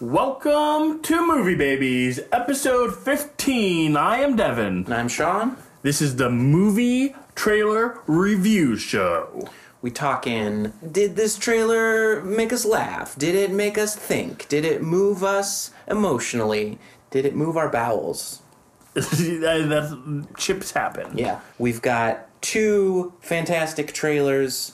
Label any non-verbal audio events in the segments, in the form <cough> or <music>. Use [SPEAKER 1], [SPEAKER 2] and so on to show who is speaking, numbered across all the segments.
[SPEAKER 1] Welcome to Movie Babies, episode 15. I am Devin.
[SPEAKER 2] And I'm Sean.
[SPEAKER 1] This is the movie trailer review show. <laughs>
[SPEAKER 2] We talk in Did this trailer make us laugh? Did it make us think? Did it move us emotionally? Did it move our bowels?
[SPEAKER 1] That's chips happen.
[SPEAKER 2] Yeah. We've got two fantastic trailers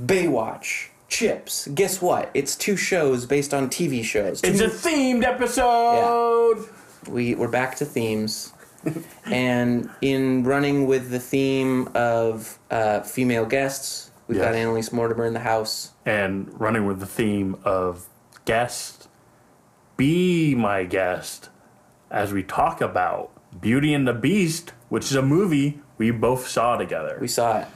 [SPEAKER 2] Baywatch, Chips. Guess what? It's two shows based on TV shows. Two
[SPEAKER 1] It's a themed episode.
[SPEAKER 2] we we're back to themes and in running with the theme of uh, female guests we've got
[SPEAKER 1] Yes.
[SPEAKER 2] annalise mortimer in the house
[SPEAKER 1] And running with the theme of guest, be my guest, as we talk about Beauty and the Beast, which is a movie we both saw together.
[SPEAKER 2] we saw it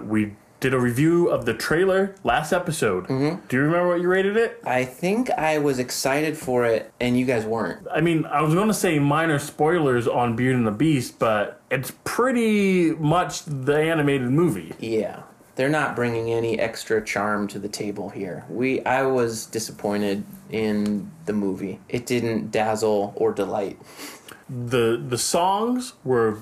[SPEAKER 1] We did a review of the trailer last episode.
[SPEAKER 2] Mm-hmm.
[SPEAKER 1] Do you remember what you rated it?
[SPEAKER 2] i think i was excited for it and you guys weren't
[SPEAKER 1] I mean, I was going to say minor spoilers on Beauty and the Beast, but it's pretty much the animated movie.
[SPEAKER 2] yeah they're not bringing any extra charm to the table here we i was disappointed in the movie it didn't dazzle or delight
[SPEAKER 1] The the songs were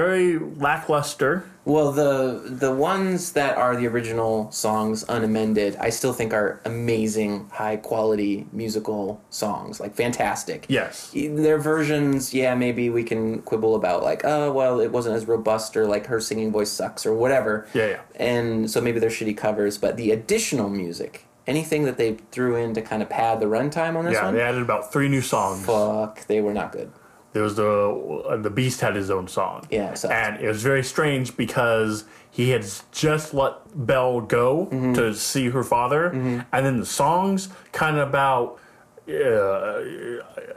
[SPEAKER 1] very lackluster.
[SPEAKER 2] Well, the the ones that are the original songs, unamended, I still think are amazing, high quality musical songs, like fantastic.
[SPEAKER 1] Yes.
[SPEAKER 2] Their versions, yeah, maybe we can quibble about like, oh, well, it wasn't as robust, or like her singing voice sucks, or whatever.
[SPEAKER 1] Yeah, yeah.
[SPEAKER 2] And so maybe they're shitty covers, but the additional music, anything that they threw in to kind of pad the runtime on this
[SPEAKER 1] Yeah,
[SPEAKER 2] one,
[SPEAKER 1] they added about three new songs.
[SPEAKER 2] fuck, they were not good.
[SPEAKER 1] There was the uh, the Beast had his own song.
[SPEAKER 2] Yeah, it sucks.
[SPEAKER 1] and it was very strange because he had s- just let Belle go to see her father, and then the songs kind of about. Uh,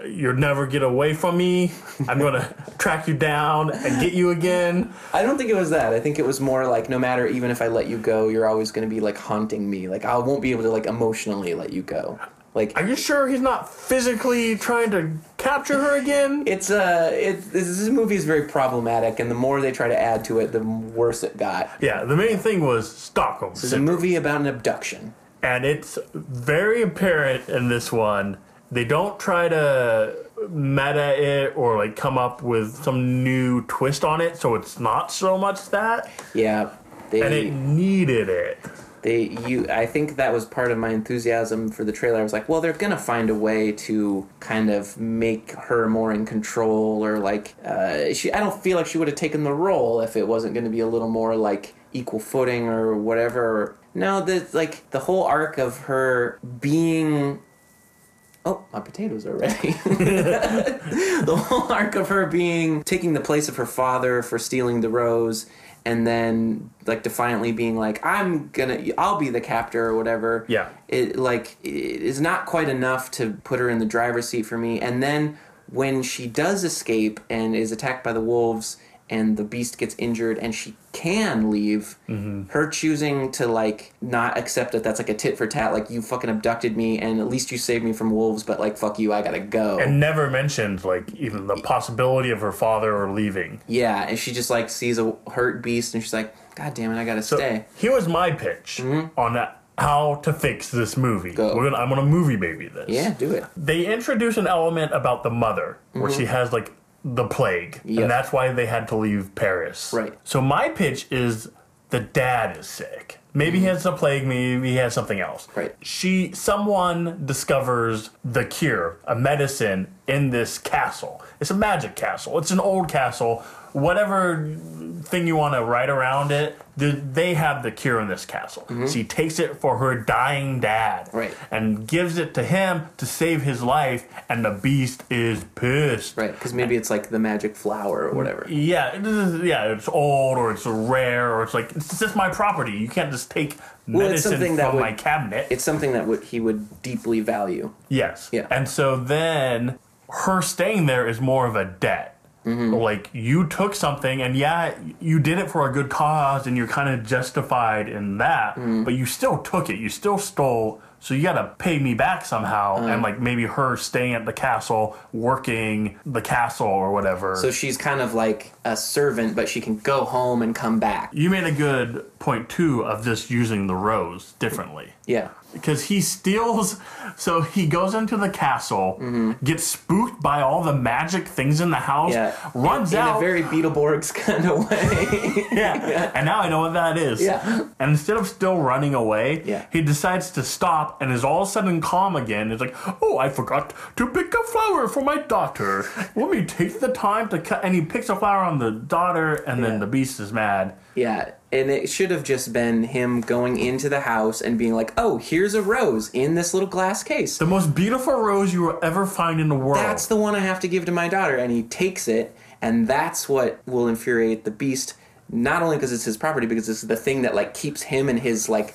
[SPEAKER 1] you'll never get away from me. I'm gonna track you down and get you again.
[SPEAKER 2] I don't think it was that. I think it was more like no matter even if I let you go, you're always going to be like haunting me. Like I won't be able to like emotionally let you go. Like
[SPEAKER 1] Are you sure he's not physically trying to capture her again?
[SPEAKER 2] it's uh, it this, this movie is very problematic, and the more they try to add to it, the worse it got.
[SPEAKER 1] Yeah, the main thing was Stockholm.
[SPEAKER 2] It's a
[SPEAKER 1] syndrome.
[SPEAKER 2] movie about an abduction.
[SPEAKER 1] and it's very apparent in this one. They don't try to meta it or like come up with some new twist on it, so it's not so much that,
[SPEAKER 2] Yeah, they
[SPEAKER 1] and it needed it.
[SPEAKER 2] they you i think that was part of my enthusiasm for the trailer i was like well they're gonna find a way to kind of make her more in control or like uh, she i don't feel like she would have taken the role if it wasn't gonna be a little more like equal footing or whatever no the like the whole arc of her being Oh, my potatoes are ready. <laughs> the whole arc of her being taking the place of her father for stealing the rose and then like defiantly being like I'm going to I'll be the captor or whatever.
[SPEAKER 1] Yeah.
[SPEAKER 2] It like it is not quite enough to put her in the driver's seat for me and then when she does escape and is attacked by the wolves and the beast gets injured and she can leave
[SPEAKER 1] Mm-hmm.
[SPEAKER 2] her choosing to like not accept that that's like a tit for tat like you fucking abducted me and at least you saved me from wolves but like fuck you i gotta go
[SPEAKER 1] And never mentioned like even the possibility of her father or leaving.
[SPEAKER 2] yeah and she just like sees a hurt beast and she's like god damn it i gotta
[SPEAKER 1] So
[SPEAKER 2] stay
[SPEAKER 1] here was my pitch on that, how to fix this movie.
[SPEAKER 2] Mm-hmm. Go.
[SPEAKER 1] We're gonna, I'm gonna movie baby this.
[SPEAKER 2] yeah do it
[SPEAKER 1] they introduce an element about the mother where she has like the plague
[SPEAKER 2] Mm-hmm. Yeah.
[SPEAKER 1] and that's why they had to leave paris
[SPEAKER 2] Right.
[SPEAKER 1] so my pitch is the dad is sick maybe he has the plague maybe he has something else
[SPEAKER 2] Mm-hmm. Right.
[SPEAKER 1] she someone discovers the cure a medicine in this castle it's a magic castle it's an old castle whatever thing you want to write around it th- they have the cure in this castle she takes it for her dying dad
[SPEAKER 2] Mm-hmm. Right.
[SPEAKER 1] and gives it to him to save his life, and the beast is pissed.
[SPEAKER 2] right because maybe it's like the magic flower or whatever
[SPEAKER 1] Yeah, this is- yeah, it's old or it's rare or it's like it's just my property. You can't just take
[SPEAKER 2] it's
[SPEAKER 1] medicine
[SPEAKER 2] something
[SPEAKER 1] from
[SPEAKER 2] that would-
[SPEAKER 1] my cabinet.
[SPEAKER 2] it's something that would he would deeply value
[SPEAKER 1] yes.
[SPEAKER 2] Yeah.
[SPEAKER 1] And so then her staying there is more of a debt.
[SPEAKER 2] Mm-hmm.
[SPEAKER 1] Like you took something, and yeah, you did it for a
[SPEAKER 2] Mm-hmm.
[SPEAKER 1] good cause, and you're kind of justified in that. But you still took it. You still stole. So you gotta pay me back somehow,
[SPEAKER 2] Uh-huh.
[SPEAKER 1] and like maybe her staying at the castle, working the castle or whatever.
[SPEAKER 2] So she's kind of like a servant, but she can go home and come back.
[SPEAKER 1] you made a good point too of just using the rose differently.
[SPEAKER 2] Yeah.
[SPEAKER 1] because he steals. So he goes into the castle,
[SPEAKER 2] Mm-hmm.
[SPEAKER 1] gets spooked by all the magic things in the house,
[SPEAKER 2] Yeah.
[SPEAKER 1] runs
[SPEAKER 2] In
[SPEAKER 1] out.
[SPEAKER 2] a very Beetleborgs <laughs> kind of way.
[SPEAKER 1] <laughs>
[SPEAKER 2] <laughs>
[SPEAKER 1] yeah. and now I know what that is.
[SPEAKER 2] Yeah.
[SPEAKER 1] And instead of still running away,
[SPEAKER 2] Yeah.
[SPEAKER 1] he decides to stop and is all of a sudden calm again. It's like, oh, I forgot to pick a flower for my daughter. Let me take the time to cut. And he picks a flower on the daughter, and
[SPEAKER 2] Yeah.
[SPEAKER 1] then the beast is mad.
[SPEAKER 2] yeah. And it should have just been him going into the house and being like, oh, here's a rose in this little glass case.
[SPEAKER 1] The most beautiful rose you will ever find in the world.
[SPEAKER 2] That's the one I have to give to my daughter. And he takes it, and that's what will infuriate the beast, not only because it's his property, because it's the thing that like keeps him and his like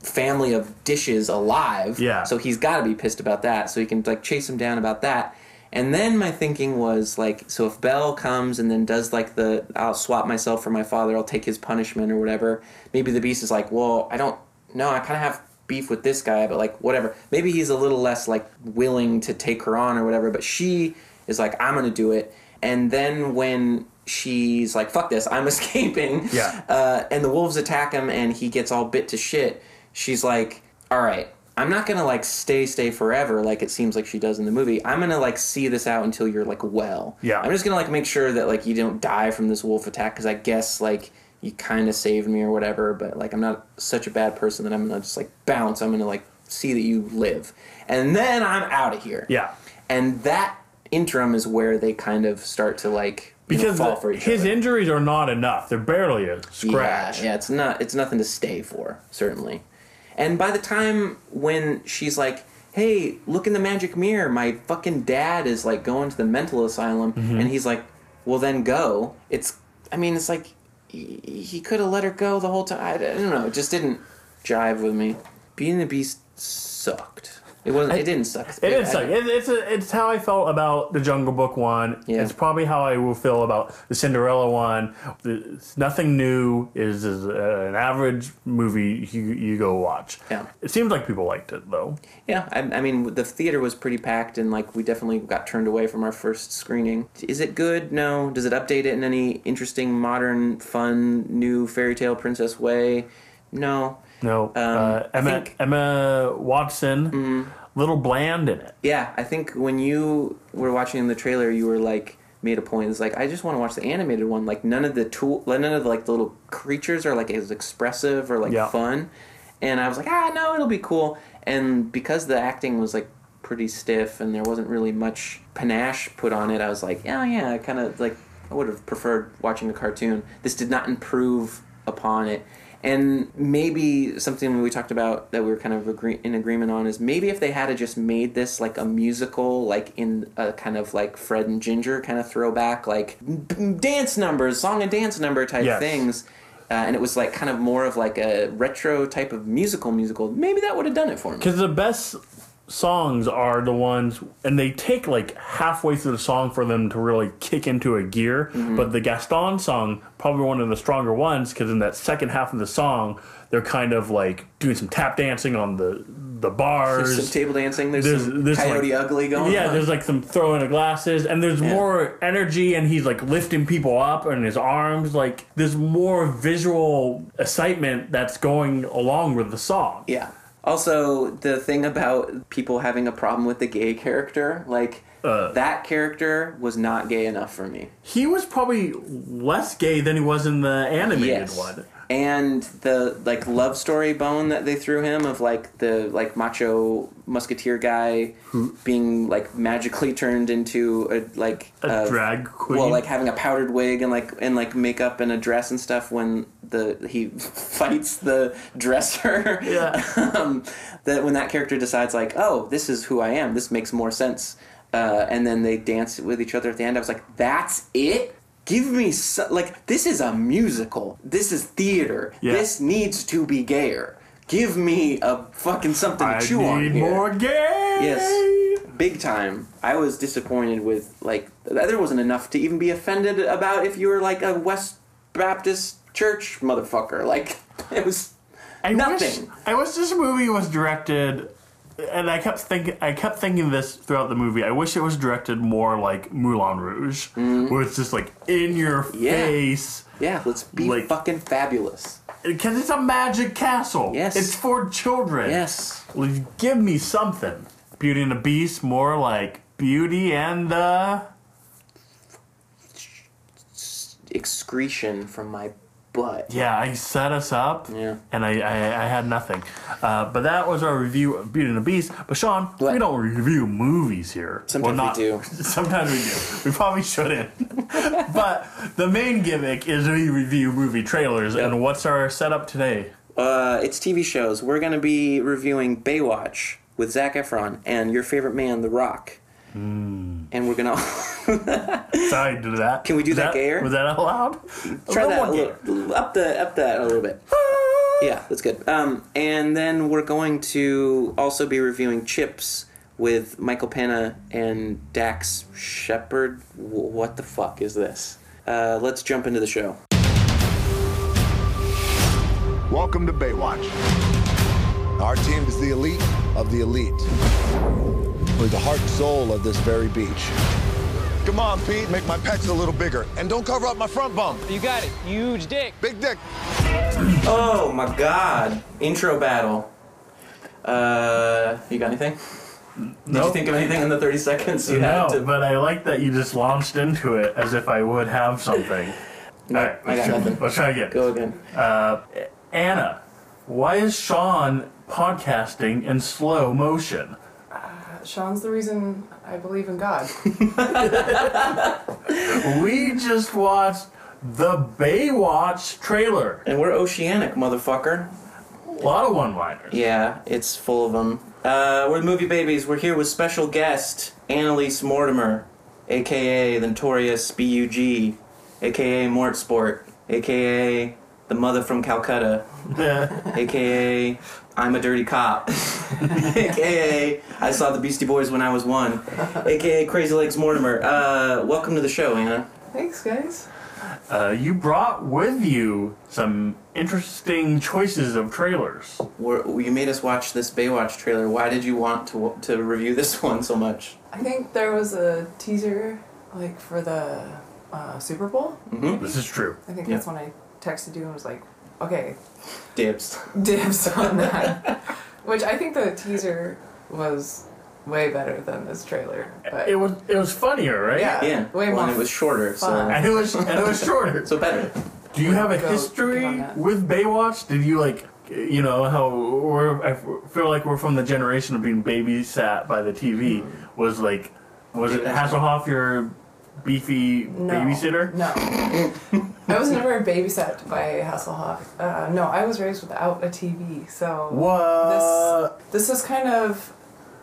[SPEAKER 2] family of dishes alive.
[SPEAKER 1] Yeah.
[SPEAKER 2] So he's gotta be pissed about that. So he can like chase him down about that. And then my thinking was like, so if Belle comes and then does like the I'll swap myself for my father, I'll take his punishment or whatever, maybe the beast is like, Well, I don't no, I kinda have beef with this guy, but like whatever. Maybe he's a little less like willing to take her on or whatever, but she is like, I'm gonna do it. And then when she's like, fuck this, I'm <laughs> escaping.
[SPEAKER 1] Yeah.
[SPEAKER 2] Uh, and the wolves attack him and he gets all bit to shit. She's like, all right, I'm not gonna like stay, stay forever like it seems like she does in the movie. I'm gonna like see this out until you're like well.
[SPEAKER 1] Yeah.
[SPEAKER 2] I'm just gonna like make sure that like you don't die from this wolf attack because I guess like you kind of saved me or whatever, but like I'm not such a bad person that I'm gonna just like bounce. I'm gonna like see that you live. And then I'm out of here.
[SPEAKER 1] Yeah.
[SPEAKER 2] And that interim is where they kind of start to like you know,
[SPEAKER 1] because
[SPEAKER 2] fall
[SPEAKER 1] the-
[SPEAKER 2] for each
[SPEAKER 1] his
[SPEAKER 2] other.
[SPEAKER 1] injuries are not enough. They're barely a scratch.
[SPEAKER 2] Yeah, yeah, it's not it's nothing to stay for, certainly. And by the time when she's like, "Hey, look in the magic mirror. My fucking dad is like going to the mental asylum." And he's like, "Well, then go." It's I mean, it's like he, he could have let her go the whole time. I, I don't know, it just didn't jive with me. Being the beast sucked. It wasn't it didn't suck.
[SPEAKER 1] It is
[SPEAKER 2] I-
[SPEAKER 1] like it, it's a, it's how I felt about the Jungle Book one.
[SPEAKER 2] Yeah.
[SPEAKER 1] It's probably how I will feel about the Cinderella one. It's nothing new is, is uh, an average movie you you go watch.
[SPEAKER 2] Yeah.
[SPEAKER 1] It seems like people liked it though.
[SPEAKER 2] Yeah, I, I mean the theater was pretty packed, and like we definitely got turned away from our first screening. Is it good? No. Does it update it in any interesting, modern, fun, new fairy tale princess way? No.
[SPEAKER 1] No,
[SPEAKER 2] Um,
[SPEAKER 1] uh,
[SPEAKER 2] I
[SPEAKER 1] Emma
[SPEAKER 2] think- Mm-hmm.
[SPEAKER 1] Emma Watson, little bland in it.
[SPEAKER 2] Yeah, I think when you were watching the trailer, you were like made a point. It's like I just want to watch the animated one. Like none of the tool, none of the, like the little creatures are like as expressive or like
[SPEAKER 1] Yeah.
[SPEAKER 2] fun. And I was like, ah, no, it'll be cool. And because the acting was like pretty stiff and there wasn't really much panache put on it, I was like, oh yeah, I kind of like I would have preferred watching a cartoon. This did not improve upon it. And maybe something we talked about that we were kind of agree- in agreement on is maybe if they had just made this like a musical, like in a kind of like Fred and Ginger kind of throwback, like b- dance numbers, song and dance number type
[SPEAKER 1] Yes.
[SPEAKER 2] things, uh, and it was like kind of more of like a retro type of musical musical, maybe that would have done it for me.
[SPEAKER 1] Because the best songs are the ones, and they take like halfway through the song for them to really kick into a gear. But the Gaston song, probably one of the stronger ones, because in that second half of the song, they're kind of like doing some tap dancing on the the
[SPEAKER 2] There's some
[SPEAKER 1] bars.
[SPEAKER 2] table dancing. There's,
[SPEAKER 1] there's-
[SPEAKER 2] some
[SPEAKER 1] there's, like-
[SPEAKER 2] Coyote Ugly going.
[SPEAKER 1] Yeah,
[SPEAKER 2] on.
[SPEAKER 1] there's like some throwing of glasses, and there's more energy, and he's like lifting people up, and his arms like there's more visual excitement that's going along with the song.
[SPEAKER 2] Yeah. Also, the thing about people having a problem with the gay character, like
[SPEAKER 1] Uh.
[SPEAKER 2] that character was not gay enough for me.
[SPEAKER 1] he was probably less gay than he was in the animated
[SPEAKER 2] Yes.
[SPEAKER 1] one.
[SPEAKER 2] And the like love story bone that they threw him of like the like macho musketeer guy being like magically turned into a like
[SPEAKER 1] A drag queen.
[SPEAKER 2] Uh, Well, like having a powdered wig and like and like makeup and a dress and stuff when the he <laughs> fights the dresser.
[SPEAKER 1] <laughs> Yeah.
[SPEAKER 2] <laughs> um, that when that character decides like, oh, this is who I am. This makes more sense. Uh, and then they dance with each other at the end. I was like, that's it. Give me so- like this is a musical. This is theater.
[SPEAKER 1] Yeah.
[SPEAKER 2] This needs to be gayer. Give me a fucking something to
[SPEAKER 1] I
[SPEAKER 2] chew on.
[SPEAKER 1] need
[SPEAKER 2] here."
[SPEAKER 1] more gay.
[SPEAKER 2] Yes. Big time. I was disappointed with like th- there wasn't enough to even be offended about if you were like a West Baptist church motherfucker. Like <laughs> it was
[SPEAKER 1] I
[SPEAKER 2] nothing.
[SPEAKER 1] Wish, I wish this movie was directed and I kept thinking, I kept thinking this throughout the movie. I wish it was directed more like Moulin Rouge, where it's just like in your
[SPEAKER 2] Mm-hmm. Yeah.
[SPEAKER 1] face.
[SPEAKER 2] Yeah, let's be
[SPEAKER 1] Like-
[SPEAKER 2] fucking fabulous.
[SPEAKER 1] Because it's a magic castle.
[SPEAKER 2] Yes.
[SPEAKER 1] It's for children.
[SPEAKER 2] Yes.
[SPEAKER 1] Like, Give me something. Beauty and the Beast, more like Beauty and the.
[SPEAKER 2] Excretion from my butt.
[SPEAKER 1] Yeah, I set us up.
[SPEAKER 2] Yeah.
[SPEAKER 1] And I, I, I had nothing. Uh, but that was our review of Beauty and the Beast. But Sean, we
[SPEAKER 2] What?
[SPEAKER 1] don't review movies here.
[SPEAKER 2] Sometimes
[SPEAKER 1] not,
[SPEAKER 2] we do.
[SPEAKER 1] <laughs> Sometimes we do. We probably shouldn't. <laughs> but the main gimmick is we review movie trailers. And what's our setup today?
[SPEAKER 2] Uh, it's TV shows. We're going to be reviewing Baywatch with Zach Efron and your favorite man, The Rock. And we're going to
[SPEAKER 1] Sorry to that.
[SPEAKER 2] Can we do
[SPEAKER 1] Was
[SPEAKER 2] that gayer?
[SPEAKER 1] Was that allowed?
[SPEAKER 2] try
[SPEAKER 1] little
[SPEAKER 2] that
[SPEAKER 1] more Ah.
[SPEAKER 2] a
[SPEAKER 1] gayer.
[SPEAKER 2] little, up the up that a little bit. Yeah, that's good. Um, and then we're going to also be reviewing Chips with Michael Pena and Dax Shepard. W- what the fuck is this? Uh, let's jump into the show.
[SPEAKER 3] Welcome to Baywatch. Our team is the elite of the elite. We're the heart and soul of this very beach. Come on, Pete, make my pecs a little bigger. And don't cover up my front bump.
[SPEAKER 4] You got it. Huge dick.
[SPEAKER 3] Big dick.
[SPEAKER 2] Oh my god! Intro battle. Uh, you got anything? Did you
[SPEAKER 1] Nope.
[SPEAKER 2] think of anything in the 30 seconds you
[SPEAKER 1] No,
[SPEAKER 2] had to?
[SPEAKER 1] but I like that you just launched into it as if I would
[SPEAKER 2] <laughs>
[SPEAKER 1] have something. All right,
[SPEAKER 2] I got nothing.
[SPEAKER 1] Let's try again.
[SPEAKER 2] Go again.
[SPEAKER 1] Anna, why is Sean podcasting in slow motion?
[SPEAKER 5] Sean's the reason I believe in God.
[SPEAKER 1] We just watched the Baywatch trailer.
[SPEAKER 2] And we're oceanic, motherfucker.
[SPEAKER 1] A lot of one-liners.
[SPEAKER 2] Yeah, it's full of them. Uh, we're the Movie Babies. We're here with special guest Annalise Mortimer, aka the notorious BUG, aka Mortsport, aka the mother from Calcutta, aka I'm a dirty cop, <laughs> aka I saw the Beastie Boys when I was one, aka Crazy Legs Mortimer. Uh, welcome to the show, Anna.
[SPEAKER 5] Thanks, guys.
[SPEAKER 1] Uh, you brought with you some interesting choices of trailers.
[SPEAKER 2] We're, you made us watch this Baywatch trailer. Why did you want to to review this <laughs> one so much?
[SPEAKER 5] I think there was a teaser, like for the uh, Super Bowl.
[SPEAKER 1] This is true.
[SPEAKER 5] I think
[SPEAKER 2] Yeah.
[SPEAKER 5] that's when I texted you and was like, "Okay, <laughs>
[SPEAKER 2] Dibs.
[SPEAKER 5] dibs on that." Which I think the teaser was way better than this trailer. But
[SPEAKER 1] It was it was funnier, right?
[SPEAKER 5] Yeah.
[SPEAKER 2] Yeah.
[SPEAKER 5] Way
[SPEAKER 2] well,
[SPEAKER 5] more
[SPEAKER 2] and it was shorter,
[SPEAKER 5] fun.
[SPEAKER 1] And it was and it was shorter.
[SPEAKER 2] so so better.
[SPEAKER 1] Do you have a
[SPEAKER 5] Go
[SPEAKER 1] history
[SPEAKER 5] on that.
[SPEAKER 1] with Baywatch? Did you like, you know, how we're, I f- feel like we're from the generation of being babysat by the TV.
[SPEAKER 5] Hmm.
[SPEAKER 1] Was like, was it Hasselhoff your beefy
[SPEAKER 5] no,
[SPEAKER 1] babysitter?
[SPEAKER 5] No, I was never babysat by Hasselhoff. Uh, no, I was raised without a TV, so
[SPEAKER 1] What?
[SPEAKER 5] this is kind of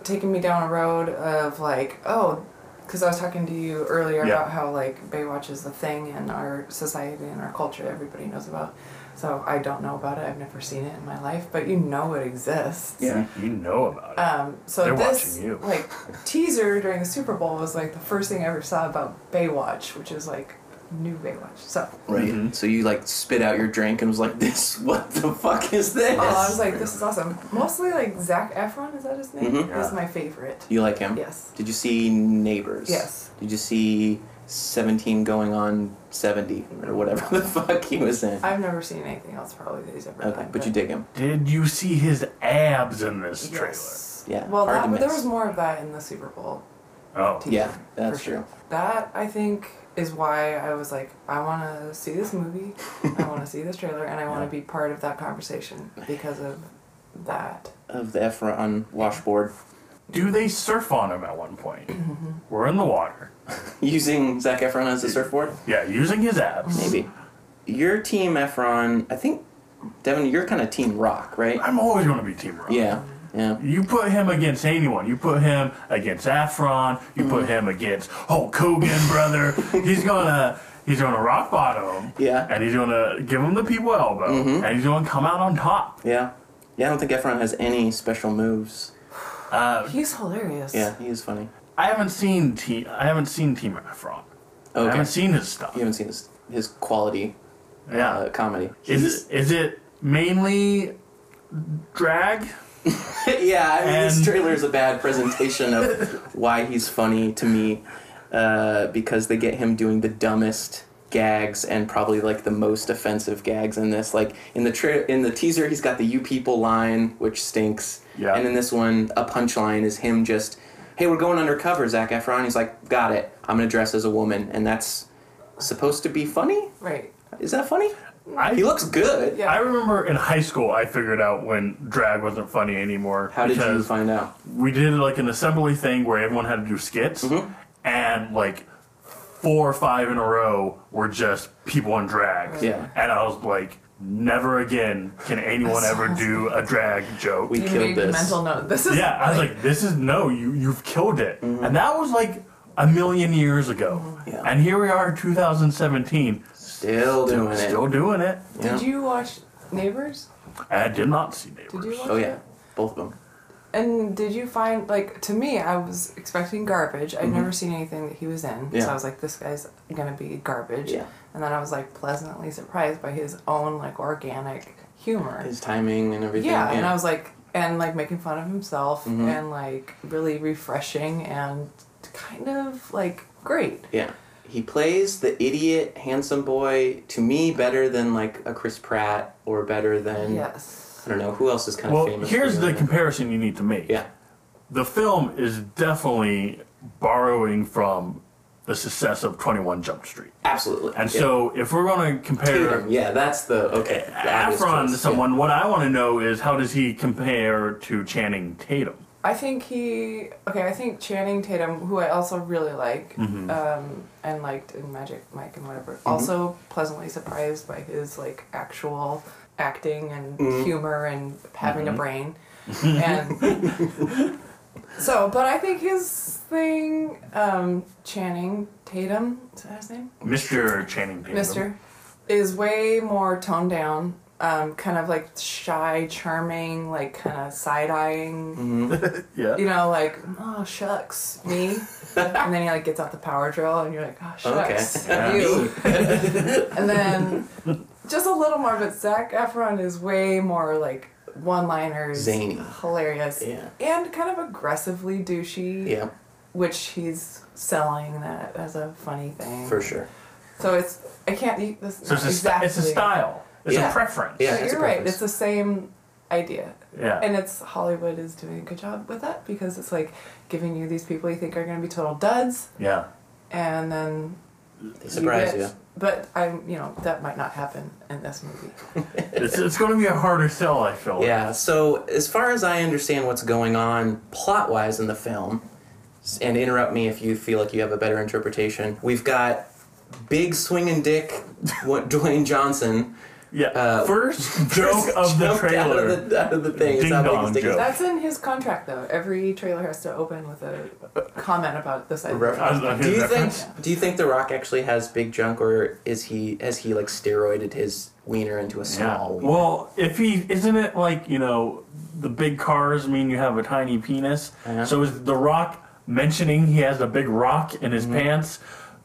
[SPEAKER 5] taking me down a road of like oh because i was talking to you earlier
[SPEAKER 1] Yeah.
[SPEAKER 5] about how like baywatch is the thing in our society and our culture everybody knows about so i don't know about it i've never seen it in my life but you know it exists
[SPEAKER 2] Yeah.
[SPEAKER 1] You know about it.
[SPEAKER 5] um, so
[SPEAKER 1] They're
[SPEAKER 5] this
[SPEAKER 1] watching you.
[SPEAKER 5] like teaser during the super bowl was like the first thing i ever saw about baywatch which is like new baywatch so
[SPEAKER 2] Right. So you like spit out your drink and was like, "This, what the fuck is this?"
[SPEAKER 5] oh, i was like this is awesome mostly like zach efron is that his name
[SPEAKER 2] Mhm.
[SPEAKER 5] is my favorite
[SPEAKER 2] you like him?
[SPEAKER 5] Yes.
[SPEAKER 2] Did you see Neighbors?
[SPEAKER 5] Yes.
[SPEAKER 2] Did you see Seventeen going on Seventy or whatever <laughs> the fuck he was in?
[SPEAKER 5] i've never seen anything else probably that he's ever
[SPEAKER 2] okay,
[SPEAKER 5] done
[SPEAKER 2] but you dig him.
[SPEAKER 1] Did you see his abs in this
[SPEAKER 5] Yes.
[SPEAKER 2] Yeah,
[SPEAKER 5] Well,
[SPEAKER 2] hard to
[SPEAKER 5] that, but there
[SPEAKER 2] miss.
[SPEAKER 5] was more of that in the Super Bowl.
[SPEAKER 1] trailer? Oh.
[SPEAKER 5] teaser,
[SPEAKER 2] Yeah, that's
[SPEAKER 5] for
[SPEAKER 2] true.
[SPEAKER 5] sure. That I think is why I was like, I want to see this movie, I want to see this trailer, and I
[SPEAKER 2] <laughs>
[SPEAKER 5] want to be part of that conversation because of that.
[SPEAKER 2] Of the Efron washboard <laughs>
[SPEAKER 1] Do they surf on him at one point?
[SPEAKER 5] Mm-hmm.
[SPEAKER 1] We're in the water.
[SPEAKER 2] using Zac Efron as a surfboard,
[SPEAKER 1] Yeah, using his abs.
[SPEAKER 2] maybe. Your team Efron, I think. Devin, you're kind of Team Rock, right?
[SPEAKER 1] I'm always going to be Team Rock.
[SPEAKER 2] Yeah. Yeah.
[SPEAKER 1] You put him against anyone. You put him against Afron. You
[SPEAKER 2] Mm.
[SPEAKER 1] put him against Hulk Hogan, brother. he's gonna he's gonna rock bottom.
[SPEAKER 2] Yeah. Mm-hmm.
[SPEAKER 1] And he's gonna give him the people elbow. And he's gonna come out on top.
[SPEAKER 2] Yeah. Yeah, I don't think Efron has any special moves.
[SPEAKER 1] Oh.
[SPEAKER 5] He's hilarious.
[SPEAKER 2] Yeah, he is funny.
[SPEAKER 1] I haven't seen Team I haven't seen Team Afron. I
[SPEAKER 2] Oh, Okay.
[SPEAKER 1] haven't seen his stuff.
[SPEAKER 2] you haven't seen his, his quality
[SPEAKER 1] Yeah.
[SPEAKER 2] uh, comedy.
[SPEAKER 1] Is it is it mainly drag?
[SPEAKER 2] yeah, I mean, this
[SPEAKER 1] And-
[SPEAKER 2] trailer is a bad presentation of why he's funny to me uh, because they get him doing the dumbest gags and probably like the most offensive gags in this. Like in the tra- in the teaser, he's got the "you people" line, which stinks.
[SPEAKER 1] Yeah.
[SPEAKER 2] And in this one, a punchline is him just, "Hey, we're going undercover, Zach Efron." He's like, "Got it. I'm gonna dress as a woman," and that's supposed to be funny.
[SPEAKER 5] Right.
[SPEAKER 2] Is that funny?
[SPEAKER 1] I,
[SPEAKER 2] He looks good.
[SPEAKER 5] Yeah.
[SPEAKER 1] I remember in high school, I figured out when drag wasn't funny anymore.
[SPEAKER 2] How did you
[SPEAKER 1] because
[SPEAKER 2] find out?
[SPEAKER 1] we did like an assembly thing where everyone had to do skits, and like four or five in a row were just people in drag.
[SPEAKER 2] Yeah.
[SPEAKER 1] And I was like, never again can anyone ever do a drag joke.
[SPEAKER 2] We
[SPEAKER 5] You
[SPEAKER 2] killed
[SPEAKER 5] made
[SPEAKER 2] this.
[SPEAKER 5] mental note. This is
[SPEAKER 1] yeah, I was like, this is no, you you've killed it. And that was like a million years ago.
[SPEAKER 2] Mm-hmm. Yeah.
[SPEAKER 1] And here we are, 2017,
[SPEAKER 2] Still doing it.
[SPEAKER 1] still doing it.
[SPEAKER 2] Yeah.
[SPEAKER 5] Did you watch Neighbors?
[SPEAKER 1] And I did not see neighbors.
[SPEAKER 5] Did you watch
[SPEAKER 2] Oh yeah,
[SPEAKER 5] it?
[SPEAKER 2] both of them.
[SPEAKER 5] And did you find like to me I was expecting garbage. I'd never seen anything that he was in.
[SPEAKER 2] Mm-hmm. Yeah.
[SPEAKER 5] So I was like, this guy's gonna be garbage.
[SPEAKER 2] Yeah.
[SPEAKER 5] And then I was like pleasantly surprised by his own like organic humor.
[SPEAKER 2] His timing and everything. Mm-hmm.
[SPEAKER 5] yeah, and I was like and like making fun of himself and like really refreshing and kind of like great.
[SPEAKER 2] Yeah. He plays the idiot handsome boy to me better than like a Chris Pratt or better than
[SPEAKER 5] Yes.
[SPEAKER 2] I don't know who else is kind
[SPEAKER 1] Well,
[SPEAKER 2] of famous. for
[SPEAKER 1] here's the
[SPEAKER 2] doing that.
[SPEAKER 1] comparison you need to make.
[SPEAKER 2] yeah
[SPEAKER 1] The film is definitely borrowing from the success of 21 Jump Street.
[SPEAKER 2] absolutely
[SPEAKER 1] And
[SPEAKER 2] yeah.
[SPEAKER 1] so if we're going to compare
[SPEAKER 2] Tatum, yeah that's the okay the obvious
[SPEAKER 1] Afron to
[SPEAKER 2] choice,
[SPEAKER 1] someone, what I want to know is how does he compare to Channing Tatum?
[SPEAKER 5] I think he okay. I think Channing Tatum, who I also really like, um, and liked in Magic Mike and whatever, also pleasantly surprised by his like actual acting and humor and having a brain, and so. But I think his thing, um, Channing Tatum, is that his name?
[SPEAKER 1] Mr. Channing Tatum.
[SPEAKER 5] Mister is way more toned down. Um, kind of like shy, charming, like kind of side eyeing
[SPEAKER 1] Yeah.
[SPEAKER 5] you know, like, oh shucks,
[SPEAKER 2] <laughs>
[SPEAKER 5] me. and then he like gets out the power drill and you're like, oh shucks,
[SPEAKER 1] Okay.
[SPEAKER 5] you. <laughs> and then just a little more, but Zach Efron is way more like one liners.
[SPEAKER 2] Zany.
[SPEAKER 5] Hilarious.
[SPEAKER 2] Yeah.
[SPEAKER 5] And kind of aggressively douchey.
[SPEAKER 2] yeah
[SPEAKER 5] Which he's selling that as a funny thing.
[SPEAKER 2] yeah for sure
[SPEAKER 5] So it's I can't eat this.
[SPEAKER 1] So it's a, st-
[SPEAKER 5] exactly.
[SPEAKER 1] it's a style. It's
[SPEAKER 2] Yeah.
[SPEAKER 1] a preference.
[SPEAKER 2] Yeah.
[SPEAKER 5] But
[SPEAKER 2] it's a
[SPEAKER 5] you're right.
[SPEAKER 2] preference.
[SPEAKER 5] It's the same idea.
[SPEAKER 1] Yeah.
[SPEAKER 5] And it's Hollywood is doing a good job with that because it's like giving you these people you think are going to be total duds,
[SPEAKER 1] Yeah.
[SPEAKER 5] and then
[SPEAKER 2] they surprise
[SPEAKER 5] you.
[SPEAKER 2] you
[SPEAKER 5] get- But I'm, you know, that might not happen in this movie.
[SPEAKER 1] It's, it's going to be a harder sell, I feel. like.
[SPEAKER 2] yeah so as far as I understand what's going on plot wise in the film s- and interrupt me if you feel like you have a better interpretation we've got big swinging dick what <laughs> Dwayne Johnson.
[SPEAKER 1] Yeah.
[SPEAKER 2] Uh, <laughs>
[SPEAKER 1] first joke of the
[SPEAKER 2] Jumped out
[SPEAKER 1] trailer.
[SPEAKER 2] of the, out of the thing. It's not
[SPEAKER 1] Ding
[SPEAKER 2] big as
[SPEAKER 1] dong
[SPEAKER 2] dick as-
[SPEAKER 1] joke.
[SPEAKER 5] That's in his contract, though. Every trailer has to open with a comment about this idea.
[SPEAKER 1] I don't know his
[SPEAKER 2] Do you think?
[SPEAKER 1] reference.
[SPEAKER 2] Do you think The Rock actually has big junk, or is he has he like steroided his wiener into a
[SPEAKER 1] Yeah.
[SPEAKER 2] small? wiener?
[SPEAKER 1] Well, if he isn't it like you know the big cars mean you have a tiny penis.
[SPEAKER 2] Uh-huh.
[SPEAKER 1] So is The Rock mentioning he has a big rock in
[SPEAKER 2] Mm-hmm.
[SPEAKER 1] his pants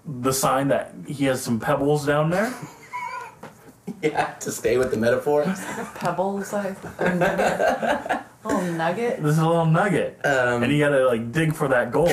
[SPEAKER 1] the sign that he has some pebbles down there?
[SPEAKER 2] <laughs> yeah. To stay with the metaphor.
[SPEAKER 5] Pebble size, a nugget, little nugget.
[SPEAKER 1] This is a little nugget,
[SPEAKER 2] Um,
[SPEAKER 1] and you gotta like dig for that
[SPEAKER 2] <laughs>
[SPEAKER 1] gold.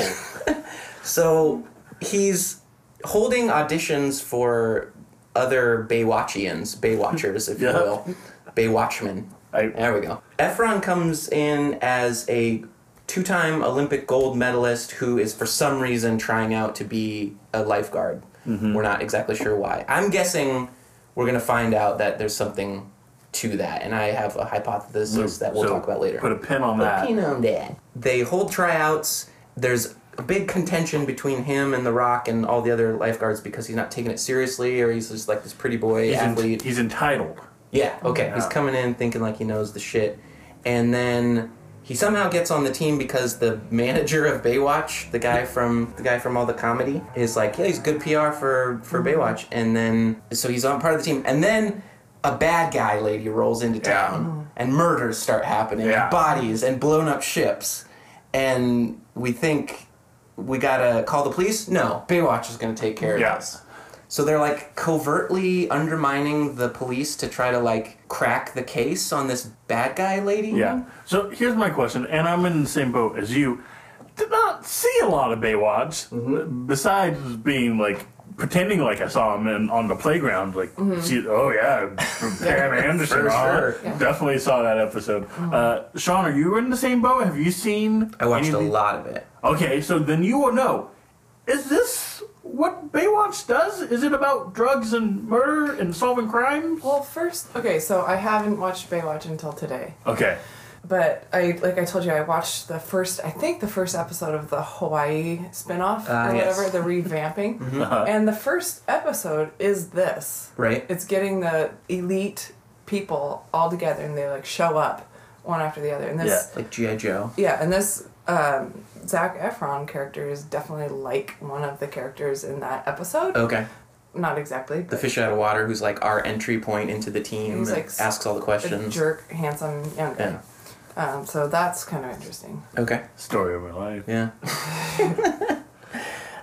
[SPEAKER 2] So he's holding auditions for other Baywatchians, Baywatchers, if
[SPEAKER 1] Yeah.
[SPEAKER 2] you will, Baywatchmen.
[SPEAKER 1] I-
[SPEAKER 2] there we go. Efron comes in as a two-time Olympic gold medalist who is for some reason trying out to be a lifeguard.
[SPEAKER 1] Mm-hmm.
[SPEAKER 2] We're not exactly sure why. I'm guessing we're gonna find out that there's something to that, and I have a hypothesis that we'll
[SPEAKER 1] Mm. So
[SPEAKER 2] talk about later.
[SPEAKER 1] Put a pin on that.
[SPEAKER 2] Pinot Dad. They hold tryouts. There's a big contention between him and The Rock and all the other lifeguards because he's not taking it seriously or he's just like this pretty boy
[SPEAKER 1] He's, en-
[SPEAKER 2] athlete.
[SPEAKER 1] he's entitled.
[SPEAKER 2] yeah,
[SPEAKER 1] Oh
[SPEAKER 2] okay. He's coming in thinking like he knows the shit. And then he somehow gets on the team because the manager of Baywatch, the guy from the guy from all the comedy, is like, yeah, he's good PR for for
[SPEAKER 1] Mm-hmm.
[SPEAKER 2] Baywatch. And then so he's on part of the team. And then a bad guy lady rolls into
[SPEAKER 1] Yeah. Mm-hmm.
[SPEAKER 2] town and murders start happening
[SPEAKER 1] Yeah.
[SPEAKER 2] and bodies and blown up ships and we think we gotta call the police no baywatch is gonna take care of
[SPEAKER 1] Yeah.
[SPEAKER 2] this So they're like covertly undermining the police to try to like crack the case on this bad guy lady.
[SPEAKER 1] Yeah. So here's my question, and I'm in the same boat as you. Did not see a lot of Baywatch
[SPEAKER 2] Mm-hmm.
[SPEAKER 1] besides being like pretending like I saw him in, on the playground. Like, see, oh
[SPEAKER 2] <laughs>
[SPEAKER 1] yeah, Pam Anderson.
[SPEAKER 2] Mm-hmm. For
[SPEAKER 1] huh?
[SPEAKER 2] sure. Mm-hmm.
[SPEAKER 5] Yeah.
[SPEAKER 1] Definitely saw that episode. Uh, Sean, are you in the same boat? Have you seen?
[SPEAKER 2] I watched
[SPEAKER 1] anything?
[SPEAKER 2] a lot of it.
[SPEAKER 1] Okay, so then you will know. Is this what Baywatch does? Is it about drugs and murder and solving crimes?
[SPEAKER 5] Well, first, okay, so I haven't watched Baywatch until today,
[SPEAKER 1] Okay.
[SPEAKER 5] but I like I told you, I watched the first, I think the first episode of the Hawaii spinoff
[SPEAKER 2] Ah,
[SPEAKER 5] or
[SPEAKER 2] yes. Uh-huh.
[SPEAKER 5] whatever,
[SPEAKER 2] <laughs>
[SPEAKER 5] the revamping, and the first episode is this.
[SPEAKER 2] Right.
[SPEAKER 5] It's getting the elite people all together, and they like show up one after the other, and this.
[SPEAKER 1] Yeah.
[SPEAKER 2] Like G.I. Joe.
[SPEAKER 5] Yeah, and this um, Zach Efron character is definitely like one of the characters in that episode.
[SPEAKER 2] Okay.
[SPEAKER 5] Not exactly.
[SPEAKER 2] The
[SPEAKER 5] But
[SPEAKER 2] fish out of water who's like our entry point into the team
[SPEAKER 5] He's,
[SPEAKER 2] and
[SPEAKER 5] like,
[SPEAKER 2] asks all the
[SPEAKER 5] a
[SPEAKER 2] questions.
[SPEAKER 5] jerk, handsome young guy. Um, so that's kind of interesting.
[SPEAKER 2] Okay.
[SPEAKER 1] Story of my life.
[SPEAKER 2] Yeah.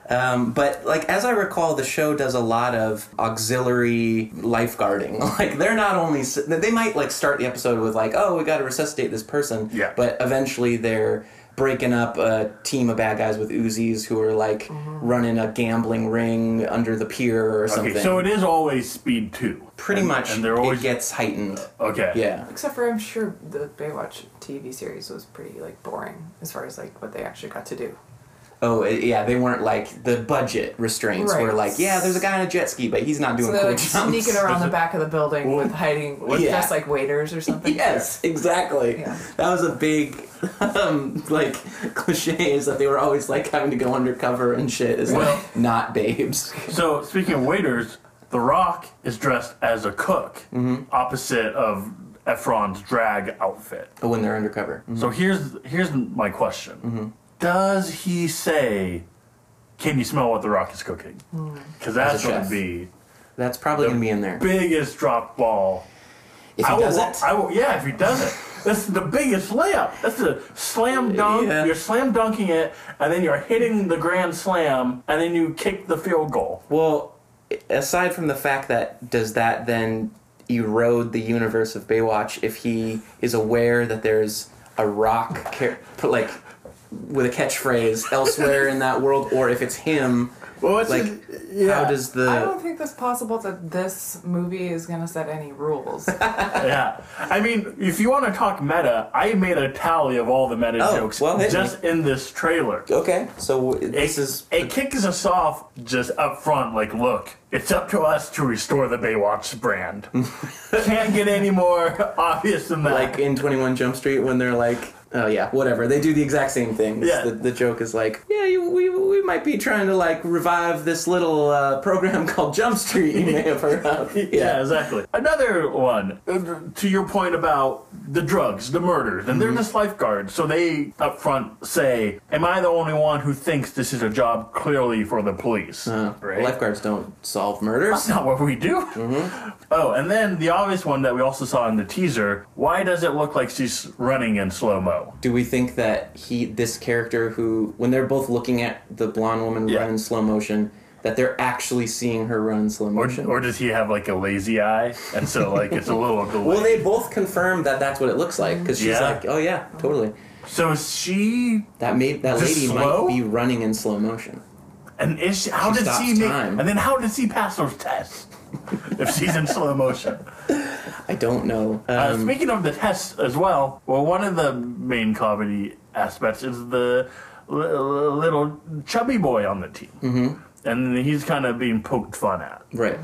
[SPEAKER 2] um, but like as I recall, the show does a lot of auxiliary lifeguarding. <laughs> Like they're not only s- they might like start the episode with like, oh, we got to resuscitate this person.
[SPEAKER 1] Yeah.
[SPEAKER 2] But eventually they're breaking up a team of bad guys with Uzis who are like running a gambling ring under the pier or something.
[SPEAKER 1] Mm-hmm. Okay, so it is always speed two.
[SPEAKER 2] pretty
[SPEAKER 1] And-
[SPEAKER 2] much
[SPEAKER 1] and they're always
[SPEAKER 2] it gets heightened.
[SPEAKER 1] okay.
[SPEAKER 2] Yeah.
[SPEAKER 5] Except for I'm sure the Baywatch TV series was pretty like boring as far as like what they actually got to do.
[SPEAKER 2] Oh, it- yeah. They weren't like the budget restraints were
[SPEAKER 5] Right.
[SPEAKER 2] like, yeah, there's a guy on a jet ski, but he's not doing
[SPEAKER 5] So they're
[SPEAKER 2] cool
[SPEAKER 5] like
[SPEAKER 2] jumps.
[SPEAKER 5] sneaking around the
[SPEAKER 1] it-
[SPEAKER 5] back of the building
[SPEAKER 1] Well,
[SPEAKER 5] with hiding, with
[SPEAKER 2] yeah.
[SPEAKER 5] just like waiters or something.
[SPEAKER 2] Yes, exactly.
[SPEAKER 5] Yeah.
[SPEAKER 2] That was a big, <laughs> um, like, cliche is that they were always like having to go undercover and shit. Is
[SPEAKER 1] Well-
[SPEAKER 2] like not babes. <laughs>
[SPEAKER 1] So speaking of waiters, The Rock is dressed as a cook,
[SPEAKER 2] Mm-hmm.
[SPEAKER 1] opposite of Efron's drag outfit.
[SPEAKER 2] When they're undercover.
[SPEAKER 1] So here's here's my question:
[SPEAKER 2] Mm-hmm.
[SPEAKER 1] Does he say, "Can you smell what The Rock is cooking"? Because that's
[SPEAKER 2] Mm. As a
[SPEAKER 1] going to
[SPEAKER 2] chef.
[SPEAKER 1] be
[SPEAKER 2] That's probably gonna be in there.
[SPEAKER 1] biggest drop ball.
[SPEAKER 2] If he
[SPEAKER 1] I will,
[SPEAKER 2] does it,
[SPEAKER 1] I will, yeah, if he does it. That's the biggest layup. That's a slam dunk.
[SPEAKER 2] Yeah.
[SPEAKER 1] You're slam dunking it, and then you're hitting the grand slam, and then you kick the field goal.
[SPEAKER 2] well, aside from the fact that does that then erode the universe of Baywatch if he is aware that there's a rock char- like with a
[SPEAKER 1] <laughs>
[SPEAKER 2] catchphrase elsewhere in that world, or if it's him.
[SPEAKER 1] Well, it's
[SPEAKER 2] Like, how does the
[SPEAKER 5] I don't think that's possible that this movie is gonna set any rules.
[SPEAKER 1] yeah. I mean, if you want to talk meta, I made a tally of all the meta
[SPEAKER 2] Oh,
[SPEAKER 1] jokes
[SPEAKER 2] well, hit me.
[SPEAKER 1] just in this trailer.
[SPEAKER 2] Okay, so this is
[SPEAKER 1] It kicks us off just up front, like, look, it's up to us to restore the
[SPEAKER 2] <laughs>
[SPEAKER 1] Baywatch brand. Can't get any more <laughs> obvious than that.
[SPEAKER 2] like in 21 Jump Street when they're like, oh yeah, whatever. They do the exact same thing. It's
[SPEAKER 1] Yeah.
[SPEAKER 2] The, the joke is like, yeah, you, we, we might be trying to like revive this little uh, program <laughs> called Jump Street you may have heard of.
[SPEAKER 1] <laughs> yeah. exactly. Another one, uh, to your point about the drugs, the murders, and they're
[SPEAKER 2] Mm-hmm.
[SPEAKER 1] just lifeguards. So they up front say, Am I the only one who thinks this is a job clearly for the police?
[SPEAKER 2] Uh,
[SPEAKER 1] right?
[SPEAKER 2] Lifeguards don't solve murders.
[SPEAKER 1] <laughs> That's <laughs> not what we do.
[SPEAKER 2] Mm-hmm.
[SPEAKER 1] <laughs> Oh, and then the obvious one that we also saw in the teaser why does it look like she's running in slow mo?
[SPEAKER 2] Do we think that he, this character who, when they're both looking at the blonde woman
[SPEAKER 1] Yeah.
[SPEAKER 2] run in slow motion, that they're actually seeing her run in slow
[SPEAKER 1] Or,
[SPEAKER 2] motion?
[SPEAKER 1] or does he have like a lazy eye? And so, like, it's a little <laughs> delayed.
[SPEAKER 2] well, they both confirmed that that's what it looks like because she's
[SPEAKER 1] Yeah.
[SPEAKER 2] like, "Oh yeah, totally."
[SPEAKER 1] so, is she.
[SPEAKER 2] That made that
[SPEAKER 1] Just
[SPEAKER 2] lady
[SPEAKER 1] slow?
[SPEAKER 2] might be running in slow motion.
[SPEAKER 1] And is she, how did she
[SPEAKER 2] stops
[SPEAKER 1] make.
[SPEAKER 2] time.
[SPEAKER 1] And then, how did she pass those tests? <laughs> if she's in slow motion.
[SPEAKER 2] I don't know.
[SPEAKER 1] Uh,
[SPEAKER 2] Um,
[SPEAKER 1] speaking of the tests as well, well, one of the main comedy aspects is the li- li- little chubby boy on the team. Mm-hmm. And he's kind of being poked fun at.
[SPEAKER 2] right.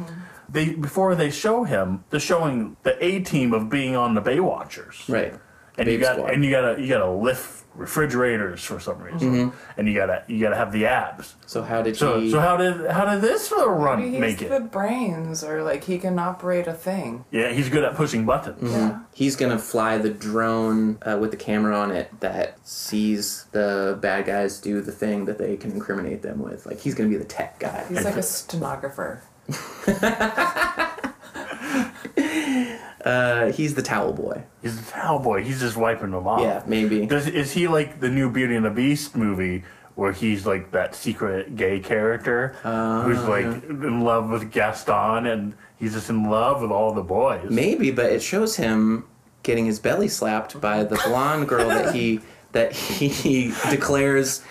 [SPEAKER 1] They Before they show him, they're showing the A team of being on the Baywatchers.
[SPEAKER 2] Right.
[SPEAKER 1] And you
[SPEAKER 2] Babe
[SPEAKER 1] got
[SPEAKER 2] squad.
[SPEAKER 1] and you gotta you gotta lift refrigerators for some reason.
[SPEAKER 2] Mm-hmm.
[SPEAKER 1] And you gotta you gotta have the abs.
[SPEAKER 2] So how did
[SPEAKER 1] So
[SPEAKER 2] he?
[SPEAKER 1] so how did how did this little run
[SPEAKER 5] Maybe he's
[SPEAKER 1] make it?
[SPEAKER 5] the brains, or like he can operate a thing.
[SPEAKER 1] yeah, he's good at pushing buttons.
[SPEAKER 2] Mm-hmm.
[SPEAKER 5] Yeah.
[SPEAKER 2] he's gonna fly the drone uh, with the camera on it that sees the bad guys do the thing that they can incriminate them with. Like he's gonna be the tech guy.
[SPEAKER 5] He's like a stenographer.
[SPEAKER 2] Uh, he's the towel boy.
[SPEAKER 1] He's a cowboy. He's just wiping them off.
[SPEAKER 2] Yeah, maybe.
[SPEAKER 1] Does is he like the new Beauty and the Beast movie where he's like that secret gay character
[SPEAKER 2] Uh,
[SPEAKER 1] who's like in love with Gaston and he's just in love with all the boys.
[SPEAKER 2] Maybe, but it shows him getting his belly slapped by the blonde girl that
[SPEAKER 1] <laughs>
[SPEAKER 2] he that he declares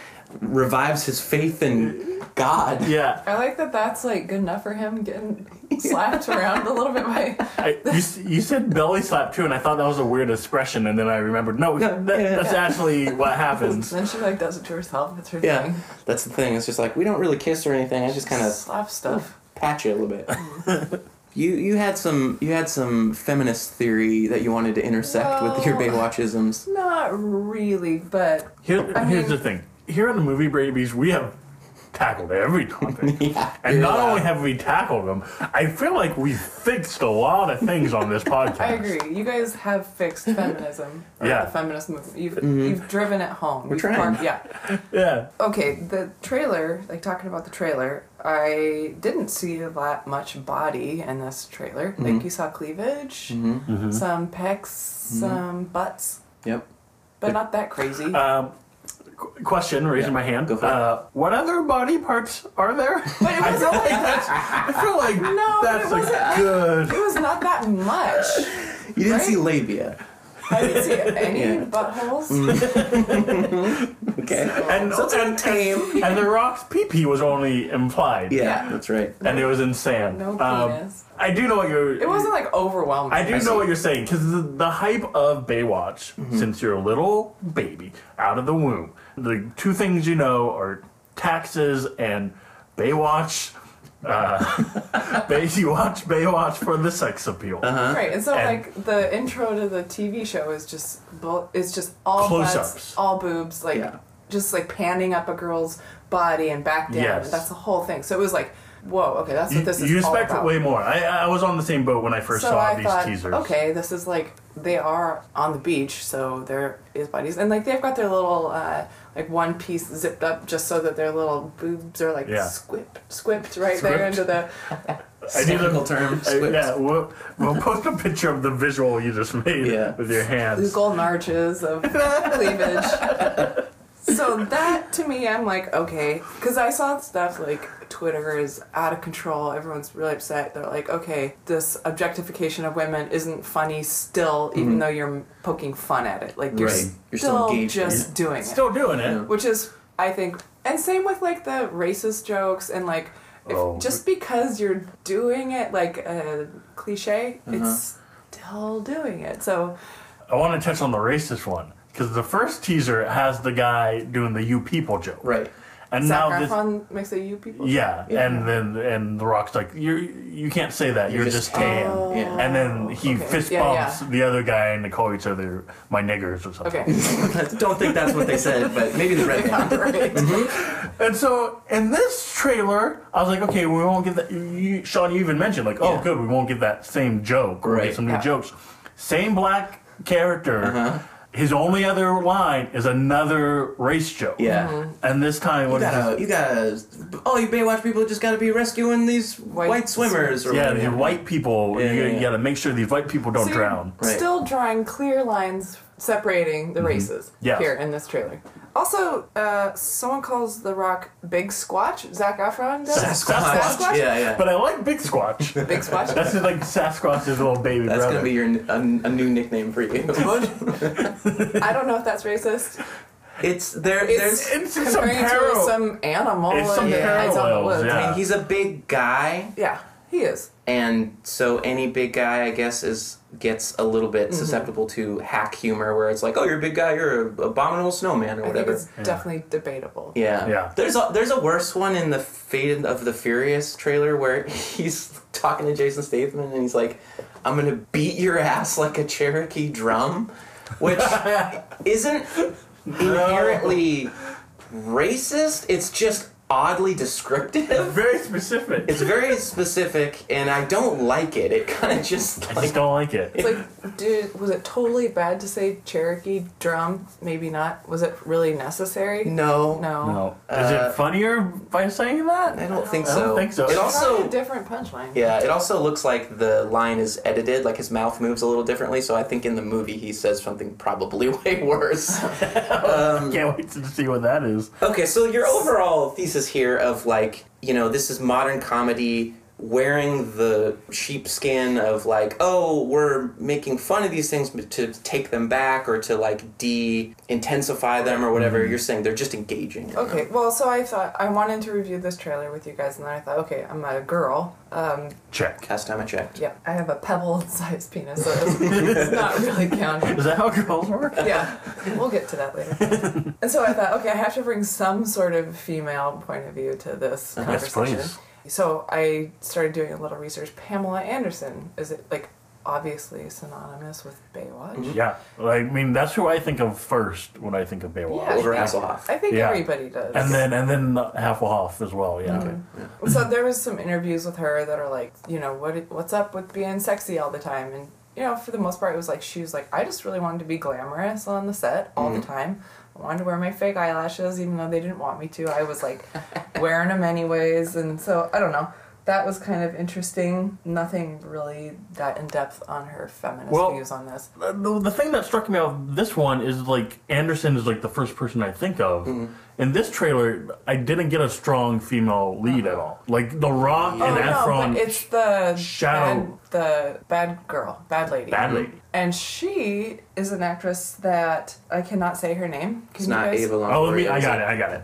[SPEAKER 2] revives his faith in God.
[SPEAKER 1] Yeah.
[SPEAKER 5] I like that that's like good enough for him getting slapped around a little bit by.
[SPEAKER 1] I, you, s- you said belly slap too, and I thought that was a weird expression, and then I remembered no, that,
[SPEAKER 2] yeah.
[SPEAKER 1] that's actually what
[SPEAKER 2] <laughs>
[SPEAKER 1] happens.
[SPEAKER 5] Then she like does it to herself. It's her
[SPEAKER 2] Yeah,
[SPEAKER 5] thing.
[SPEAKER 2] that's the thing. It's just like we don't really kiss or anything. I just kind of
[SPEAKER 5] slap stuff.
[SPEAKER 2] patch it a little bit. <laughs> you you had some you had some feminist theory that you wanted to intersect with your
[SPEAKER 5] No.
[SPEAKER 2] Baywatchisms.
[SPEAKER 5] Not really, but
[SPEAKER 1] Here,
[SPEAKER 5] I
[SPEAKER 1] here's
[SPEAKER 5] mean-
[SPEAKER 1] the thing. Here on the movie Brady's, we have tackled
[SPEAKER 2] <laughs>
[SPEAKER 1] every topic. and
[SPEAKER 2] you're
[SPEAKER 1] not
[SPEAKER 2] allowed.
[SPEAKER 1] only have we tackled them, I feel like we've fixed a lot of things on
[SPEAKER 5] <laughs>
[SPEAKER 1] this podcast.
[SPEAKER 5] I agree. You guys
[SPEAKER 1] <laughs>
[SPEAKER 5] have fixed feminism. or
[SPEAKER 1] Yeah. Mm-hmm.
[SPEAKER 5] The feminist movement. You've, you've driven it home. We're
[SPEAKER 2] trying.
[SPEAKER 5] yeah.
[SPEAKER 1] Yeah.
[SPEAKER 5] Okay, the trailer, like talking about the trailer, I didn't see that much body in this trailer.
[SPEAKER 1] Mm-hmm.
[SPEAKER 5] Like, you saw cleavage, some pecs, some butts,
[SPEAKER 2] Yep.
[SPEAKER 5] but not
[SPEAKER 1] <laughs>
[SPEAKER 5] that crazy.
[SPEAKER 1] Um, qu- question, raising my hand.
[SPEAKER 2] go for it.
[SPEAKER 1] uh, what other body parts are there? <laughs>
[SPEAKER 5] but it wasn't like
[SPEAKER 1] I feel like
[SPEAKER 5] <laughs> No, but
[SPEAKER 1] that's
[SPEAKER 5] it
[SPEAKER 1] a good.
[SPEAKER 5] <laughs> It was not that much.
[SPEAKER 2] You didn't see
[SPEAKER 5] Right?
[SPEAKER 2] labia.
[SPEAKER 5] I
[SPEAKER 1] <laughs>
[SPEAKER 5] didn't see any
[SPEAKER 2] Yeah.
[SPEAKER 5] buttholes.
[SPEAKER 2] Okay.
[SPEAKER 1] Mm-hmm. And,
[SPEAKER 2] So it's
[SPEAKER 1] and,
[SPEAKER 2] tame.
[SPEAKER 1] and The Rock's pee pee was only implied.
[SPEAKER 2] Yeah, that's right.
[SPEAKER 1] And it was insane.
[SPEAKER 5] No
[SPEAKER 1] Um,
[SPEAKER 5] penis.
[SPEAKER 1] I do know what you're.
[SPEAKER 5] It wasn't like overwhelming.
[SPEAKER 1] I do know what you're saying because the, the hype of Baywatch,
[SPEAKER 2] Mm-hmm.
[SPEAKER 1] since you're a little baby out of the womb, the two things you know are taxes and Baywatch. Uh,
[SPEAKER 2] <laughs>
[SPEAKER 1] Bay- you watch Baywatch for the sex appeal.
[SPEAKER 2] Uh-huh.
[SPEAKER 5] Right, and so
[SPEAKER 1] And-
[SPEAKER 5] like the intro to the TV show is just bu- is just all
[SPEAKER 1] Close-ups.
[SPEAKER 5] butts, all boobs, like
[SPEAKER 2] Yeah.
[SPEAKER 5] just like panning up a girl's body and back down.
[SPEAKER 1] Yes.
[SPEAKER 5] That's the whole thing. So it was like, whoa, okay, that's
[SPEAKER 1] You,
[SPEAKER 5] what this is.
[SPEAKER 1] you
[SPEAKER 5] all
[SPEAKER 1] expect
[SPEAKER 5] about.
[SPEAKER 1] way more. I, I was on the same boat when I first
[SPEAKER 5] so
[SPEAKER 1] saw
[SPEAKER 5] I
[SPEAKER 1] these
[SPEAKER 5] thought,
[SPEAKER 1] teasers.
[SPEAKER 5] okay, this is like they are on the beach, so there is bodies, and like they've got their little uh, like one piece zipped up just so that their little boobs are like
[SPEAKER 1] Yeah.
[SPEAKER 5] squipped, squipped right there
[SPEAKER 1] Squipped.
[SPEAKER 5] into the
[SPEAKER 1] I did
[SPEAKER 2] Technical term.
[SPEAKER 1] I-
[SPEAKER 2] squips.
[SPEAKER 1] yeah, we'll, we'll post a picture of the visual you just made
[SPEAKER 2] Yeah.
[SPEAKER 1] with your
[SPEAKER 5] the
[SPEAKER 1] hands.
[SPEAKER 5] golden arches of cleavage. so that to me, I'm like, okay, because I saw stuff like Twitter is out of control. Everyone's really upset. They're like, okay, this objectification of women isn't funny still, even though you're poking fun at it. Like
[SPEAKER 2] Mm-hmm.
[SPEAKER 5] you're,
[SPEAKER 2] Right.
[SPEAKER 5] still,
[SPEAKER 2] You're still engaged in
[SPEAKER 5] just doing it,
[SPEAKER 1] Still doing it.
[SPEAKER 5] which is, I think, and same with like the racist jokes and like. If,
[SPEAKER 1] Oh.
[SPEAKER 5] Just because you're doing it like a cliche,
[SPEAKER 2] Uh-huh.
[SPEAKER 5] it's still doing it. So
[SPEAKER 1] I want to touch on the racist one because the first teaser has the guy doing the "you people" joke,
[SPEAKER 2] Right. <laughs>
[SPEAKER 1] And
[SPEAKER 5] Zac
[SPEAKER 1] now this,
[SPEAKER 5] Efron makes a you people.
[SPEAKER 1] yeah,
[SPEAKER 2] Yeah.
[SPEAKER 1] and then and the Rock's like, you you can't say that, you're,
[SPEAKER 2] just
[SPEAKER 1] just tan.
[SPEAKER 5] Oh.
[SPEAKER 2] Yeah.
[SPEAKER 1] And then he
[SPEAKER 5] Okay.
[SPEAKER 1] fist
[SPEAKER 5] Yeah,
[SPEAKER 1] bumps
[SPEAKER 5] yeah.
[SPEAKER 1] the other guy and they call each other my niggers or something.
[SPEAKER 5] Okay.
[SPEAKER 2] Don't think that's what they said, but maybe the red band.
[SPEAKER 5] Right.
[SPEAKER 1] And so in this trailer, I was like, okay, we won't get that. You, Sean, you even mentioned like, oh,
[SPEAKER 2] Yeah.
[SPEAKER 1] good, we won't get that same joke. We'll
[SPEAKER 2] Right.
[SPEAKER 1] get some new
[SPEAKER 5] Yeah.
[SPEAKER 1] jokes. Same black character.
[SPEAKER 2] Uh-huh.
[SPEAKER 1] His only other line is another race joke.
[SPEAKER 2] Yeah. Mhm.
[SPEAKER 1] And this time,
[SPEAKER 2] You
[SPEAKER 1] what is it?
[SPEAKER 2] gotta, you gotta, all you Baywatch people just gotta be rescuing these white,
[SPEAKER 5] White
[SPEAKER 2] swimmers or
[SPEAKER 1] Yeah,
[SPEAKER 2] whatever.
[SPEAKER 1] the white people.
[SPEAKER 2] Yeah,
[SPEAKER 1] you,
[SPEAKER 2] yeah,
[SPEAKER 1] you
[SPEAKER 2] yeah.
[SPEAKER 1] gotta make sure these white people don't
[SPEAKER 5] So you're
[SPEAKER 1] drown. Mm-hmm.
[SPEAKER 2] Right.
[SPEAKER 5] Still drawing clear lines separating the races
[SPEAKER 1] Yeah.
[SPEAKER 5] here in this trailer. Also, uh, someone calls The Rock Big Squatch. Zach Efron does.
[SPEAKER 2] Sasquatch.
[SPEAKER 5] Sasquatch?
[SPEAKER 2] Yeah, yeah.
[SPEAKER 1] But I like Big
[SPEAKER 2] <laughs>
[SPEAKER 1] Squatch.
[SPEAKER 5] Big Squatch.
[SPEAKER 1] That's just like Sasquatch's little baby
[SPEAKER 2] That's
[SPEAKER 1] brother.
[SPEAKER 2] gonna be your n- a, a new nickname for you.
[SPEAKER 5] I don't know if
[SPEAKER 1] <laughs>
[SPEAKER 5] that's racist.
[SPEAKER 2] <laughs> it's there.
[SPEAKER 5] It's,
[SPEAKER 2] There's.
[SPEAKER 1] it's some
[SPEAKER 5] comparing it to
[SPEAKER 1] parallel-
[SPEAKER 5] some animal.
[SPEAKER 1] It's some
[SPEAKER 5] and I don't know
[SPEAKER 1] parallels,
[SPEAKER 5] what-
[SPEAKER 1] yeah.
[SPEAKER 2] I mean, he's a big guy,
[SPEAKER 5] yeah, he is.
[SPEAKER 2] and so any big guy, I guess, is gets a little
[SPEAKER 5] Mm-hmm.
[SPEAKER 2] bit susceptible to hack humor, where it's like, oh, you're a big guy, you're an abominable snowman or
[SPEAKER 5] I think
[SPEAKER 2] whatever.
[SPEAKER 5] it's definitely debatable.
[SPEAKER 2] Yeah.
[SPEAKER 1] Yeah.
[SPEAKER 2] There's a there's a worse one in the Fate of the Furious trailer where <laughs> he's talking to Jason Statham and he's like, "I'm gonna beat your ass like a Cherokee drum," which isn't inherently racist. It's just oddly descriptive.
[SPEAKER 1] Very specific.
[SPEAKER 2] It's very specific, and I don't like it. It kind of just
[SPEAKER 1] I
[SPEAKER 2] like
[SPEAKER 1] just don't like it.
[SPEAKER 5] It's like, dude, was it totally bad to say Cherokee drum? Maybe not. Was it really necessary?
[SPEAKER 2] no,
[SPEAKER 5] No.
[SPEAKER 1] No. Is
[SPEAKER 2] Uh,
[SPEAKER 1] it funnier by saying that?
[SPEAKER 2] I don't think
[SPEAKER 1] I
[SPEAKER 2] so.
[SPEAKER 1] don't think so.
[SPEAKER 2] It
[SPEAKER 1] It's
[SPEAKER 5] Also,
[SPEAKER 2] also
[SPEAKER 5] a different punchline.
[SPEAKER 2] yeah, it also looks like the line is edited, like his mouth moves a little differently. So I think in the movie he says something probably <laughs> way worse.
[SPEAKER 1] <laughs> Can't wait to see what that is.
[SPEAKER 2] Okay, so your overall thesis here of like, you know, this is modern comedy wearing the sheepskin of like, oh, we're making fun of these things but to take them back or to like de intensify them or whatever. You're saying they're just engaging.
[SPEAKER 5] Okay, well, so I thought I wanted to review this trailer with you guys, and then I thought, okay, I'm a girl. Um,
[SPEAKER 1] Check.
[SPEAKER 2] Last time I checked.
[SPEAKER 5] yeah, I have a pebble-sized <laughs> penis, so it's, it's not really counting.
[SPEAKER 1] Is that how girls work?
[SPEAKER 5] <laughs> Yeah, we'll get to that later. and so I thought, okay, I have to bring some sort of female point of view to this conversation.
[SPEAKER 1] please.
[SPEAKER 5] So I started doing a little research. Pamela Anderson is it like obviously synonymous with Baywatch?
[SPEAKER 1] Yeah. Like, I mean, that's who I think of first when I think of Baywatch.
[SPEAKER 5] Yeah.
[SPEAKER 2] Over Hasselhoff.
[SPEAKER 5] I think
[SPEAKER 1] Yeah.
[SPEAKER 5] everybody does.
[SPEAKER 1] And then and then Hasselhoff as well. Yeah.
[SPEAKER 5] Mm-hmm. so there was some interviews with her that are like, you know, what what's up with being sexy all the time? And you know, for the most part, it was like she was like, I just really wanted to be glamorous on the set all
[SPEAKER 1] Mm-hmm.
[SPEAKER 5] the time. I wanted to wear my fake eyelashes, even though they didn't want me to. I was like wearing them anyways, and so I don't know. That was kind of interesting. Nothing really that in depth on her feminist
[SPEAKER 1] Well-
[SPEAKER 5] views on this.
[SPEAKER 1] The, Uh, the- the thing that struck me of this one is like Anderson is like the first person I think of.
[SPEAKER 5] Mm-hmm.
[SPEAKER 1] In this trailer, I didn't get a strong female lead at all. Like The Rock
[SPEAKER 5] Uh-huh. Oh
[SPEAKER 1] and
[SPEAKER 5] no,
[SPEAKER 1] Efron,
[SPEAKER 5] but it's the
[SPEAKER 1] Shadow-
[SPEAKER 5] bad, the bad girl, bad lady.
[SPEAKER 1] bad lady.
[SPEAKER 5] And she is an actress that I cannot say her name. Can
[SPEAKER 2] It's
[SPEAKER 5] you
[SPEAKER 2] not
[SPEAKER 5] guys?
[SPEAKER 2] Ava Longoria.
[SPEAKER 1] Oh, let me. I
[SPEAKER 2] is
[SPEAKER 1] got it. I got it.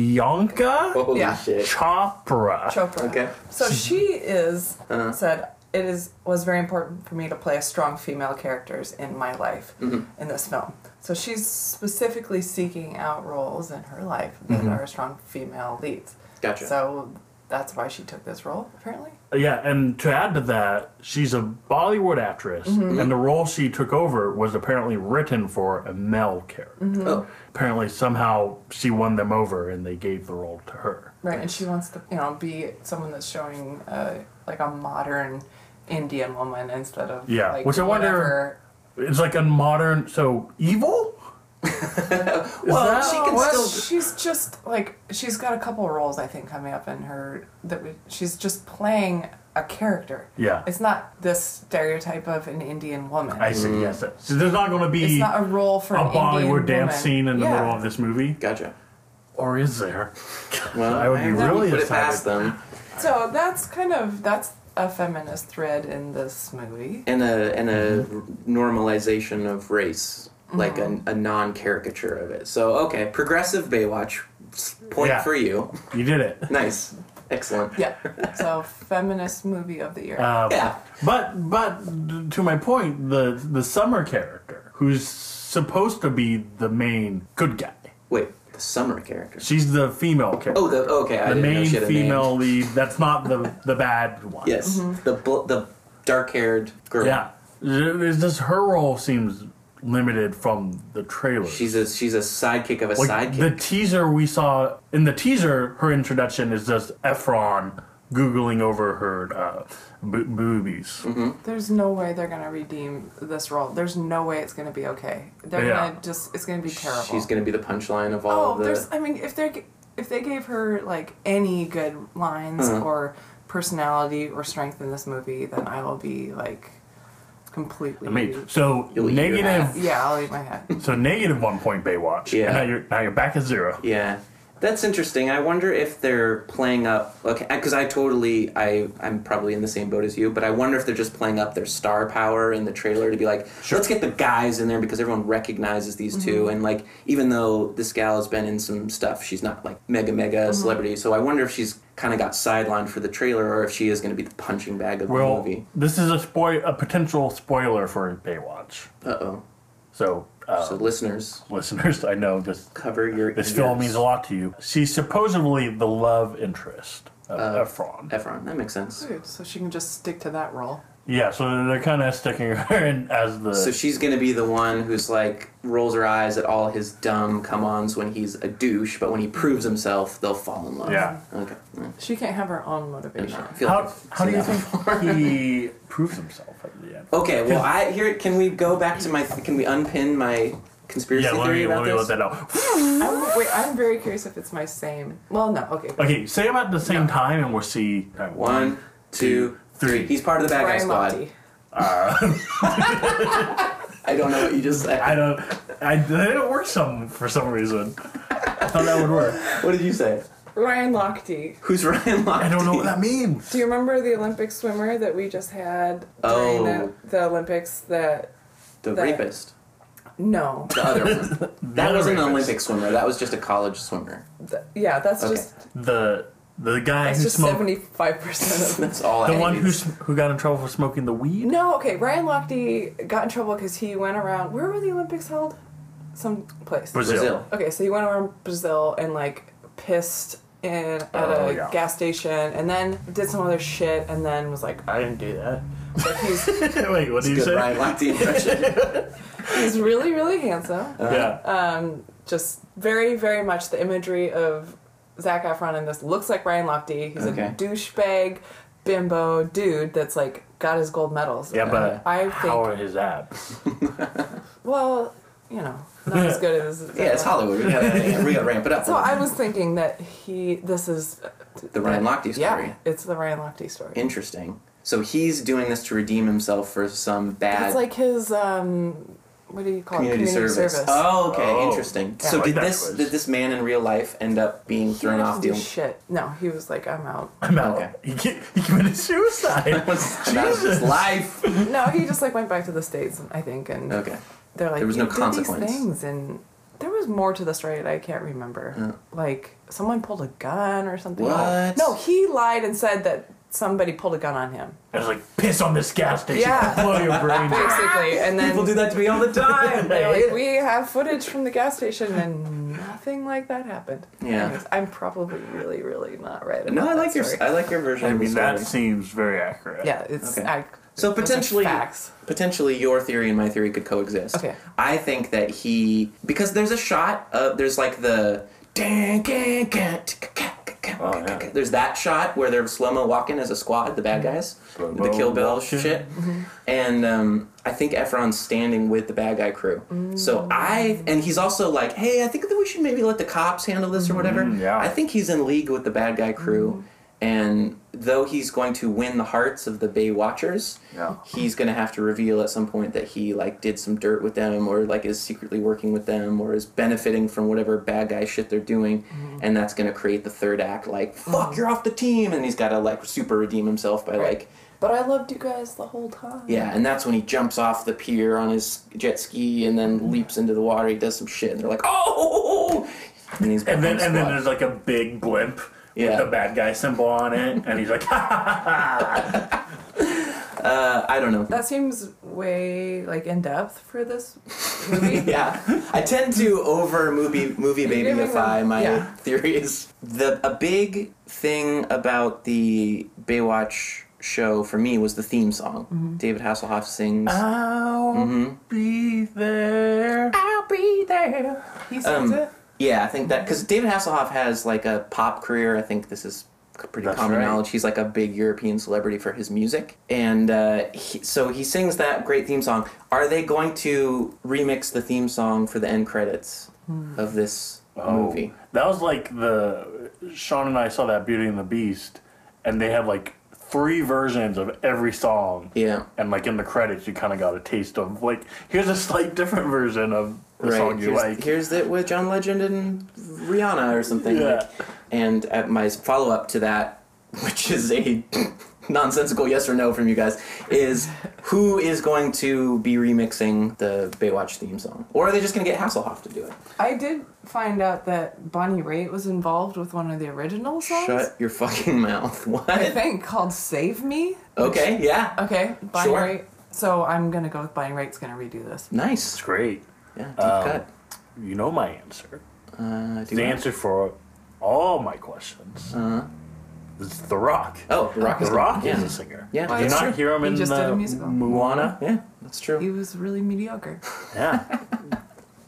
[SPEAKER 1] Priyanka
[SPEAKER 2] Holy
[SPEAKER 5] Yeah.
[SPEAKER 2] shit.
[SPEAKER 1] Chopra.
[SPEAKER 5] Chopra.
[SPEAKER 2] Okay. <laughs> Uh-huh.
[SPEAKER 5] So she is said it is was very important for me to play strong female characters in my life
[SPEAKER 2] Mm-hmm.
[SPEAKER 5] in this film. So she's specifically seeking out roles in her life that are strong female leads.
[SPEAKER 2] Mm-hmm. Gotcha.
[SPEAKER 5] So that's why she took this role apparently.
[SPEAKER 1] Yeah, and to add to that, she's a Bollywood actress,
[SPEAKER 5] Mm-hmm.
[SPEAKER 1] and the role she took over was apparently written for a male character.
[SPEAKER 5] Mm-hmm.
[SPEAKER 2] Oh.
[SPEAKER 1] Apparently, somehow she won them over, and they gave the role to her.
[SPEAKER 5] Right, and she wants to, you know, be someone that's showing uh, like a modern Indian woman instead of
[SPEAKER 1] Yeah,
[SPEAKER 5] like
[SPEAKER 1] which I wonder-
[SPEAKER 5] whatever-
[SPEAKER 1] It's like a modern, so
[SPEAKER 2] <laughs>
[SPEAKER 1] evil.
[SPEAKER 2] Well,
[SPEAKER 1] that-
[SPEAKER 2] she can
[SPEAKER 5] Oh, Well,
[SPEAKER 2] still.
[SPEAKER 5] she's just like she's got a couple roles I think coming up in her that we, she's just playing a character.
[SPEAKER 1] Yeah.
[SPEAKER 5] it's not this stereotype of an Indian woman.
[SPEAKER 1] I see. Yes,
[SPEAKER 2] Mm.
[SPEAKER 1] yes. So there's not going to
[SPEAKER 5] it's
[SPEAKER 1] be
[SPEAKER 5] not a
[SPEAKER 1] a
[SPEAKER 5] role for an Indian
[SPEAKER 1] Bollywood dance
[SPEAKER 5] woman.
[SPEAKER 1] scene in the
[SPEAKER 5] Yeah.
[SPEAKER 1] middle of this movie,
[SPEAKER 2] Gotcha.
[SPEAKER 1] or is there?
[SPEAKER 2] Well,
[SPEAKER 1] I would be really
[SPEAKER 2] put it
[SPEAKER 1] excited.
[SPEAKER 2] past them.
[SPEAKER 5] So that's kind of that's a feminist thread in this
[SPEAKER 2] <laughs>
[SPEAKER 5] movie.
[SPEAKER 2] and a and a
[SPEAKER 1] Mm-hmm.
[SPEAKER 2] normalization of race, like a,
[SPEAKER 5] Mm-hmm.
[SPEAKER 2] a non caricature of it. So okay, progressive Baywatch s- point
[SPEAKER 1] Yeah.
[SPEAKER 2] for you. <laughs>
[SPEAKER 1] You did it.
[SPEAKER 2] Nice, excellent.
[SPEAKER 5] Yeah, so feminist movie of the year.
[SPEAKER 1] Um,
[SPEAKER 2] Yeah.
[SPEAKER 1] But but to my point, the the summer character who's supposed to be the main good guy.
[SPEAKER 2] Wait, the summer character.
[SPEAKER 1] She's the female character.
[SPEAKER 2] Oh, the okay. I
[SPEAKER 1] the
[SPEAKER 2] didn't know
[SPEAKER 1] main
[SPEAKER 2] she had a name.
[SPEAKER 1] female lead. That's not the the bad one.
[SPEAKER 2] Yes,
[SPEAKER 5] Mm-hmm.
[SPEAKER 2] the bl- the dark haired girl.
[SPEAKER 1] Yeah. It's just her role seems limited from the trailer.
[SPEAKER 2] She's a she's a sidekick of a
[SPEAKER 1] like
[SPEAKER 2] sidekick.
[SPEAKER 1] the teaser we saw in the teaser. Her introduction is just Efron googling over her uh, bo- boobies.
[SPEAKER 2] Mm-hmm.
[SPEAKER 5] There's no way they're gonna redeem this role. There's no way it's gonna be okay. They're
[SPEAKER 1] Yeah.
[SPEAKER 5] gonna just it's gonna be terrible.
[SPEAKER 2] She's gonna be the punchline of all
[SPEAKER 5] oh,
[SPEAKER 2] of the.
[SPEAKER 5] there's I mean if they are if they gave her like any good lines
[SPEAKER 2] Uh-huh.
[SPEAKER 5] or personality or strength in this movie, then I will be like completely
[SPEAKER 1] I mean, so
[SPEAKER 2] You'll eat your
[SPEAKER 1] negative
[SPEAKER 5] yeah, I'll eat my hat.
[SPEAKER 1] So negative one point Baywatch.
[SPEAKER 2] Yeah.
[SPEAKER 1] And now you're now you're back at zero.
[SPEAKER 2] Yeah, that's interesting. I wonder if they're playing up. Okay, because I totally, I, I'm probably in the same boat as you, but I wonder if they're just playing up their star power in the trailer to be like, let's get the guys in there because everyone recognizes these
[SPEAKER 1] Mm-hmm.
[SPEAKER 2] two, and like, even though this gal has been in some stuff, she's not like mega mega
[SPEAKER 1] Mm-hmm.
[SPEAKER 2] celebrity. So I wonder if she's kind of got sidelined for the trailer, or if she is going to be the punching bag of the
[SPEAKER 1] Well,
[SPEAKER 2] movie.
[SPEAKER 1] this is a spoil a potential spoiler for Baywatch.
[SPEAKER 2] Uh oh.
[SPEAKER 1] So, uh,
[SPEAKER 2] So listeners,
[SPEAKER 1] listeners, I know this
[SPEAKER 2] cover your
[SPEAKER 1] this
[SPEAKER 2] ears.
[SPEAKER 1] film means a lot to you. She's supposedly the love interest of Efron.
[SPEAKER 2] Oh. Efron, that makes sense.
[SPEAKER 5] Dude, so she can just stick to that role.
[SPEAKER 1] Yeah, so they're- they're kind of sticking <laughs> her in as the.
[SPEAKER 2] So she's gonna be the one who's like rolls her eyes at all his dumb come ons when he's a douche, but when he proves himself, they'll fall in love.
[SPEAKER 1] Yeah.
[SPEAKER 2] Okay. Mm.
[SPEAKER 5] She can't have her own motivation.
[SPEAKER 2] I feel like
[SPEAKER 1] how
[SPEAKER 2] I've
[SPEAKER 1] how do
[SPEAKER 2] seen
[SPEAKER 1] you
[SPEAKER 2] that Oh, before.
[SPEAKER 1] think he <laughs> proves himself at the end?
[SPEAKER 2] Okay. Well, I here. Can we go back to my? Can we unpin my conspiracy
[SPEAKER 1] Yeah, let
[SPEAKER 2] theory
[SPEAKER 1] me
[SPEAKER 2] about
[SPEAKER 1] let me
[SPEAKER 2] this?
[SPEAKER 1] let that out.
[SPEAKER 5] I'm, wait, I'm very curious if it's my same. Well, no, okay.
[SPEAKER 1] Okay, say about the same time, and we'll see. All right,
[SPEAKER 2] One, two, three. He's part of the bad guy squad.
[SPEAKER 5] Brian Lofty.
[SPEAKER 2] I don't know what you just said.
[SPEAKER 1] I don't. I didn't work some for some reason. I thought that would work.
[SPEAKER 2] what did you say?
[SPEAKER 5] Ryan Lochte.
[SPEAKER 2] Who's Ryan Lochte?
[SPEAKER 1] I don't know what that means.
[SPEAKER 5] Do you remember the Olympic swimmer that we just had
[SPEAKER 2] Oh.
[SPEAKER 5] during the, the Olympics? That
[SPEAKER 2] The
[SPEAKER 5] That-
[SPEAKER 2] rapist.
[SPEAKER 5] no,
[SPEAKER 2] The
[SPEAKER 1] <laughs>
[SPEAKER 2] other one. that
[SPEAKER 1] other
[SPEAKER 2] wasn't an
[SPEAKER 1] rapist.
[SPEAKER 2] Olympic swimmer. That was just a college swimmer.
[SPEAKER 5] Th- yeah, that's
[SPEAKER 2] Okay. <laughs>
[SPEAKER 5] just
[SPEAKER 1] The the guy
[SPEAKER 5] that's
[SPEAKER 1] who
[SPEAKER 5] just
[SPEAKER 1] smoked.
[SPEAKER 5] seventy five percent of.
[SPEAKER 2] That's all.
[SPEAKER 1] The
[SPEAKER 2] I
[SPEAKER 1] one
[SPEAKER 2] need.
[SPEAKER 1] who s- who got in trouble for smoking the weed.
[SPEAKER 5] No, okay. Ryan Lochte got in trouble because he went around. Where were the Olympics held? Some place.
[SPEAKER 1] Brazil.
[SPEAKER 2] Brazil.
[SPEAKER 5] Okay, so he went around Brazil and like pissed in at
[SPEAKER 1] Oh,
[SPEAKER 5] a
[SPEAKER 1] yeah.
[SPEAKER 5] gas station, and then did some other shit, and then was like, I didn't do that. But he's
[SPEAKER 1] <laughs> Wait, what did you
[SPEAKER 2] Good
[SPEAKER 1] say?
[SPEAKER 2] Ryan Lochte
[SPEAKER 1] <laughs>
[SPEAKER 2] impression.
[SPEAKER 5] he's really really handsome.
[SPEAKER 1] Yeah.
[SPEAKER 5] Uh, Just very very much the imagery of Zach Efron in this looks like Ryan Lochte. He's
[SPEAKER 2] Okay.
[SPEAKER 5] a douchebag, bimbo dude that's like got his gold medals.
[SPEAKER 1] yeah, but
[SPEAKER 5] I think-
[SPEAKER 1] how are his abs?
[SPEAKER 5] Well, you know, not as
[SPEAKER 1] <laughs>
[SPEAKER 5] good as
[SPEAKER 2] yeah, it's Hollywood. We gotta, we gotta ramp it up.
[SPEAKER 5] uh, <laughs> So I was thinking that he. This is
[SPEAKER 2] the Ryan Lochte story.
[SPEAKER 5] yeah. It's the Ryan Lochte story.
[SPEAKER 2] Interesting. So he's doing this to redeem himself for some bad
[SPEAKER 5] It's like his um, what do you call
[SPEAKER 2] community,
[SPEAKER 5] it? Community service.
[SPEAKER 2] Oh, okay,
[SPEAKER 1] Oh.
[SPEAKER 2] interesting.
[SPEAKER 1] Yeah,
[SPEAKER 2] so
[SPEAKER 1] I like
[SPEAKER 2] did
[SPEAKER 1] that
[SPEAKER 2] this
[SPEAKER 1] choice.
[SPEAKER 2] did this man in real life end up being
[SPEAKER 5] he
[SPEAKER 2] thrown
[SPEAKER 5] didn't
[SPEAKER 2] off
[SPEAKER 5] do
[SPEAKER 2] the?
[SPEAKER 5] shit. No, he was like, I'm out.
[SPEAKER 1] I'm out.
[SPEAKER 2] Okay.
[SPEAKER 1] <laughs> He, ki- he committed suicide.
[SPEAKER 2] What's about his
[SPEAKER 1] Jesus.
[SPEAKER 2] life?
[SPEAKER 5] no, he just like went back to the states, I think, and <laughs>
[SPEAKER 2] Okay.
[SPEAKER 5] they're like,
[SPEAKER 2] There was
[SPEAKER 5] you
[SPEAKER 2] no
[SPEAKER 5] did
[SPEAKER 2] consequence.
[SPEAKER 5] These things and there was more to the story that I can't remember. Like someone pulled a gun or something.
[SPEAKER 2] What?
[SPEAKER 5] No, he lied and said that somebody pulled a gun on him,
[SPEAKER 1] I was like, piss on this gas station.
[SPEAKER 5] Yeah.
[SPEAKER 1] Blow your brains out.
[SPEAKER 5] <laughs> basically, and then.
[SPEAKER 2] People do that to me all the time.
[SPEAKER 5] <laughs> they're like, we have footage from the gas station, and nothing like that happened.
[SPEAKER 2] Yeah.
[SPEAKER 5] Anyways, I'm probably really, really not right.
[SPEAKER 2] no,
[SPEAKER 5] about
[SPEAKER 2] I
[SPEAKER 5] that
[SPEAKER 2] like your
[SPEAKER 5] story.
[SPEAKER 2] I like your version.
[SPEAKER 1] I
[SPEAKER 2] of the
[SPEAKER 1] mean, that
[SPEAKER 2] story.
[SPEAKER 1] seems very accurate.
[SPEAKER 5] Yeah, it's
[SPEAKER 2] Okay.
[SPEAKER 5] I,
[SPEAKER 2] So
[SPEAKER 5] those are
[SPEAKER 2] potentially,
[SPEAKER 5] facts.
[SPEAKER 2] potentially your theory and my theory could coexist.
[SPEAKER 5] Okay.
[SPEAKER 2] I think that he because there's a shot of there's like the
[SPEAKER 1] Oh, yeah. Mm-hmm.
[SPEAKER 2] there's that shot where they're slow mo walking as a squad, the bad guys,
[SPEAKER 1] Slow-mo
[SPEAKER 2] the Kill Bill
[SPEAKER 1] walking.
[SPEAKER 2] shit, and um, I think Efron's standing with the bad guy crew.
[SPEAKER 1] Mm.
[SPEAKER 2] So I and he's also like, hey, I think that we should maybe let the cops handle this or whatever.
[SPEAKER 1] Mm-hmm, yeah. Mm-hmm.
[SPEAKER 2] I think he's in league with the bad guy crew, and though he's going to win the hearts of the Bay Watchers,
[SPEAKER 1] Yeah.
[SPEAKER 2] he's going to have to reveal at some point that he like did some dirt with them, or like is secretly working with them, or is benefiting from whatever bad guy shit they're doing,
[SPEAKER 1] Mm-hmm.
[SPEAKER 2] and that's going to create the third act. Like, fuck,
[SPEAKER 1] Mm.
[SPEAKER 2] you're off the team, and he's got to like super redeem himself by like.
[SPEAKER 5] But I loved you guys the whole time.
[SPEAKER 2] Yeah, and that's when he jumps off the pier on his jet ski and
[SPEAKER 1] Mm-hmm.
[SPEAKER 2] then leaps into the water. He does some shit, and they're like, "Oh!" And he's
[SPEAKER 1] And then
[SPEAKER 2] back on
[SPEAKER 1] and
[SPEAKER 2] the
[SPEAKER 1] then
[SPEAKER 2] squad.
[SPEAKER 1] there's like a big blimp
[SPEAKER 2] Yeah.
[SPEAKER 1] with the bad guy symbol on it, and he's like, <laughs>
[SPEAKER 2] Uh, I don't know.
[SPEAKER 1] <laughs>
[SPEAKER 5] That seems way like in depth
[SPEAKER 2] <laughs>
[SPEAKER 5] for this movie.
[SPEAKER 2] Yeah, I tend to over movie movie babyify my
[SPEAKER 5] Yeah.
[SPEAKER 2] theories. The a big thing about the Baywatch show for me was the theme song.
[SPEAKER 1] Mm-hmm.
[SPEAKER 2] David Hasselhoff sings.
[SPEAKER 1] "I'll
[SPEAKER 2] Mm-hmm.
[SPEAKER 1] be there."
[SPEAKER 2] I'll be there.
[SPEAKER 5] He
[SPEAKER 2] Um,
[SPEAKER 5] sings it.
[SPEAKER 2] Yeah, I think that because David Hasselhoff has like a pop career. I think this is c- pretty
[SPEAKER 1] That's
[SPEAKER 2] common
[SPEAKER 1] right.
[SPEAKER 2] knowledge. He's like a big European celebrity for his music, and uh, he, so he sings that great theme song. Are they going to remix the theme song for the end credits of this
[SPEAKER 1] Oh.
[SPEAKER 2] movie?
[SPEAKER 1] That was like the Sean and I saw that Beauty and the Beast, and they had like three versions of every song.
[SPEAKER 2] Yeah.
[SPEAKER 1] And like in the credits, you kind of got a taste of like here's a slight different version of the song you
[SPEAKER 2] here's,
[SPEAKER 1] like.
[SPEAKER 2] Here's it with John Legend and Rihanna or something.
[SPEAKER 1] Yeah.
[SPEAKER 2] Like, and uh, my follow up to that, which is a <laughs> nonsensical yes or no from you guys, is who is going to be remixing the Baywatch theme song? Or are they just going to get Hasselhoff to do it?
[SPEAKER 5] I did find out that Bonnie Raitt was involved with one of the original songs.
[SPEAKER 2] Shut your fucking mouth. <laughs>
[SPEAKER 5] I
[SPEAKER 2] What?
[SPEAKER 5] think called "Save Me."
[SPEAKER 2] Okay, yeah.
[SPEAKER 5] Okay, Bonnie
[SPEAKER 2] Sure.
[SPEAKER 5] Raitt. So I'm gonna go with Bonnie Raitt's gonna redo this.
[SPEAKER 2] Nice.
[SPEAKER 1] It's great.
[SPEAKER 2] Yeah, deep
[SPEAKER 1] Um,
[SPEAKER 2] cut.
[SPEAKER 1] You know my answer.
[SPEAKER 2] Uh, do
[SPEAKER 1] The
[SPEAKER 2] you want- Uh-huh.
[SPEAKER 1] answer for all my questions. It's The Rock.
[SPEAKER 2] Oh, The Rock
[SPEAKER 1] The
[SPEAKER 2] is-
[SPEAKER 1] Rock
[SPEAKER 2] yeah.
[SPEAKER 1] is a singer.
[SPEAKER 2] Yeah.
[SPEAKER 1] Did
[SPEAKER 2] Oh,
[SPEAKER 1] you
[SPEAKER 5] that's
[SPEAKER 1] not
[SPEAKER 5] true.
[SPEAKER 1] hear him
[SPEAKER 5] He
[SPEAKER 1] in
[SPEAKER 5] just
[SPEAKER 1] the
[SPEAKER 5] did a musical.
[SPEAKER 1] Moana?
[SPEAKER 2] Yeah, that's
[SPEAKER 5] He
[SPEAKER 2] true.
[SPEAKER 5] was really mediocre.
[SPEAKER 1] Yeah.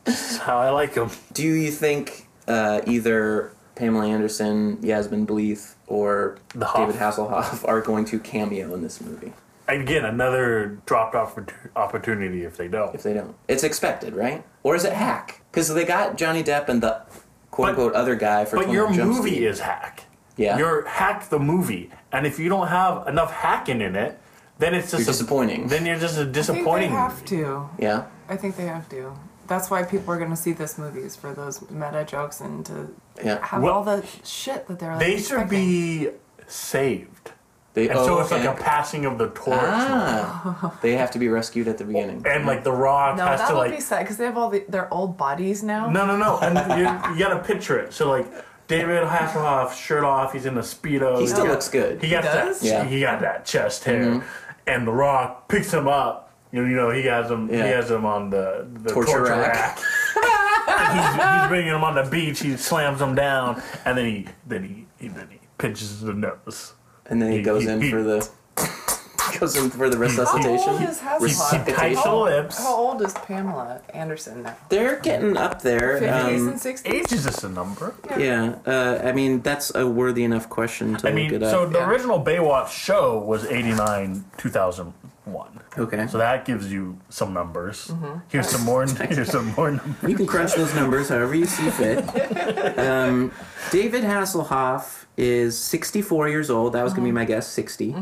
[SPEAKER 1] That's how I like him.
[SPEAKER 2] Do you think uh, either Pamela Anderson, Yasmin Bleeth, or
[SPEAKER 1] The Hoff.
[SPEAKER 2] David Hasselhoff are going to cameo in this movie?
[SPEAKER 1] Again, another dropped off opportunity if they don't.
[SPEAKER 2] If they don't, it's expected, right? Or is it hack? Because they got Johnny Depp and the quote unquote other guy for.
[SPEAKER 1] But
[SPEAKER 2] 21
[SPEAKER 1] your
[SPEAKER 2] Jump
[SPEAKER 1] movie
[SPEAKER 2] Street.
[SPEAKER 1] is hack.
[SPEAKER 2] Yeah.
[SPEAKER 1] Your hack the movie, and if you don't have enough hacking in it, then it's just
[SPEAKER 2] You're disappointing.
[SPEAKER 1] Then you're just a
[SPEAKER 5] I think they
[SPEAKER 1] disappointing.
[SPEAKER 5] have
[SPEAKER 1] movie.
[SPEAKER 5] to.
[SPEAKER 2] yeah.
[SPEAKER 5] I think they have to. That's why people are going to see this movie is for those meta jokes and to
[SPEAKER 2] Yeah.
[SPEAKER 5] have
[SPEAKER 1] Well,
[SPEAKER 5] all the shit that they're like
[SPEAKER 1] They should
[SPEAKER 5] expecting.
[SPEAKER 1] be saved,
[SPEAKER 2] They,
[SPEAKER 1] and
[SPEAKER 2] oh,
[SPEAKER 1] so it's
[SPEAKER 2] okay.
[SPEAKER 1] like a passing of the torch,
[SPEAKER 2] Ah, they have to be rescued at the beginning.
[SPEAKER 1] and like the Rock
[SPEAKER 5] No,
[SPEAKER 1] has
[SPEAKER 5] that
[SPEAKER 1] to
[SPEAKER 5] would
[SPEAKER 1] like
[SPEAKER 5] be sad because they have all the, their old bodies now.
[SPEAKER 1] No, no, no. And you, you gotta picture it. So like David Hasselhoff, shirt off, he's in a speedo.
[SPEAKER 2] he still
[SPEAKER 1] got-
[SPEAKER 2] looks good.
[SPEAKER 1] He got
[SPEAKER 5] does?
[SPEAKER 1] that.
[SPEAKER 2] Yeah. Mm-hmm.
[SPEAKER 1] He got that chest hair. And The Rock picks him up. You know, you know he has him.
[SPEAKER 2] Yeah.
[SPEAKER 1] He has him on the, the
[SPEAKER 2] Torture
[SPEAKER 1] torture,
[SPEAKER 2] rack.
[SPEAKER 1] rack. And he's, he's bringing him on the beach. He slams him down, and then he then he, he then he pinches the nose.
[SPEAKER 2] and then he
[SPEAKER 1] He-
[SPEAKER 2] goes
[SPEAKER 1] he-
[SPEAKER 2] in
[SPEAKER 1] he-
[SPEAKER 2] for the <laughs> goes in for the
[SPEAKER 5] How
[SPEAKER 1] Oh,
[SPEAKER 5] old
[SPEAKER 2] resuscitation.
[SPEAKER 5] is Hasselhoff?
[SPEAKER 1] He tights the
[SPEAKER 5] How-
[SPEAKER 1] lips.
[SPEAKER 5] How old is Pamela Anderson now?
[SPEAKER 2] They're getting up there.
[SPEAKER 5] 50s
[SPEAKER 2] um,
[SPEAKER 5] and 60s?
[SPEAKER 1] Age is just a number.
[SPEAKER 2] yeah, uh, I mean that's a worthy enough question to
[SPEAKER 1] I mean,
[SPEAKER 2] look it
[SPEAKER 1] so
[SPEAKER 2] up.
[SPEAKER 1] the
[SPEAKER 5] Yeah.
[SPEAKER 1] original Baywatch show was eighty nine two thousand one.
[SPEAKER 2] Okay,
[SPEAKER 1] So that gives you some numbers. Here's some more. <laughs> Here's some more numbers.
[SPEAKER 2] you can crunch those numbers however you see fit. Um, David Hasselhoff is 64 years old. That was gonna be my guess, 60.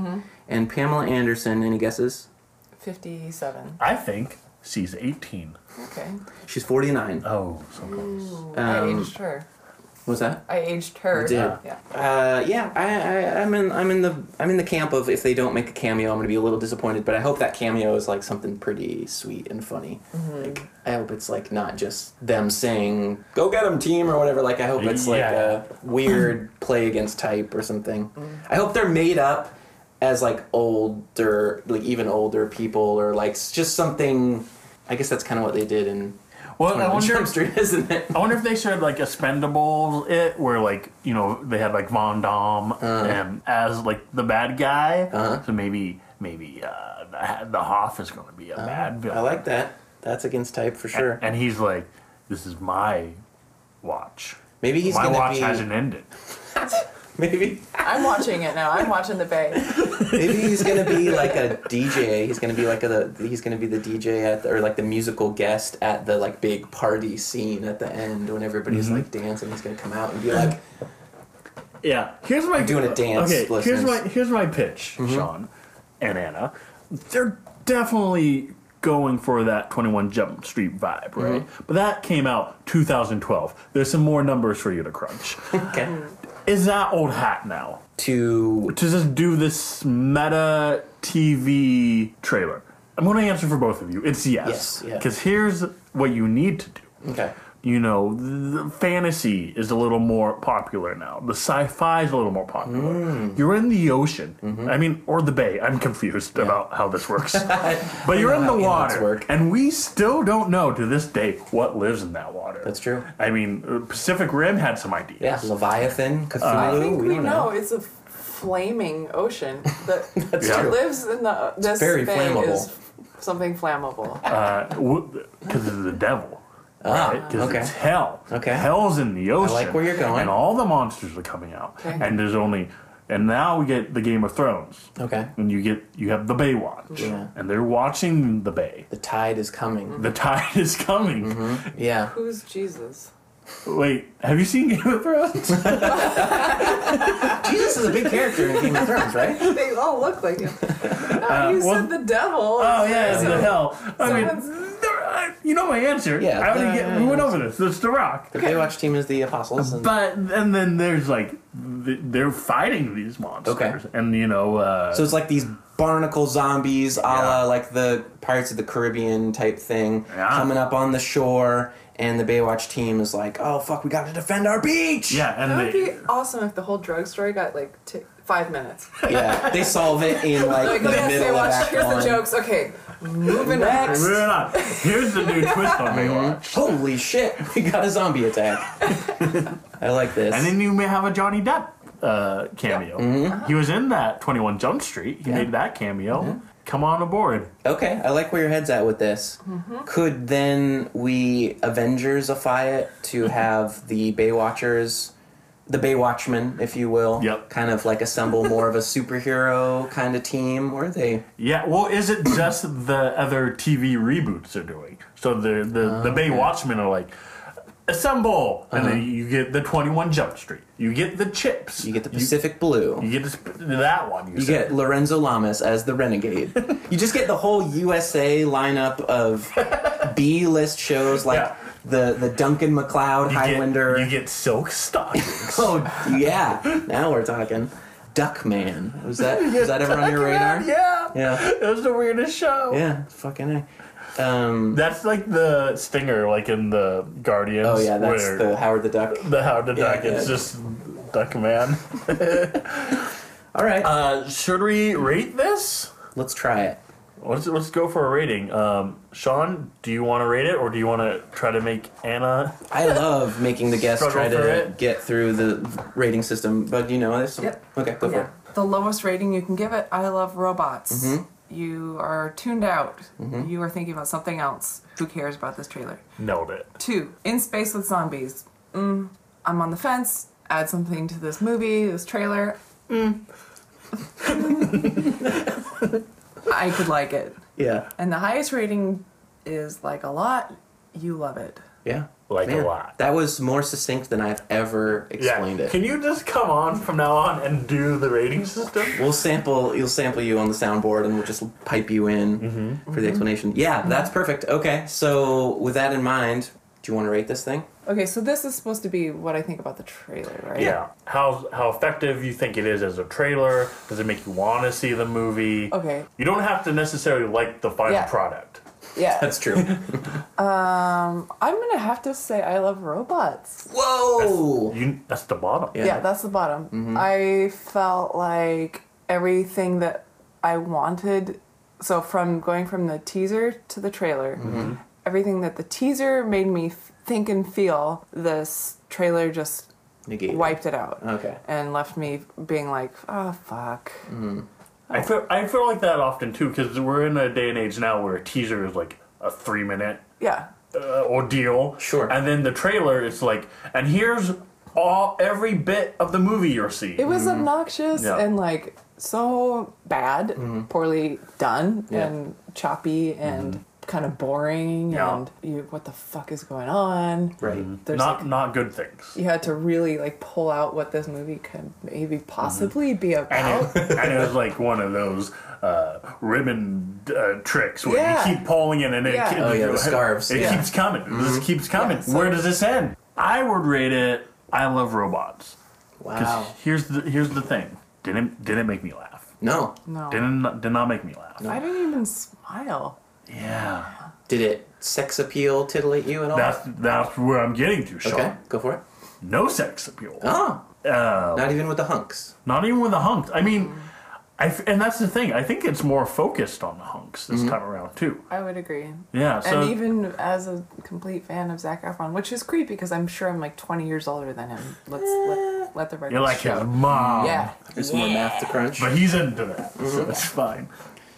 [SPEAKER 2] And Pamela Anderson, any guesses?
[SPEAKER 5] 57.
[SPEAKER 1] I think she's 18.
[SPEAKER 5] Okay.
[SPEAKER 2] She's 49.
[SPEAKER 1] Oh, so close.
[SPEAKER 5] I aged her.
[SPEAKER 2] What's that?
[SPEAKER 5] I aged her.
[SPEAKER 2] did.
[SPEAKER 5] Yeah.
[SPEAKER 2] Uh, yeah, I, I, I'm in. I'm in the. I'm in the camp of if they don't make a cameo, I'm gonna be a little disappointed. But I hope that cameo is like something pretty sweet and funny. Like I hope it's like not just them saying "Go get 'em, team" or whatever. Like I hope it's like a
[SPEAKER 1] Yeah. <clears throat>
[SPEAKER 2] weird play against type or something. I hope they're made up as like older, like even older people or like s- just something. I guess that's kind of what they did in.
[SPEAKER 1] Well, I
[SPEAKER 2] 21 <laughs>
[SPEAKER 1] wonder,
[SPEAKER 2] Jump Street, isn't it?
[SPEAKER 1] I wonder if they shared like a Spendables it, where like you know they had like Von Dom
[SPEAKER 2] Uh.
[SPEAKER 1] and as like the bad guy.
[SPEAKER 2] Uh-huh.
[SPEAKER 1] So maybe maybe uh, the, the Hoff is going to be a bad villain.
[SPEAKER 2] Uh-huh. I like that. That's against type for sure.
[SPEAKER 1] And he's like, "This is my watch.
[SPEAKER 2] Maybe he's
[SPEAKER 1] my
[SPEAKER 2] gonna
[SPEAKER 1] watch
[SPEAKER 2] be.
[SPEAKER 1] hasn't ended."
[SPEAKER 2] Maybe
[SPEAKER 5] I'm watching it now. I'm watching the Bay.
[SPEAKER 2] Maybe he's gonna be like a DJ. He's gonna be like a he's gonna be the DJ at the, or like the musical guest at the like big party scene at the end when everybody's like dancing. He's gonna come out and be
[SPEAKER 5] <gasps>
[SPEAKER 2] like,
[SPEAKER 1] Yeah. Here's my
[SPEAKER 2] doing a dance, Mm-hmm.
[SPEAKER 1] Okay,
[SPEAKER 2] listeners.
[SPEAKER 1] here's my here's my pitch, Sean and Anna. They're definitely going for that 21 Jump Street vibe, right?
[SPEAKER 2] Mm-hmm.
[SPEAKER 1] But that came out 2012. There's some more numbers for you to
[SPEAKER 2] <laughs>
[SPEAKER 1] crunch.
[SPEAKER 2] okay,
[SPEAKER 1] Is that old hat now?
[SPEAKER 2] to
[SPEAKER 1] To just do this meta TV trailer. I'm going to answer for both of you. It's yes.
[SPEAKER 2] Yes, yeah.
[SPEAKER 1] Because here's what you need to do
[SPEAKER 2] okay,
[SPEAKER 1] you know, the fantasy is a little more popular now. The sci-fi is a little more popular.
[SPEAKER 2] Mm.
[SPEAKER 1] You're in the ocean.
[SPEAKER 2] Mm-hmm.
[SPEAKER 1] I mean, or the bay. I'm confused about how
[SPEAKER 2] <laughs>
[SPEAKER 1] this works. but you're in
[SPEAKER 2] how
[SPEAKER 1] the
[SPEAKER 2] inlets
[SPEAKER 1] water,
[SPEAKER 2] work.
[SPEAKER 1] and we still don't know to this day what lives in that water.
[SPEAKER 2] That's true.
[SPEAKER 1] I mean, uh, Pacific Rim had some ideas.
[SPEAKER 2] yeah, Leviathan, Cthulhu.
[SPEAKER 5] I think we
[SPEAKER 2] don't
[SPEAKER 5] know it's a flaming ocean
[SPEAKER 2] <laughs>
[SPEAKER 5] that
[SPEAKER 1] Yeah. true.
[SPEAKER 5] lives in the. This
[SPEAKER 2] very
[SPEAKER 5] bay
[SPEAKER 2] flammable.
[SPEAKER 5] is something flammable.
[SPEAKER 1] because of the devil. Right? Because
[SPEAKER 2] Ah, okay.
[SPEAKER 1] it's hell.
[SPEAKER 2] Okay.
[SPEAKER 1] Hell's in the ocean.
[SPEAKER 2] like where you're going.
[SPEAKER 1] And all the monsters are coming out.
[SPEAKER 5] Okay.
[SPEAKER 1] And there's only. And now we get the Game of Thrones.
[SPEAKER 2] Okay,
[SPEAKER 1] and you get you have the bay watch
[SPEAKER 2] Yeah.
[SPEAKER 1] and they're watching the bay
[SPEAKER 2] the tide is coming.
[SPEAKER 1] the tide is coming
[SPEAKER 2] Yeah,
[SPEAKER 5] Who's Jesus?
[SPEAKER 1] wait have you seen game of thrones
[SPEAKER 2] Jesus is a big character in Game of Thrones, <laughs> right?
[SPEAKER 5] <laughs> They all look like him. <laughs> No,
[SPEAKER 2] Uh,
[SPEAKER 5] you
[SPEAKER 1] well-
[SPEAKER 5] said the devil.
[SPEAKER 1] oh <laughs> yeah
[SPEAKER 5] So-
[SPEAKER 1] the hell i mean
[SPEAKER 5] Someone's-
[SPEAKER 1] there- I- you know my answer
[SPEAKER 2] Yeah,
[SPEAKER 1] I
[SPEAKER 2] yeah,
[SPEAKER 1] already get,
[SPEAKER 2] yeah,
[SPEAKER 1] we went
[SPEAKER 2] yeah.
[SPEAKER 1] over this it's the rock
[SPEAKER 2] The Baywatch team is the apostles. And,
[SPEAKER 1] but and then there's like th- they're fighting these monsters
[SPEAKER 2] Okay.
[SPEAKER 1] and you know uh,
[SPEAKER 2] So it's like these barnacle zombies, a la
[SPEAKER 1] Yeah.
[SPEAKER 2] like the Pirates of the Caribbean type thing,
[SPEAKER 1] Yeah.
[SPEAKER 2] coming up on the shore, and the Baywatch team is like, "Oh fuck, we got to defend our beach!"
[SPEAKER 1] yeah
[SPEAKER 5] That
[SPEAKER 1] and <laughs>
[SPEAKER 5] would
[SPEAKER 1] they
[SPEAKER 5] be awesome if the whole drug story got like t- five minutes.
[SPEAKER 2] yeah. They solve it
[SPEAKER 5] <laughs>
[SPEAKER 2] in like, <laughs>
[SPEAKER 5] Like,
[SPEAKER 2] the
[SPEAKER 5] let's
[SPEAKER 2] middle
[SPEAKER 5] say,
[SPEAKER 2] of
[SPEAKER 5] watch,
[SPEAKER 2] Act
[SPEAKER 5] here's
[SPEAKER 2] One.
[SPEAKER 5] the jokes. Okay, moving on.
[SPEAKER 1] Moving on. Here's the new twist on
[SPEAKER 2] <laughs>
[SPEAKER 1] Baywatch.
[SPEAKER 5] <laughs>
[SPEAKER 2] Holy shit, we got a zombie attack! I like this.
[SPEAKER 1] And then you may have a Johnny Depp uh, cameo. He was in that 21 Jump Street. He made that cameo. Come on aboard.
[SPEAKER 2] Okay, I like where your head's at with this.
[SPEAKER 1] Mm-hmm.
[SPEAKER 2] Could then we Avengersify it
[SPEAKER 1] <laughs>
[SPEAKER 2] to have the Baywatchers, the Baywatchmen, if you will,
[SPEAKER 1] Yep.
[SPEAKER 2] kind of like assemble more of a superhero kind of team where they
[SPEAKER 1] Yeah, well, is it just the other TV reboots they're doing? So the the,
[SPEAKER 2] Oh,
[SPEAKER 1] the Bay Watchmen are like, assemble, and then you get the Twenty One Jump Street, you get the Chips,
[SPEAKER 2] Uh-huh. you get the Pacific Blue.
[SPEAKER 1] you, get this, that one, you,
[SPEAKER 2] You
[SPEAKER 1] said.
[SPEAKER 2] get Lorenzo Lamas as the Renegade. you just get the whole USA lineup
[SPEAKER 1] <laughs>
[SPEAKER 2] of B list shows like
[SPEAKER 1] Yeah.
[SPEAKER 2] the, the Duncan McLeod
[SPEAKER 1] You get-
[SPEAKER 2] Highlander.
[SPEAKER 1] you get Silk
[SPEAKER 2] <laughs>
[SPEAKER 1] Stockings.
[SPEAKER 2] oh yeah, now we're talking. Duckman. Was
[SPEAKER 1] <laughs>
[SPEAKER 2] that was that ever on your radar?
[SPEAKER 1] yeah,
[SPEAKER 2] Yeah.
[SPEAKER 1] it was the weirdest show.
[SPEAKER 2] Yeah, fucking A. Um,
[SPEAKER 1] That's like the stinger, like in the Guardians.
[SPEAKER 2] oh yeah, that's
[SPEAKER 1] where
[SPEAKER 2] the Howard the Duck.
[SPEAKER 1] the Howard the
[SPEAKER 2] Yeah,
[SPEAKER 1] Duck. It's
[SPEAKER 2] yeah.
[SPEAKER 1] just Duck Man.
[SPEAKER 2] All right,
[SPEAKER 1] Uh, should we rate this?
[SPEAKER 2] let's try it.
[SPEAKER 1] Let's let's go for a rating. Um, Sean, do you want to rate it, or do you want to try to make Anna?
[SPEAKER 2] I
[SPEAKER 1] <laughs>
[SPEAKER 2] love making the guests
[SPEAKER 1] Struggle
[SPEAKER 2] try
[SPEAKER 1] for
[SPEAKER 2] to
[SPEAKER 1] it.
[SPEAKER 2] get through the rating system, but you know, there's some.
[SPEAKER 5] Yep.
[SPEAKER 2] Okay, Mm-hmm. go for
[SPEAKER 5] Yeah.
[SPEAKER 2] it.
[SPEAKER 5] The lowest rating you can give it, I love robots. You are tuned out.
[SPEAKER 2] Mm-hmm.
[SPEAKER 5] You are thinking about something else. Who cares about this trailer?
[SPEAKER 1] Nailed it.
[SPEAKER 5] Two, in space with zombies. Mm, I'm on the fence. Add something to this movie, this trailer. Mm. <laughs> I could like it.
[SPEAKER 2] Yeah,
[SPEAKER 5] And the highest rating is like a lot. You love it.
[SPEAKER 2] yeah.
[SPEAKER 1] Like a lot.
[SPEAKER 2] That was more succinct than I've ever explained it.
[SPEAKER 1] Can you just come on from now on and do the rating system?
[SPEAKER 2] We'll sample. You'll sample you on the soundboard, and we'll just pipe you in for the explanation. Yeah, that's perfect. Okay, so with that in mind, do you want to rate this thing?
[SPEAKER 5] Okay, so this is supposed to be what I think about the trailer, right?
[SPEAKER 1] Yeah. How how effective you think it is as a trailer? Does it make you want to see the movie?
[SPEAKER 5] Okay.
[SPEAKER 1] You don't have to necessarily like the final
[SPEAKER 5] Yeah.
[SPEAKER 1] product.
[SPEAKER 5] Yeah.
[SPEAKER 2] That's true.
[SPEAKER 5] I'm gonna have to say I love robots.
[SPEAKER 2] Whoa.
[SPEAKER 1] You that's the bottom.
[SPEAKER 5] Yeah, that's the bottom. I felt like everything that I wanted. So from going from the teaser to the trailer, everything that the teaser made me f- think and feel, this trailer just
[SPEAKER 2] Negated.
[SPEAKER 5] wiped it out
[SPEAKER 2] Okay.
[SPEAKER 5] and left me being like, oh fuck.
[SPEAKER 1] I feel I feel like that often too because we're in a day and age now where a teaser is like a three minute
[SPEAKER 5] Yeah.
[SPEAKER 1] uh, ordeal.
[SPEAKER 2] Sure.
[SPEAKER 1] And then the trailer, it's like, and here's all every bit of the movie you're seeing.
[SPEAKER 5] It was obnoxious
[SPEAKER 1] Mm-hmm. Yeah. Mm-hmm.
[SPEAKER 5] and like so bad, poorly done,
[SPEAKER 2] Yeah.
[SPEAKER 5] and choppy and kind of boring.
[SPEAKER 1] Yeah.
[SPEAKER 5] And you, what the fuck is going on?
[SPEAKER 2] Right.
[SPEAKER 5] There's
[SPEAKER 1] not
[SPEAKER 5] like,
[SPEAKER 1] not good things.
[SPEAKER 5] you had to really like pull out what this movie could maybe
[SPEAKER 1] Mm-hmm.
[SPEAKER 5] possibly be about.
[SPEAKER 1] And it, and it was like one of those uh, ribbon uh, tricks where
[SPEAKER 5] Yeah.
[SPEAKER 1] you keep pulling it and it,
[SPEAKER 5] Yeah.
[SPEAKER 1] keeps
[SPEAKER 5] Oh,
[SPEAKER 2] yeah, the scarves,
[SPEAKER 1] it
[SPEAKER 2] yeah. Mm-hmm.
[SPEAKER 1] keeps coming. This keeps coming.
[SPEAKER 5] Yeah, so-
[SPEAKER 1] Where does this end? I would rate it. I love robots. 'Cause
[SPEAKER 2] Wow.
[SPEAKER 1] Here's the here's the thing. Didn't didn't make me laugh.
[SPEAKER 2] No.
[SPEAKER 5] No,
[SPEAKER 1] Didn't did not make me laugh.
[SPEAKER 5] I didn't even smile.
[SPEAKER 1] Yeah.
[SPEAKER 2] Did it sex appeal titillate you at all?
[SPEAKER 1] That's that's where I'm getting to, Sean.
[SPEAKER 2] okay. Go for it.
[SPEAKER 1] No sex appeal.
[SPEAKER 2] Oh. Not even with the hunks.
[SPEAKER 1] Not even with the hunks. I mean, I f- and that's the thing. I think it's more focused on the hunks this time around too.
[SPEAKER 5] I would agree.
[SPEAKER 1] Yeah. So
[SPEAKER 5] and even as a complete fan of Zach Efron, which is creepy because I'm sure I'm like 20 years older than him. Let's let, let the record
[SPEAKER 1] Eh. you're like
[SPEAKER 5] show.
[SPEAKER 1] his mom.
[SPEAKER 5] yeah,
[SPEAKER 2] There's more math to crunch.
[SPEAKER 1] But he's into that, so it's fine.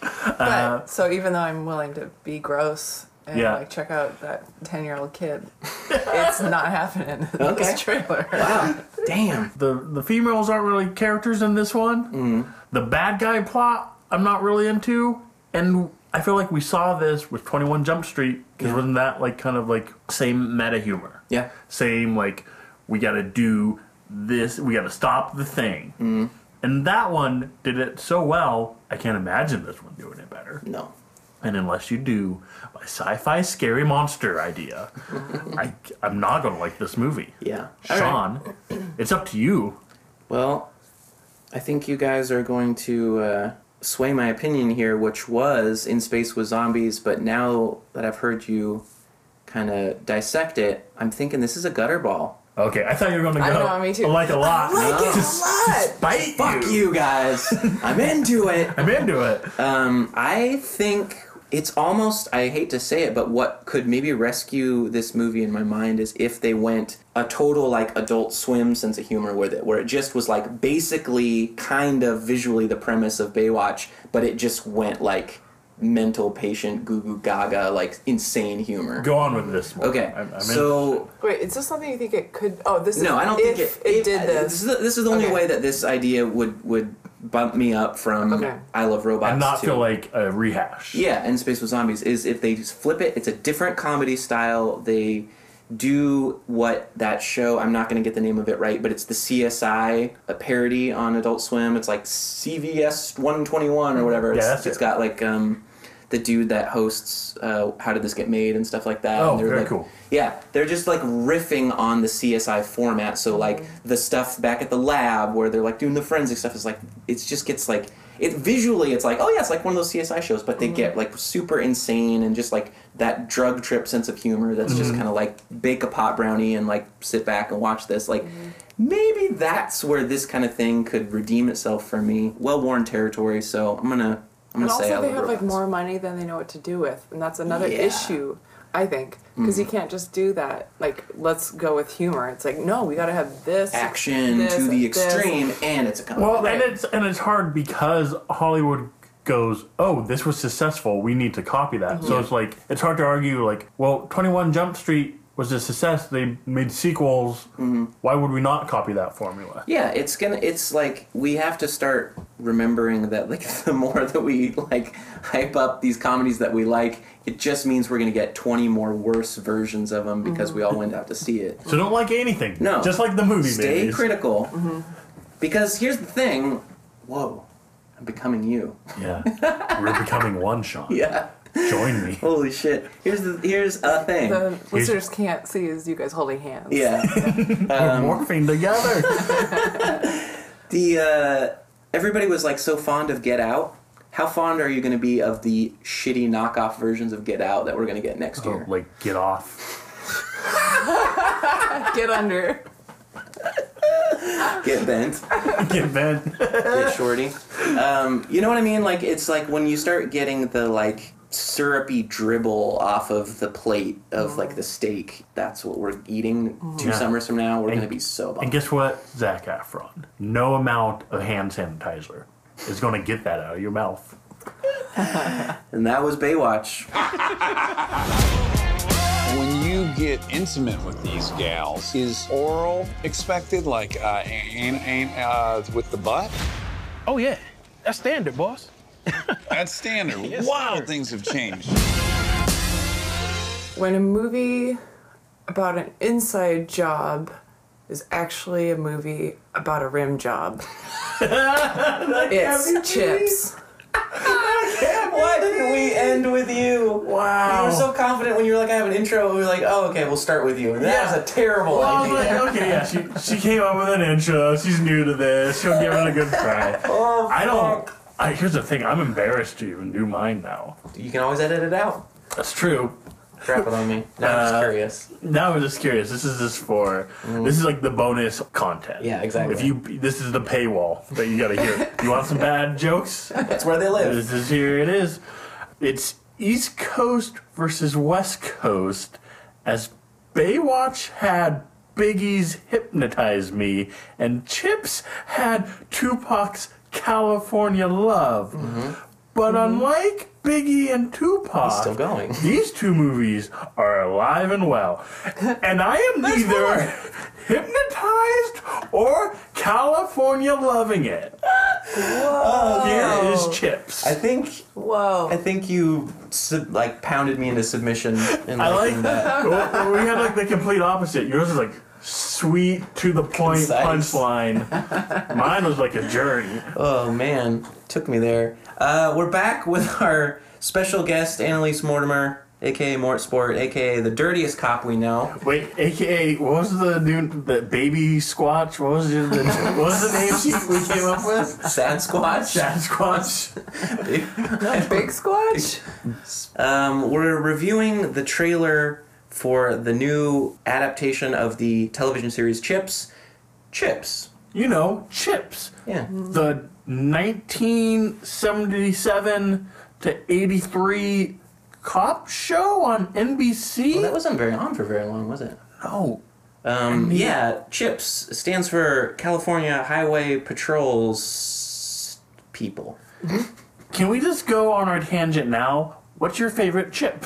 [SPEAKER 2] Uh,
[SPEAKER 5] But so even though I'm willing to be gross and
[SPEAKER 1] Yeah.
[SPEAKER 5] like check out that ten year old kid, <laughs> it's not happening in
[SPEAKER 2] Okay.
[SPEAKER 5] this trailer.
[SPEAKER 2] Wow. Damn.
[SPEAKER 1] The the females aren't really characters in this one. The bad guy plot I'm not really into, and I feel like we saw this with 21 Jump Street because wasn't that like kind of like same meta humor?
[SPEAKER 2] Yeah.
[SPEAKER 1] same like we got to do this we got to stop the thing and that one did it so well i can't imagine this one doing it better
[SPEAKER 2] No.
[SPEAKER 1] and unless you do my sci-fi scary monster idea I, i'm not gonna like this movie
[SPEAKER 2] Yeah. All right.
[SPEAKER 1] sean it's up to you
[SPEAKER 2] Well, I think you guys are going to uh, sway my opinion here, which was in space with zombies, but now that I've heard you kind of dissect it, I'm thinking this is a gutter ball.
[SPEAKER 1] okay i thought you were gonna go
[SPEAKER 5] I know, me too.
[SPEAKER 1] like a lot
[SPEAKER 2] like it a
[SPEAKER 1] lot bite
[SPEAKER 2] Fuck you guys! I'm into it.
[SPEAKER 1] i'm into it
[SPEAKER 2] Um, I think it's almost I hate to say it, but what could maybe rescue this movie in my mind is if they went a total like adult swim sense of humor with it, where it just was like basically kind of visually the premise of Baywatch, but it just went like mental patient goo goo gaga like insane humor.
[SPEAKER 1] Go on with this. One.
[SPEAKER 2] Okay,
[SPEAKER 1] I'm, I'm
[SPEAKER 2] so
[SPEAKER 5] Wait, is this something you think it could? Oh, this is
[SPEAKER 2] no, I don't
[SPEAKER 5] if
[SPEAKER 2] think it,
[SPEAKER 5] it, did this.
[SPEAKER 2] is the, this is the only
[SPEAKER 5] Okay.
[SPEAKER 2] way that this idea would would bump me up from
[SPEAKER 5] Okay.
[SPEAKER 2] I Love Robots
[SPEAKER 1] and not
[SPEAKER 2] to
[SPEAKER 1] feel like a rehash.
[SPEAKER 2] yeah, and Space with Zombies is if they just flip it, it's a different comedy style. They do what that show, I'm not going to get the name of it right, but it's the CSI, a parody on Adult Swim. It's like CVS 121 or whatever. It's,
[SPEAKER 1] Mm-hmm. that's
[SPEAKER 2] it's
[SPEAKER 1] it.
[SPEAKER 2] got like um, the dude that hosts uh, How Did This Get Made and stuff like that.
[SPEAKER 1] Oh,
[SPEAKER 2] and they're
[SPEAKER 1] very
[SPEAKER 2] like,
[SPEAKER 1] cool.
[SPEAKER 2] yeah, they're just like riffing on the CSI format. So like the stuff back at the lab where they're like doing the forensic stuff is like it just gets like it visually it's like oh yeah it's like one of those CSI shows, but they get
[SPEAKER 5] Mm-hmm.
[SPEAKER 2] like super insane and just like that drug trip sense of humor that's just
[SPEAKER 1] Mm-hmm.
[SPEAKER 2] kind of like bake a pot brownie and like sit back and watch this like.
[SPEAKER 5] Mm-hmm.
[SPEAKER 2] Maybe that's where this kind of thing could redeem itself for me. Well-worn territory, so I'm gonna I'm
[SPEAKER 5] And
[SPEAKER 2] gonna say I
[SPEAKER 5] also, they
[SPEAKER 2] love
[SPEAKER 5] have like
[SPEAKER 2] robots.
[SPEAKER 5] more money than they know what to do with, and that's another
[SPEAKER 2] Yeah. Hmm.
[SPEAKER 5] issue, I think, because you can't just do that. Like, let's go with humor. It's like, no, we got to have this
[SPEAKER 2] action
[SPEAKER 5] this,
[SPEAKER 2] to the
[SPEAKER 5] and this.
[SPEAKER 2] extreme, and it's a comedy.
[SPEAKER 1] Well,
[SPEAKER 5] Right.
[SPEAKER 1] and it's and it's hard because Hollywood goes, "Oh, this was successful. We need to copy that." So it's like it's hard to argue like, "Well, 21 Jump Street was a success. They made sequels.
[SPEAKER 2] Mm-hmm.
[SPEAKER 1] Why would we not copy that formula?"
[SPEAKER 2] Yeah, it's gonna. It's like we have to start remembering that. Like <laughs> the more that we like hype up these comedies that we like, it just means we're gonna get twenty more worse versions of them because we all went out to see it.
[SPEAKER 1] So don't like anything.
[SPEAKER 2] No.
[SPEAKER 1] Just like the movie
[SPEAKER 2] Stay
[SPEAKER 1] movies.
[SPEAKER 2] critical,
[SPEAKER 5] Mm-hmm.
[SPEAKER 2] because here's the thing. Whoa, I'm becoming you. <laughs>
[SPEAKER 1] yeah. We're becoming one shot.
[SPEAKER 2] Yeah. <laughs>
[SPEAKER 1] Join me.
[SPEAKER 2] Holy shit. Here's the here's a thing.
[SPEAKER 5] The listeners can't see is you guys holding hands.
[SPEAKER 2] yeah. Um,
[SPEAKER 1] We're morphing
[SPEAKER 2] <laughs>
[SPEAKER 1] together.
[SPEAKER 2] the uh, everybody was like so fond of Get Out. How fond are you going to be of the shitty knockoff versions of Get Out that we're going to get next
[SPEAKER 1] Oh,
[SPEAKER 2] year?
[SPEAKER 1] like get off. <laughs>
[SPEAKER 5] get under.
[SPEAKER 2] Get
[SPEAKER 1] <laughs>
[SPEAKER 2] bent,
[SPEAKER 1] Get bent.
[SPEAKER 2] get shorty. Um, you know what I mean? Like it's like when you start getting the like syrupy dribble off of the plate of like the steak. That's what we're eating two
[SPEAKER 1] Yeah.
[SPEAKER 2] summers from now. We're going to be so
[SPEAKER 1] And
[SPEAKER 2] bummed.
[SPEAKER 1] guess what, Zach Efron? No amount of hand sanitizer is going to get that out of your mouth.
[SPEAKER 2] And that was Baywatch.
[SPEAKER 4] When you get intimate with these gals, is oral expected, like uh, an, an, uh, with the butt?
[SPEAKER 6] Oh yeah, that's standard, boss. <laughs>
[SPEAKER 4] That's standard. wow, things have changed.
[SPEAKER 5] When a movie about an inside job is actually a movie about a rim job, it's chips.
[SPEAKER 2] Why didn't we end with you? Wow. You were so confident when you were like, I have an intro. We were like, oh, okay, we'll start with you. And that was a terrible
[SPEAKER 1] I was
[SPEAKER 2] idea.
[SPEAKER 1] like, okay, yeah, she, she came up with an intro. She's new to this. She'll give it a good try. I don't. I, here's the thing. I'm embarrassed to even do mine now.
[SPEAKER 2] You can always edit it out.
[SPEAKER 1] That's true.
[SPEAKER 2] Drop it on <laughs> me. Now I'm just curious.
[SPEAKER 1] Now I'm just curious. This is just for. This is like the bonus content.
[SPEAKER 2] Yeah, exactly.
[SPEAKER 1] If you, this is the paywall that you got to hear. you want some bad jokes?
[SPEAKER 2] That's where they live.
[SPEAKER 1] This is here it is. It's East Coast versus West Coast as Baywatch had Biggie's Hypnotize Me and Chips had Tupac's California Love. But unlike Biggie and Tupac,
[SPEAKER 2] Mm-hmm. still going.
[SPEAKER 1] these two movies are alive
[SPEAKER 2] <laughs>
[SPEAKER 1] and well. And I am neither hypnotized or California loving it. Here is Chips.
[SPEAKER 2] I think
[SPEAKER 5] Whoa.
[SPEAKER 2] I think you sub- like pounded me into submission. And
[SPEAKER 1] I like that. <laughs> Well, we had like the complete opposite. Yours was like sweet to the point
[SPEAKER 2] Concise. <laughs>
[SPEAKER 1] punchline. Mine was like a journey.
[SPEAKER 2] Oh man, took me there. Uh, we're back with <laughs> our special guest Annalise Mortimer, aka Mort Sport, aka the dirtiest cop we know. <laughs>
[SPEAKER 1] Wait, AKA what was the new the baby squatch? What was the, <laughs> the what was the name she, we came up with?
[SPEAKER 2] Sad <laughs> Squatch.
[SPEAKER 1] Dad squatch.
[SPEAKER 5] Big squatch?
[SPEAKER 2] Um, we're reviewing the trailer for the new adaptation of the television series Chips. Chips.
[SPEAKER 1] You know, chips.
[SPEAKER 2] Yeah.
[SPEAKER 1] The 1977 to 83 cop show on NBC?
[SPEAKER 2] Well, that wasn't very on for very long, was it?
[SPEAKER 1] Oh, no.
[SPEAKER 2] Um, yeah, CHIPS stands for California Highway Patrols people.
[SPEAKER 1] Can we just go on our tangent now? What's your favorite chip?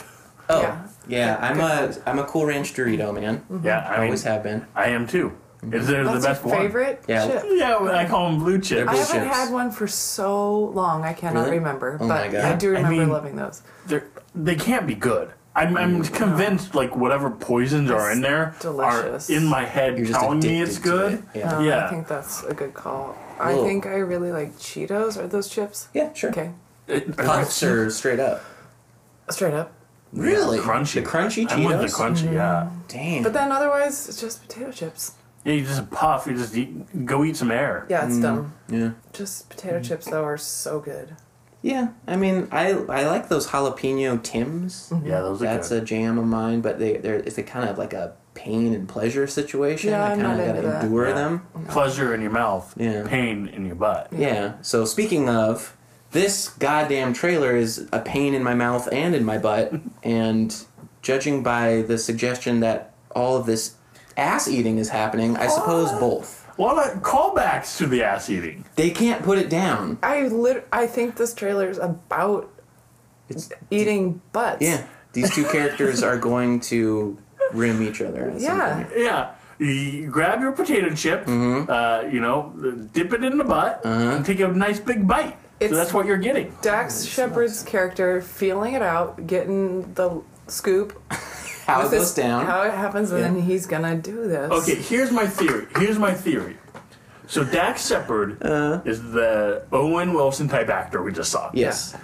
[SPEAKER 2] Oh,
[SPEAKER 5] Yeah. Mm-hmm.
[SPEAKER 2] yeah, I'm a I'm a Cool Ranch Dorito man.
[SPEAKER 1] <laughs> Yeah, I,
[SPEAKER 2] I
[SPEAKER 1] mean,
[SPEAKER 2] always have been.
[SPEAKER 1] I am too. Is there the
[SPEAKER 5] That's
[SPEAKER 1] best
[SPEAKER 5] your favorite
[SPEAKER 2] Yeah.
[SPEAKER 5] chip.
[SPEAKER 1] one? Yeah, I call them blue chips.
[SPEAKER 5] I
[SPEAKER 2] blue
[SPEAKER 5] haven't
[SPEAKER 2] chips.
[SPEAKER 5] had one for so long. I cannot
[SPEAKER 2] Really?
[SPEAKER 5] remember,
[SPEAKER 2] Oh my
[SPEAKER 5] but
[SPEAKER 2] God.
[SPEAKER 5] I do
[SPEAKER 1] I
[SPEAKER 5] remember
[SPEAKER 1] mean-
[SPEAKER 5] loving those.
[SPEAKER 1] They're, Mm, they can't be good. I'm, I'm convinced, like, whatever poisons are in there
[SPEAKER 5] delicious.
[SPEAKER 1] are in my head
[SPEAKER 2] You're just
[SPEAKER 1] telling me it's
[SPEAKER 2] addicted to
[SPEAKER 1] good.
[SPEAKER 2] it. Yeah.
[SPEAKER 5] Uh,
[SPEAKER 1] Yeah.
[SPEAKER 5] I think that's a good call. I
[SPEAKER 2] Whoa.
[SPEAKER 5] think I really like Cheetos. Are those chips?
[SPEAKER 2] Yeah, sure.
[SPEAKER 5] Okay,
[SPEAKER 1] It-
[SPEAKER 2] Puffs are straight up.
[SPEAKER 5] straight up.
[SPEAKER 2] Really?
[SPEAKER 1] crunchy.
[SPEAKER 2] The crunchy
[SPEAKER 1] I'm with the
[SPEAKER 2] Cheetos?
[SPEAKER 1] crunchy, yeah.
[SPEAKER 5] Mm-hmm.
[SPEAKER 2] Damn.
[SPEAKER 5] But then otherwise, it's just potato chips.
[SPEAKER 1] Yeah, you just puff. You just eat, go eat some air.
[SPEAKER 5] Yeah,
[SPEAKER 2] Mm.
[SPEAKER 5] it's dumb.
[SPEAKER 2] yeah.
[SPEAKER 5] Just potato chips though are so good.
[SPEAKER 2] Yeah, I mean, I I like those jalapeno tims.
[SPEAKER 5] Mm-hmm.
[SPEAKER 1] Yeah, those are
[SPEAKER 2] That's
[SPEAKER 1] good.
[SPEAKER 2] a jam of mine, but they they're it's a kind of like a pain and pleasure situation.
[SPEAKER 5] Yeah,
[SPEAKER 2] I
[SPEAKER 5] I'm
[SPEAKER 2] kind
[SPEAKER 5] not
[SPEAKER 2] of
[SPEAKER 5] into
[SPEAKER 2] gotta
[SPEAKER 5] that.
[SPEAKER 2] endure them.
[SPEAKER 1] Pleasure in your mouth,
[SPEAKER 2] Yeah.
[SPEAKER 1] pain in your butt.
[SPEAKER 2] Yeah. So speaking of, this goddamn trailer is a pain in my mouth and in my butt, and judging by the suggestion that all of this ass eating is happening, I suppose both.
[SPEAKER 1] A lot of callbacks to the ass eating.
[SPEAKER 2] They can't put it down.
[SPEAKER 5] I lit- I think this trailer is about
[SPEAKER 2] It's
[SPEAKER 5] eating butts.
[SPEAKER 2] yeah. These two characters are going to rim each other. at some
[SPEAKER 5] Yeah.
[SPEAKER 1] Yeah. You grab your potato chip,
[SPEAKER 2] Mm-hmm.
[SPEAKER 1] uh, you know, dip it in the butt,
[SPEAKER 2] Uh-huh.
[SPEAKER 1] and take a nice big bite. so
[SPEAKER 5] It's-
[SPEAKER 1] that's what you're getting.
[SPEAKER 5] Dax Shepard's character feeling it out, getting the scoop.
[SPEAKER 2] How it
[SPEAKER 5] with
[SPEAKER 2] goes
[SPEAKER 5] this-
[SPEAKER 2] down.
[SPEAKER 5] How it happens, and then he's gonna do this.
[SPEAKER 1] Okay, here's my theory. Here's my theory. So Dax Shepard
[SPEAKER 2] Uh-huh.
[SPEAKER 1] is the Owen Wilson type actor we just saw.
[SPEAKER 2] yes.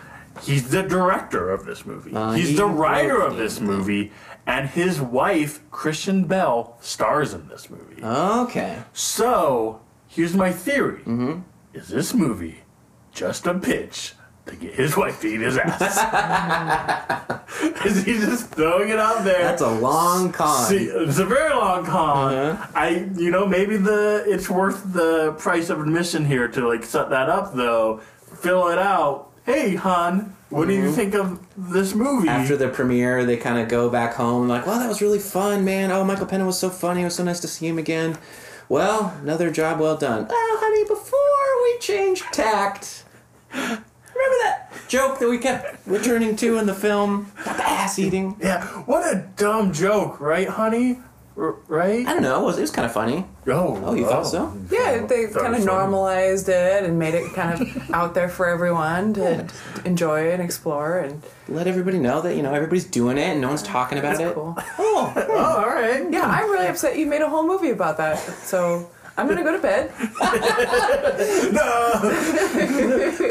[SPEAKER 1] He's the director of this movie. He's
[SPEAKER 2] Uh, he
[SPEAKER 1] the writer
[SPEAKER 2] wrote
[SPEAKER 1] of this movie, and his wife Christian Bell stars in this movie.
[SPEAKER 2] Uh. Okay.
[SPEAKER 1] So here's my theory:
[SPEAKER 2] Mm-hmm.
[SPEAKER 1] Is this movie just a pitch to get his wife to eat his
[SPEAKER 2] <laughs>
[SPEAKER 1] ass? <laughs> Is he just throwing it out there?
[SPEAKER 2] That's a long con.
[SPEAKER 1] See, it's a very long con.
[SPEAKER 2] Uh-huh.
[SPEAKER 1] I, you know, maybe the it's worth the price of admission here to like set that up though. Fill it out. Hey, hon, what do you think of this movie?
[SPEAKER 2] Mm-hmm. After the premiere, they kind of go back home, like, wow, that was really fun, man. Oh, Michael Pena was so funny. It was so nice to see him again. Well, another job well done. Oh, honey, before we change tact, remember that joke that we kept returning to in the film about the ass eating?
[SPEAKER 1] yeah, what a dumb joke, right, honey? R- right?
[SPEAKER 2] I don't know. It was, it was kind of funny.
[SPEAKER 1] Oh,
[SPEAKER 2] Oh, you thought so?
[SPEAKER 5] Yeah, they
[SPEAKER 1] That
[SPEAKER 5] kind
[SPEAKER 1] was
[SPEAKER 5] of
[SPEAKER 1] fun.
[SPEAKER 5] normalized it and made it
[SPEAKER 2] <laughs>
[SPEAKER 5] kind of out there for everyone to d- enjoy and explore. And
[SPEAKER 2] Let everybody know that, you know, everybody's doing it and no one's talking about
[SPEAKER 5] that's
[SPEAKER 2] it. <laughs>
[SPEAKER 5] cool.
[SPEAKER 1] Oh, all right.
[SPEAKER 5] Yeah, I'm really upset you made a whole movie about that. So I'm gonna go to bed.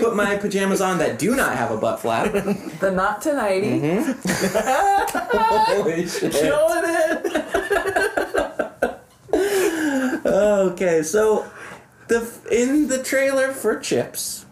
[SPEAKER 2] Put my pajamas on that do not have a butt flap.
[SPEAKER 5] The not tonighty.
[SPEAKER 2] Mm-hmm. <laughs> Holy shit.
[SPEAKER 1] Killing it.
[SPEAKER 2] Okay, so the in the trailer for Chips,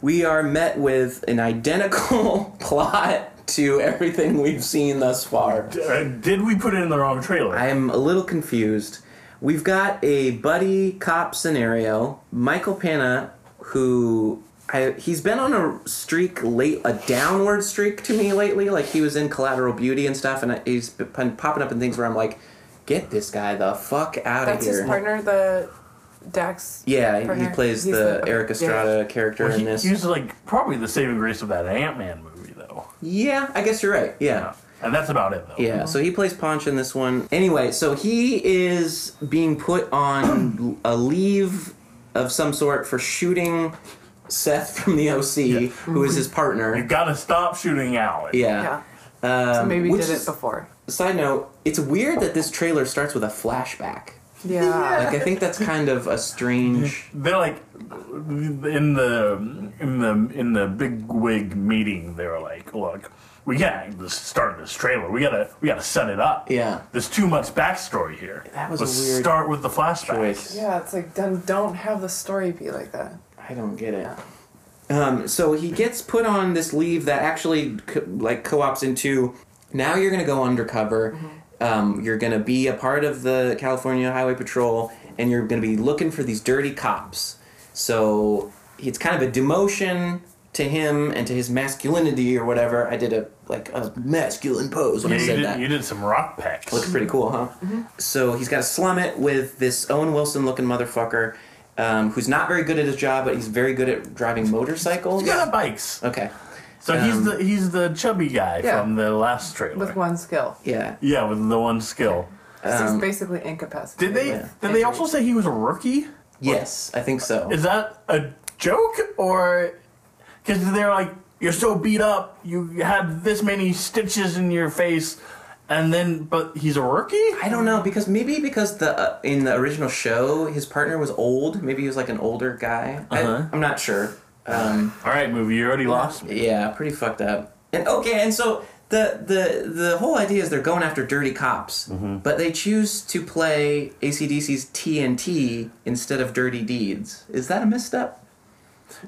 [SPEAKER 2] we are met with an identical <laughs> plot to everything we've seen thus far.
[SPEAKER 1] Uh, did we put it in the wrong trailer?
[SPEAKER 2] I am a little confused. We've got a buddy cop scenario. Michael Pena, who I, he's been on a streak late, a downward streak to me lately. Like he was in Collateral Beauty and stuff, and I- he's been popping up in things where I'm like, get this guy the fuck out of
[SPEAKER 5] That's
[SPEAKER 2] here.
[SPEAKER 5] his partner, the Dax.
[SPEAKER 2] Yeah, he-
[SPEAKER 5] partner.
[SPEAKER 2] he plays
[SPEAKER 5] He's
[SPEAKER 2] the,
[SPEAKER 5] okay,
[SPEAKER 2] Eric
[SPEAKER 5] yeah.
[SPEAKER 2] Estrada character
[SPEAKER 1] Well,
[SPEAKER 2] in
[SPEAKER 1] he,
[SPEAKER 2] this.
[SPEAKER 1] he's like probably the saving grace of that Ant Man movie, though.
[SPEAKER 2] yeah, I guess you're right. Yeah.
[SPEAKER 1] And that's about it, though.
[SPEAKER 2] Yeah, so he plays Ponch in this one. Anyway, so he is being put on a leave of some sort for shooting Seth from the OC, who is his
[SPEAKER 1] You
[SPEAKER 2] partner.
[SPEAKER 1] gotta stop shooting Alex.
[SPEAKER 2] Yeah. Um,
[SPEAKER 5] Yeah. so maybe he
[SPEAKER 2] which
[SPEAKER 5] did
[SPEAKER 2] is-
[SPEAKER 5] it before.
[SPEAKER 2] Side note, it's weird that this trailer starts with a flashback.
[SPEAKER 5] Yeah.
[SPEAKER 2] Like I think that's kind of a
[SPEAKER 1] <laughs>
[SPEAKER 2] strange
[SPEAKER 1] They're like in the in the in the big wig meeting. They were like, "Look, we can't just start this trailer. We gotta we gotta set it up.
[SPEAKER 2] Yeah.
[SPEAKER 1] there's too much backstory here.
[SPEAKER 2] That was a
[SPEAKER 1] Let's
[SPEAKER 2] weird
[SPEAKER 1] start with the flashback.
[SPEAKER 2] choice.
[SPEAKER 5] Yeah, it's like don't don't have the story be like that.
[SPEAKER 2] I don't get it. Um, so he gets put on this leave that actually co- like co-ops into. Now you're gonna go undercover. Um, you're gonna be a part of the California Highway Patrol, and you're gonna be looking for these dirty cops. So it's kind of a demotion to him and to his masculinity or whatever. I did a like a masculine pose when I
[SPEAKER 1] you,
[SPEAKER 2] said
[SPEAKER 1] did,
[SPEAKER 2] that.
[SPEAKER 1] you did some rock packs.
[SPEAKER 2] Looks pretty cool, huh?
[SPEAKER 1] Mm-hmm.
[SPEAKER 2] So he's got to slum it with this Owen Wilson looking motherfucker um, who's not very good at his job, but he's very good at driving motorcycles.
[SPEAKER 1] yeah, bikes.
[SPEAKER 2] Okay.
[SPEAKER 1] So he's
[SPEAKER 2] Uh, Um,
[SPEAKER 1] the he's the chubby guy
[SPEAKER 5] Yeah.
[SPEAKER 1] from the last trailer.
[SPEAKER 5] with one skill.
[SPEAKER 2] Yeah.
[SPEAKER 1] yeah, with the one skill.
[SPEAKER 5] This
[SPEAKER 2] Um,
[SPEAKER 5] is basically incapacitated.
[SPEAKER 1] Did they
[SPEAKER 2] Yeah.
[SPEAKER 1] did they also say he was a rookie?
[SPEAKER 2] Yes, I think so.
[SPEAKER 1] Is that a joke or because they're like you're so beat up, you had this many stitches in your face, and then but he's a rookie.
[SPEAKER 2] I don't know because maybe because the uh, in the original show his partner was old. Maybe he was like an older guy.
[SPEAKER 1] Uh-huh.
[SPEAKER 2] I, I'm not sure. Um,
[SPEAKER 1] All right, movie, you already lost me.
[SPEAKER 2] yeah, pretty fucked up. And okay, and so the the the whole idea is they're going after dirty cops, but they choose to play ACDC's TNT instead of Dirty Deeds. Is that a misstep?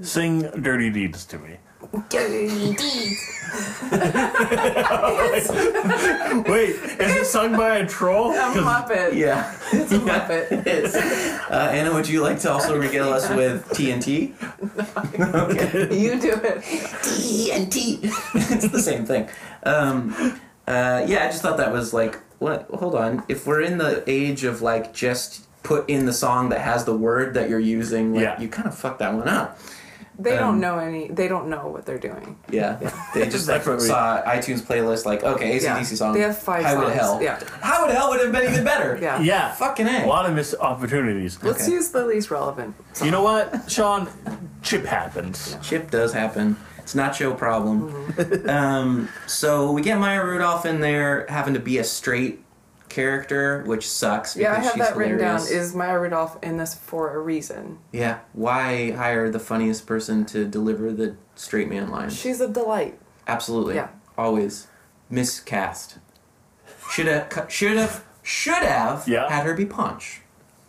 [SPEAKER 1] Sing "Dirty Deeds" to me. Wait, is it sung by a troll?
[SPEAKER 2] <laughs>
[SPEAKER 5] A
[SPEAKER 1] 'Cause-
[SPEAKER 5] Muppet.
[SPEAKER 2] Yeah.
[SPEAKER 5] It's
[SPEAKER 2] <laughs>
[SPEAKER 5] a Muppet.
[SPEAKER 2] It's, uh, Anna, would you like to also regale us with TNT?
[SPEAKER 5] You do it.
[SPEAKER 2] TNT. <laughs> it's the same thing. Um, uh, yeah, I just thought that was like, what? Hold on. If we're in the age of like just put in the song that has the word that you're using, like,
[SPEAKER 1] Yeah.
[SPEAKER 2] you kind of fucked that one up.
[SPEAKER 5] They
[SPEAKER 2] Um,
[SPEAKER 5] don't know any. They don't know what they're doing.
[SPEAKER 2] Yeah,
[SPEAKER 5] <laughs>
[SPEAKER 2] they just like
[SPEAKER 1] That's what we-
[SPEAKER 2] saw iTunes playlist like okay ACDC
[SPEAKER 5] Yeah.
[SPEAKER 2] song.
[SPEAKER 5] They have five
[SPEAKER 2] Highway to
[SPEAKER 5] songs,
[SPEAKER 2] Hell.
[SPEAKER 5] yeah.
[SPEAKER 2] Highway to Hell would have been even better.
[SPEAKER 5] Yeah.
[SPEAKER 1] Yeah,
[SPEAKER 2] Fucking
[SPEAKER 1] a
[SPEAKER 2] A.
[SPEAKER 1] lot of missed opportunities.
[SPEAKER 5] Let's
[SPEAKER 2] Okay.
[SPEAKER 5] use the least relevant.
[SPEAKER 1] You know what, Sean? Chip happens.
[SPEAKER 2] Chip does happen. It's not your problem. <laughs>
[SPEAKER 5] Mm-hmm.
[SPEAKER 2] um, so we get Maya Rudolph in there having to be a straight character, which sucks
[SPEAKER 5] Yeah,
[SPEAKER 2] because
[SPEAKER 5] I have
[SPEAKER 2] she's
[SPEAKER 5] that written down.
[SPEAKER 2] hilarious.
[SPEAKER 5] Is Maya Rudolph in this for a reason?
[SPEAKER 2] yeah, why hire the funniest person to deliver the straight man line?
[SPEAKER 5] She's a delight.
[SPEAKER 2] Absolutely.
[SPEAKER 5] Yeah.
[SPEAKER 2] Always miscast. Should have should have should have
[SPEAKER 1] Yeah.
[SPEAKER 2] had her be Punch.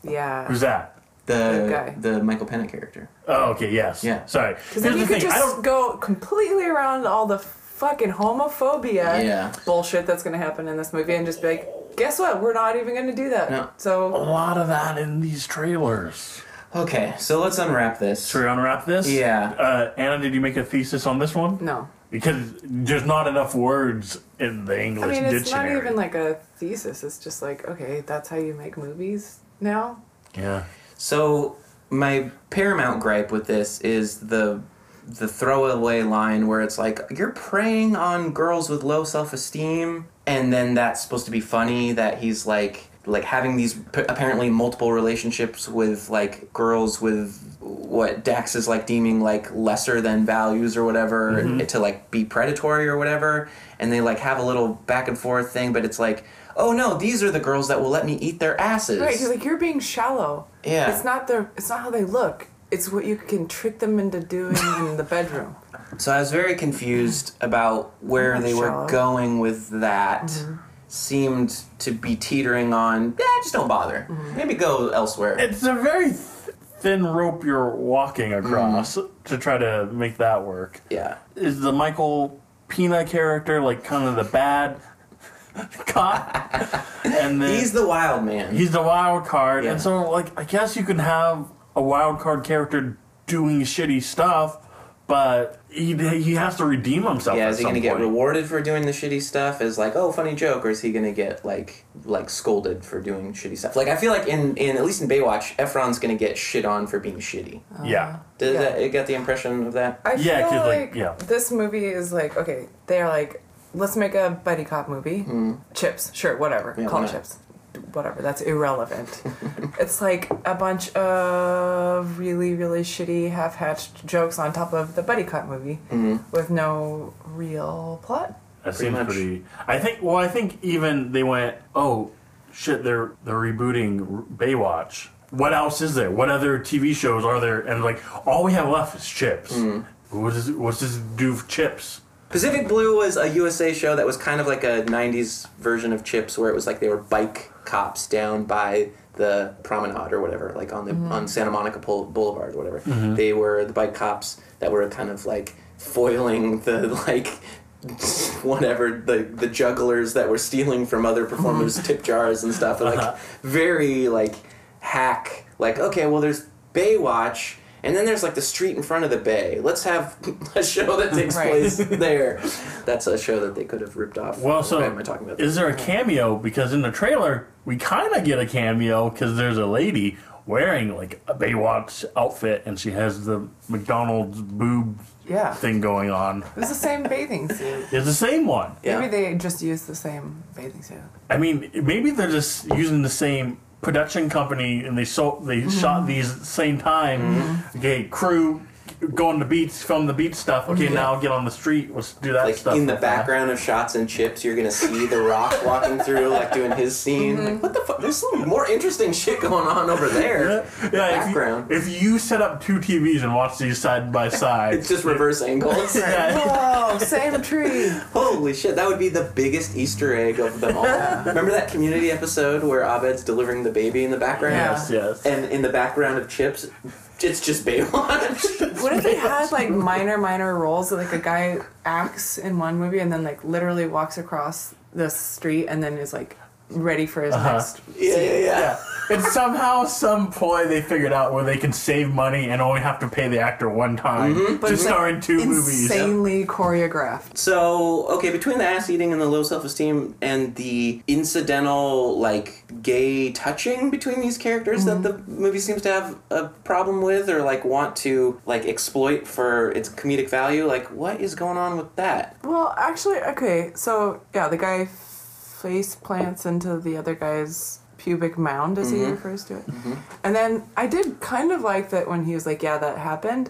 [SPEAKER 5] Yeah.
[SPEAKER 1] Who's that?
[SPEAKER 2] The
[SPEAKER 5] Good guy.
[SPEAKER 2] the Michael Pena character.
[SPEAKER 1] Oh, okay, yes.
[SPEAKER 2] Yeah.
[SPEAKER 1] Sorry.
[SPEAKER 5] Because
[SPEAKER 1] Here's
[SPEAKER 5] then
[SPEAKER 1] the
[SPEAKER 5] you could
[SPEAKER 1] thing. I
[SPEAKER 5] just
[SPEAKER 1] don't.
[SPEAKER 5] go completely around all the fucking homophobia
[SPEAKER 2] Yeah.
[SPEAKER 5] bullshit that's going to happen in this movie and just be like, guess what? We're not even going to do that.
[SPEAKER 2] No.
[SPEAKER 1] A
[SPEAKER 5] So,
[SPEAKER 1] lot of that in these trailers.
[SPEAKER 2] Okay, so let's unwrap this.
[SPEAKER 1] Should we unwrap this?
[SPEAKER 2] Yeah.
[SPEAKER 1] Uh, Anna, did you make a thesis on this one?
[SPEAKER 5] no.
[SPEAKER 1] Because there's not enough words in the
[SPEAKER 5] I
[SPEAKER 1] English
[SPEAKER 5] mean, it's
[SPEAKER 1] dictionary.
[SPEAKER 5] not even like a thesis. It's just like, okay, that's how you make movies now?
[SPEAKER 1] yeah.
[SPEAKER 2] So my paramount gripe with this is the the throwaway line where it's like you're preying on girls with low self-esteem and then that's supposed to be funny that he's like like having these p- apparently multiple relationships with like girls with what Dax is like deeming like lesser than values or whatever and to like be predatory or whatever and they like have a little back and forth thing but it's like oh no these are the girls that will let me eat their asses
[SPEAKER 5] Right, 'cause, like you're being shallow.
[SPEAKER 2] Yeah.
[SPEAKER 5] It's not their. It's not how they look. It's what you can trick them into doing in the bedroom.
[SPEAKER 2] So I was very confused about where they were
[SPEAKER 5] Shallow. Mm-hmm.
[SPEAKER 2] going with that. Seemed to be teetering on, yeah, just don't bother.
[SPEAKER 5] Mm-hmm.
[SPEAKER 2] Maybe go elsewhere.
[SPEAKER 1] It's a very th- thin rope you're walking across
[SPEAKER 2] Mm-hmm.
[SPEAKER 1] to try to make that work.
[SPEAKER 2] yeah.
[SPEAKER 1] Is the Michael Pena character like kind of the bad <laughs> cop? and then
[SPEAKER 2] He's the wild man.
[SPEAKER 1] he's the wild card,
[SPEAKER 2] Yeah.
[SPEAKER 1] and so like I guess you can have a wild card character doing shitty stuff, but he he has to redeem himself.
[SPEAKER 2] yeah,
[SPEAKER 1] at
[SPEAKER 2] is he
[SPEAKER 1] some
[SPEAKER 2] gonna get
[SPEAKER 1] point.
[SPEAKER 2] rewarded for doing the shitty stuff? Is like, oh, funny joke, or is he gonna get like like scolded for doing shitty stuff? Like, I feel like in in at least in Baywatch, Efron's gonna get shit on for being shitty.
[SPEAKER 5] Uh-huh.
[SPEAKER 1] Yeah,
[SPEAKER 2] Did
[SPEAKER 5] Yeah.
[SPEAKER 2] that? You got the impression of that?
[SPEAKER 5] I
[SPEAKER 1] Yeah,
[SPEAKER 5] feel
[SPEAKER 1] 'cause, like,
[SPEAKER 5] like,
[SPEAKER 1] yeah.
[SPEAKER 5] this movie is like okay, they're like, let's make a buddy cop movie. Chips, sure, whatever.
[SPEAKER 2] Hmm. Yeah,
[SPEAKER 5] Call
[SPEAKER 2] why
[SPEAKER 5] it
[SPEAKER 2] not?
[SPEAKER 5] chips, whatever.
[SPEAKER 2] <laughs>
[SPEAKER 5] That's irrelevant. it's like a bunch of really, really shitty half-hatched jokes on top of the buddy cop movie
[SPEAKER 2] Hmm.
[SPEAKER 5] with no real plot.
[SPEAKER 1] that
[SPEAKER 2] Pretty
[SPEAKER 1] seems
[SPEAKER 2] much.
[SPEAKER 1] pretty. I think. Well, I think even they went. Oh shit! They're they're rebooting Baywatch. What else is there? What other TV shows are there? And like all we have left is Chips.
[SPEAKER 2] Mm-hmm.
[SPEAKER 1] What does what's this do for Chips?
[SPEAKER 2] Pacific Blue was a USA show that was kind of like a 90s version of Chips where it was like they were bike cops down by the promenade or whatever, like on the on Santa Monica Pol- Boulevard or whatever. They were the bike cops that were kind of like foiling the like <laughs> whatever the the jugglers that were stealing from other performers tip jars and stuff and like very like hack like okay, well there's Baywatch And then there's like the street in front of the bay. Let's have <laughs> a show that takes
[SPEAKER 5] Right.
[SPEAKER 2] place there. That's a show that they could have ripped off.
[SPEAKER 1] Well,
[SPEAKER 2] Why
[SPEAKER 1] so
[SPEAKER 2] am I talking about?
[SPEAKER 1] is there a cameo? Because in the trailer, we kind of get a cameo because there's a lady wearing like a Baywatch outfit and she has the McDonald's boob
[SPEAKER 5] Yeah.
[SPEAKER 1] thing going on.
[SPEAKER 5] It was the same bathing suit.
[SPEAKER 1] It's the same one.
[SPEAKER 2] Yeah.
[SPEAKER 5] Maybe they just used the same bathing suit.
[SPEAKER 1] I mean, maybe they're just using the same production company and they so they
[SPEAKER 2] Mm-hmm.
[SPEAKER 1] shot these at the same time. Okay, crew go on the beach, film the beach stuff. Okay, now get on the street. Let's do that
[SPEAKER 2] like
[SPEAKER 1] stuff.
[SPEAKER 2] in the
[SPEAKER 1] real fast.
[SPEAKER 2] background of shots and chips, you're gonna see The Rock walking through, like doing his scene. Like, what the fuck? There's some more interesting shit going on over there.
[SPEAKER 1] <laughs> Yeah,
[SPEAKER 2] the
[SPEAKER 1] yeah,
[SPEAKER 2] background.
[SPEAKER 1] If you, if you set up two TVs and watch these side
[SPEAKER 2] <laughs>
[SPEAKER 1] by side,
[SPEAKER 2] it's just reverse angles.
[SPEAKER 1] <laughs> yeah,
[SPEAKER 2] Oh,
[SPEAKER 5] Whoa, <laughs> same tree.
[SPEAKER 2] Holy shit, that would be the biggest Easter egg of them all. Remember that community episode where Abed's delivering the baby in the background?
[SPEAKER 5] Yeah.
[SPEAKER 1] yes, yes.
[SPEAKER 2] And in the background of chips, it's just Baywatch. <laughs>
[SPEAKER 5] What if they had like minor, minor roles? Like a guy acts in one movie and then like literally walks across the street and then is like ready for his next.
[SPEAKER 2] yeah, yeah, yeah.
[SPEAKER 1] yeah. And somehow, some ploy they figured out where they can save money and only have to pay the actor one time
[SPEAKER 2] Mm-hmm.
[SPEAKER 5] But
[SPEAKER 1] to
[SPEAKER 5] it's, like,
[SPEAKER 1] star in two movies.
[SPEAKER 5] Insanely choreographed.
[SPEAKER 2] So, okay, between the ass eating and the low self esteem and the incidental, like, gay touching between these characters
[SPEAKER 1] Mm-hmm.
[SPEAKER 2] that the movie seems to have a problem with or, like, want to, like, exploit for its comedic value, like, what is going on with that?
[SPEAKER 5] Well, actually, okay. So yeah, the guy face plants into the other guy's pubic mound, as
[SPEAKER 2] Mm-hmm.
[SPEAKER 5] he refers to it. And then I did kind of like that when he was like, "Yeah, that happened."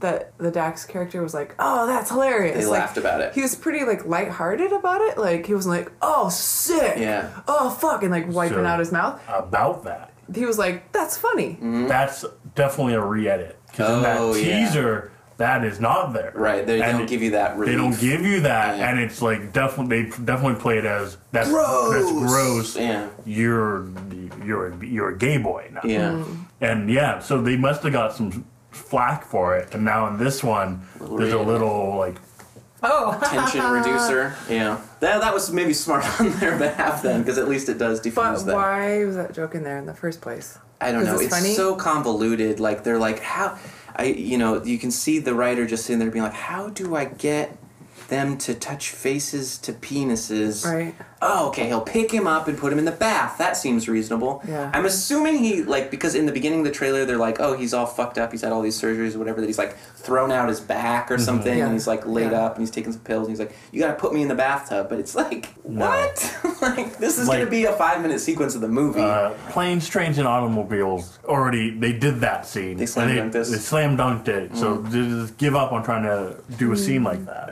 [SPEAKER 5] That the Dax character was like, "Oh, that's hilarious."
[SPEAKER 2] Mm-hmm. They
[SPEAKER 5] Like,
[SPEAKER 2] laughed about it.
[SPEAKER 5] He was pretty like lighthearted about it. Like he was like, "Oh, sick."
[SPEAKER 2] Yeah.
[SPEAKER 5] Oh, fuck, and like wiping
[SPEAKER 1] So-
[SPEAKER 5] out his mouth.
[SPEAKER 1] About that,
[SPEAKER 5] He was like, "That's funny."
[SPEAKER 2] Mm-hmm.
[SPEAKER 1] that's definitely a re-edit because in
[SPEAKER 2] Oh,
[SPEAKER 1] that
[SPEAKER 2] yeah.
[SPEAKER 1] teaser, that is not there.
[SPEAKER 2] Right, they
[SPEAKER 1] And
[SPEAKER 2] don't
[SPEAKER 1] it-
[SPEAKER 2] give you that relief.
[SPEAKER 1] They don't give you that,
[SPEAKER 2] Yeah.
[SPEAKER 1] and it's like definitely they definitely play it as that's that's
[SPEAKER 2] Gross!
[SPEAKER 1] gross.
[SPEAKER 2] Yeah.
[SPEAKER 1] You're you're a- you're a gay boy now.
[SPEAKER 2] Yeah.
[SPEAKER 1] And yeah, so they must have got some flack for it, and now in this one, there's a
[SPEAKER 2] Really?
[SPEAKER 1] little like
[SPEAKER 5] Oh,
[SPEAKER 2] Tension reducer. Yeah. That, that was maybe smart <laughs> on their behalf then, because at least it does
[SPEAKER 5] but
[SPEAKER 2] defuse that.
[SPEAKER 5] why was that joke in there in the first place?
[SPEAKER 2] I don't know.
[SPEAKER 5] 'Cause
[SPEAKER 2] It's,
[SPEAKER 5] it's funny?
[SPEAKER 2] so convoluted. Like they're like, how I you know, you can see the writer just sitting there being like, How do I get them to touch faces to penises?
[SPEAKER 5] Right.
[SPEAKER 2] Oh, okay, he'll pick him up and put him in the bath. That seems reasonable.
[SPEAKER 5] Yeah.
[SPEAKER 2] I'm assuming he like because in the beginning of the trailer they're like, Oh, he's all fucked up, he's had all these surgeries or whatever, that he's like thrown out his back
[SPEAKER 1] Mm-hmm.
[SPEAKER 2] or something
[SPEAKER 5] Yeah.
[SPEAKER 2] and he's like laid
[SPEAKER 5] Yeah.
[SPEAKER 2] up and he's taking some pills and he's like, You gotta put me in the bathtub but it's like what? <laughs> like this is gonna
[SPEAKER 1] Like-
[SPEAKER 2] be a five minute sequence of the movie.
[SPEAKER 1] uh, planes, trains, and automobiles. Already, they did that scene.
[SPEAKER 2] They slam
[SPEAKER 1] And
[SPEAKER 2] dunked this. Mm.
[SPEAKER 1] They slam dunked it. So just give up on trying to do a scene like that.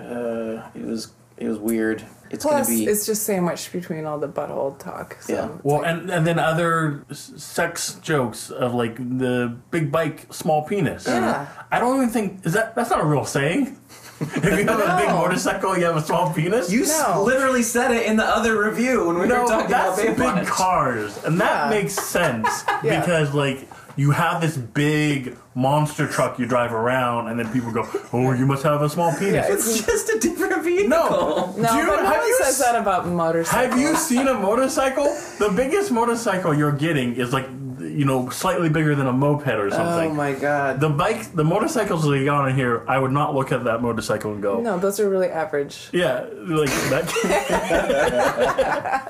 [SPEAKER 2] It was it was weird. It's
[SPEAKER 5] Plus,
[SPEAKER 2] gonna be
[SPEAKER 5] it's just sandwiched between all the butthole talk. So
[SPEAKER 2] Yeah.
[SPEAKER 5] it's
[SPEAKER 1] Well,
[SPEAKER 5] like-
[SPEAKER 1] and, and then other s- sex jokes of like the big bike, small penis.
[SPEAKER 5] Yeah.
[SPEAKER 1] I don't even think is that that's not a real saying. <laughs> if you have a big
[SPEAKER 5] No.
[SPEAKER 1] motorcycle, you have a small penis.
[SPEAKER 2] you s
[SPEAKER 5] No.
[SPEAKER 2] literally said it in the other review when we
[SPEAKER 1] <laughs> no,
[SPEAKER 2] were talking about
[SPEAKER 1] that's
[SPEAKER 2] Baywatch.
[SPEAKER 1] big cars, and that
[SPEAKER 5] Yeah.
[SPEAKER 1] makes sense
[SPEAKER 5] <laughs> Yeah.
[SPEAKER 1] because like. You have this big monster truck you drive around, and then people go, "Oh, you must have a small penis."
[SPEAKER 5] Yeah,
[SPEAKER 2] It's just a different vehicle.
[SPEAKER 1] No.
[SPEAKER 5] No,
[SPEAKER 1] Do you-
[SPEAKER 5] but no
[SPEAKER 1] have
[SPEAKER 5] one
[SPEAKER 1] you
[SPEAKER 5] says
[SPEAKER 1] s-
[SPEAKER 5] that about motorcycles.
[SPEAKER 1] Have you seen a motorcycle? The biggest motorcycle you're getting is like, you know, slightly bigger than a moped or something.
[SPEAKER 2] Oh my god.
[SPEAKER 1] The bike, the motorcycles that got on here, I would not look at that motorcycle and go,
[SPEAKER 5] No, those are really average.
[SPEAKER 1] yeah, like that.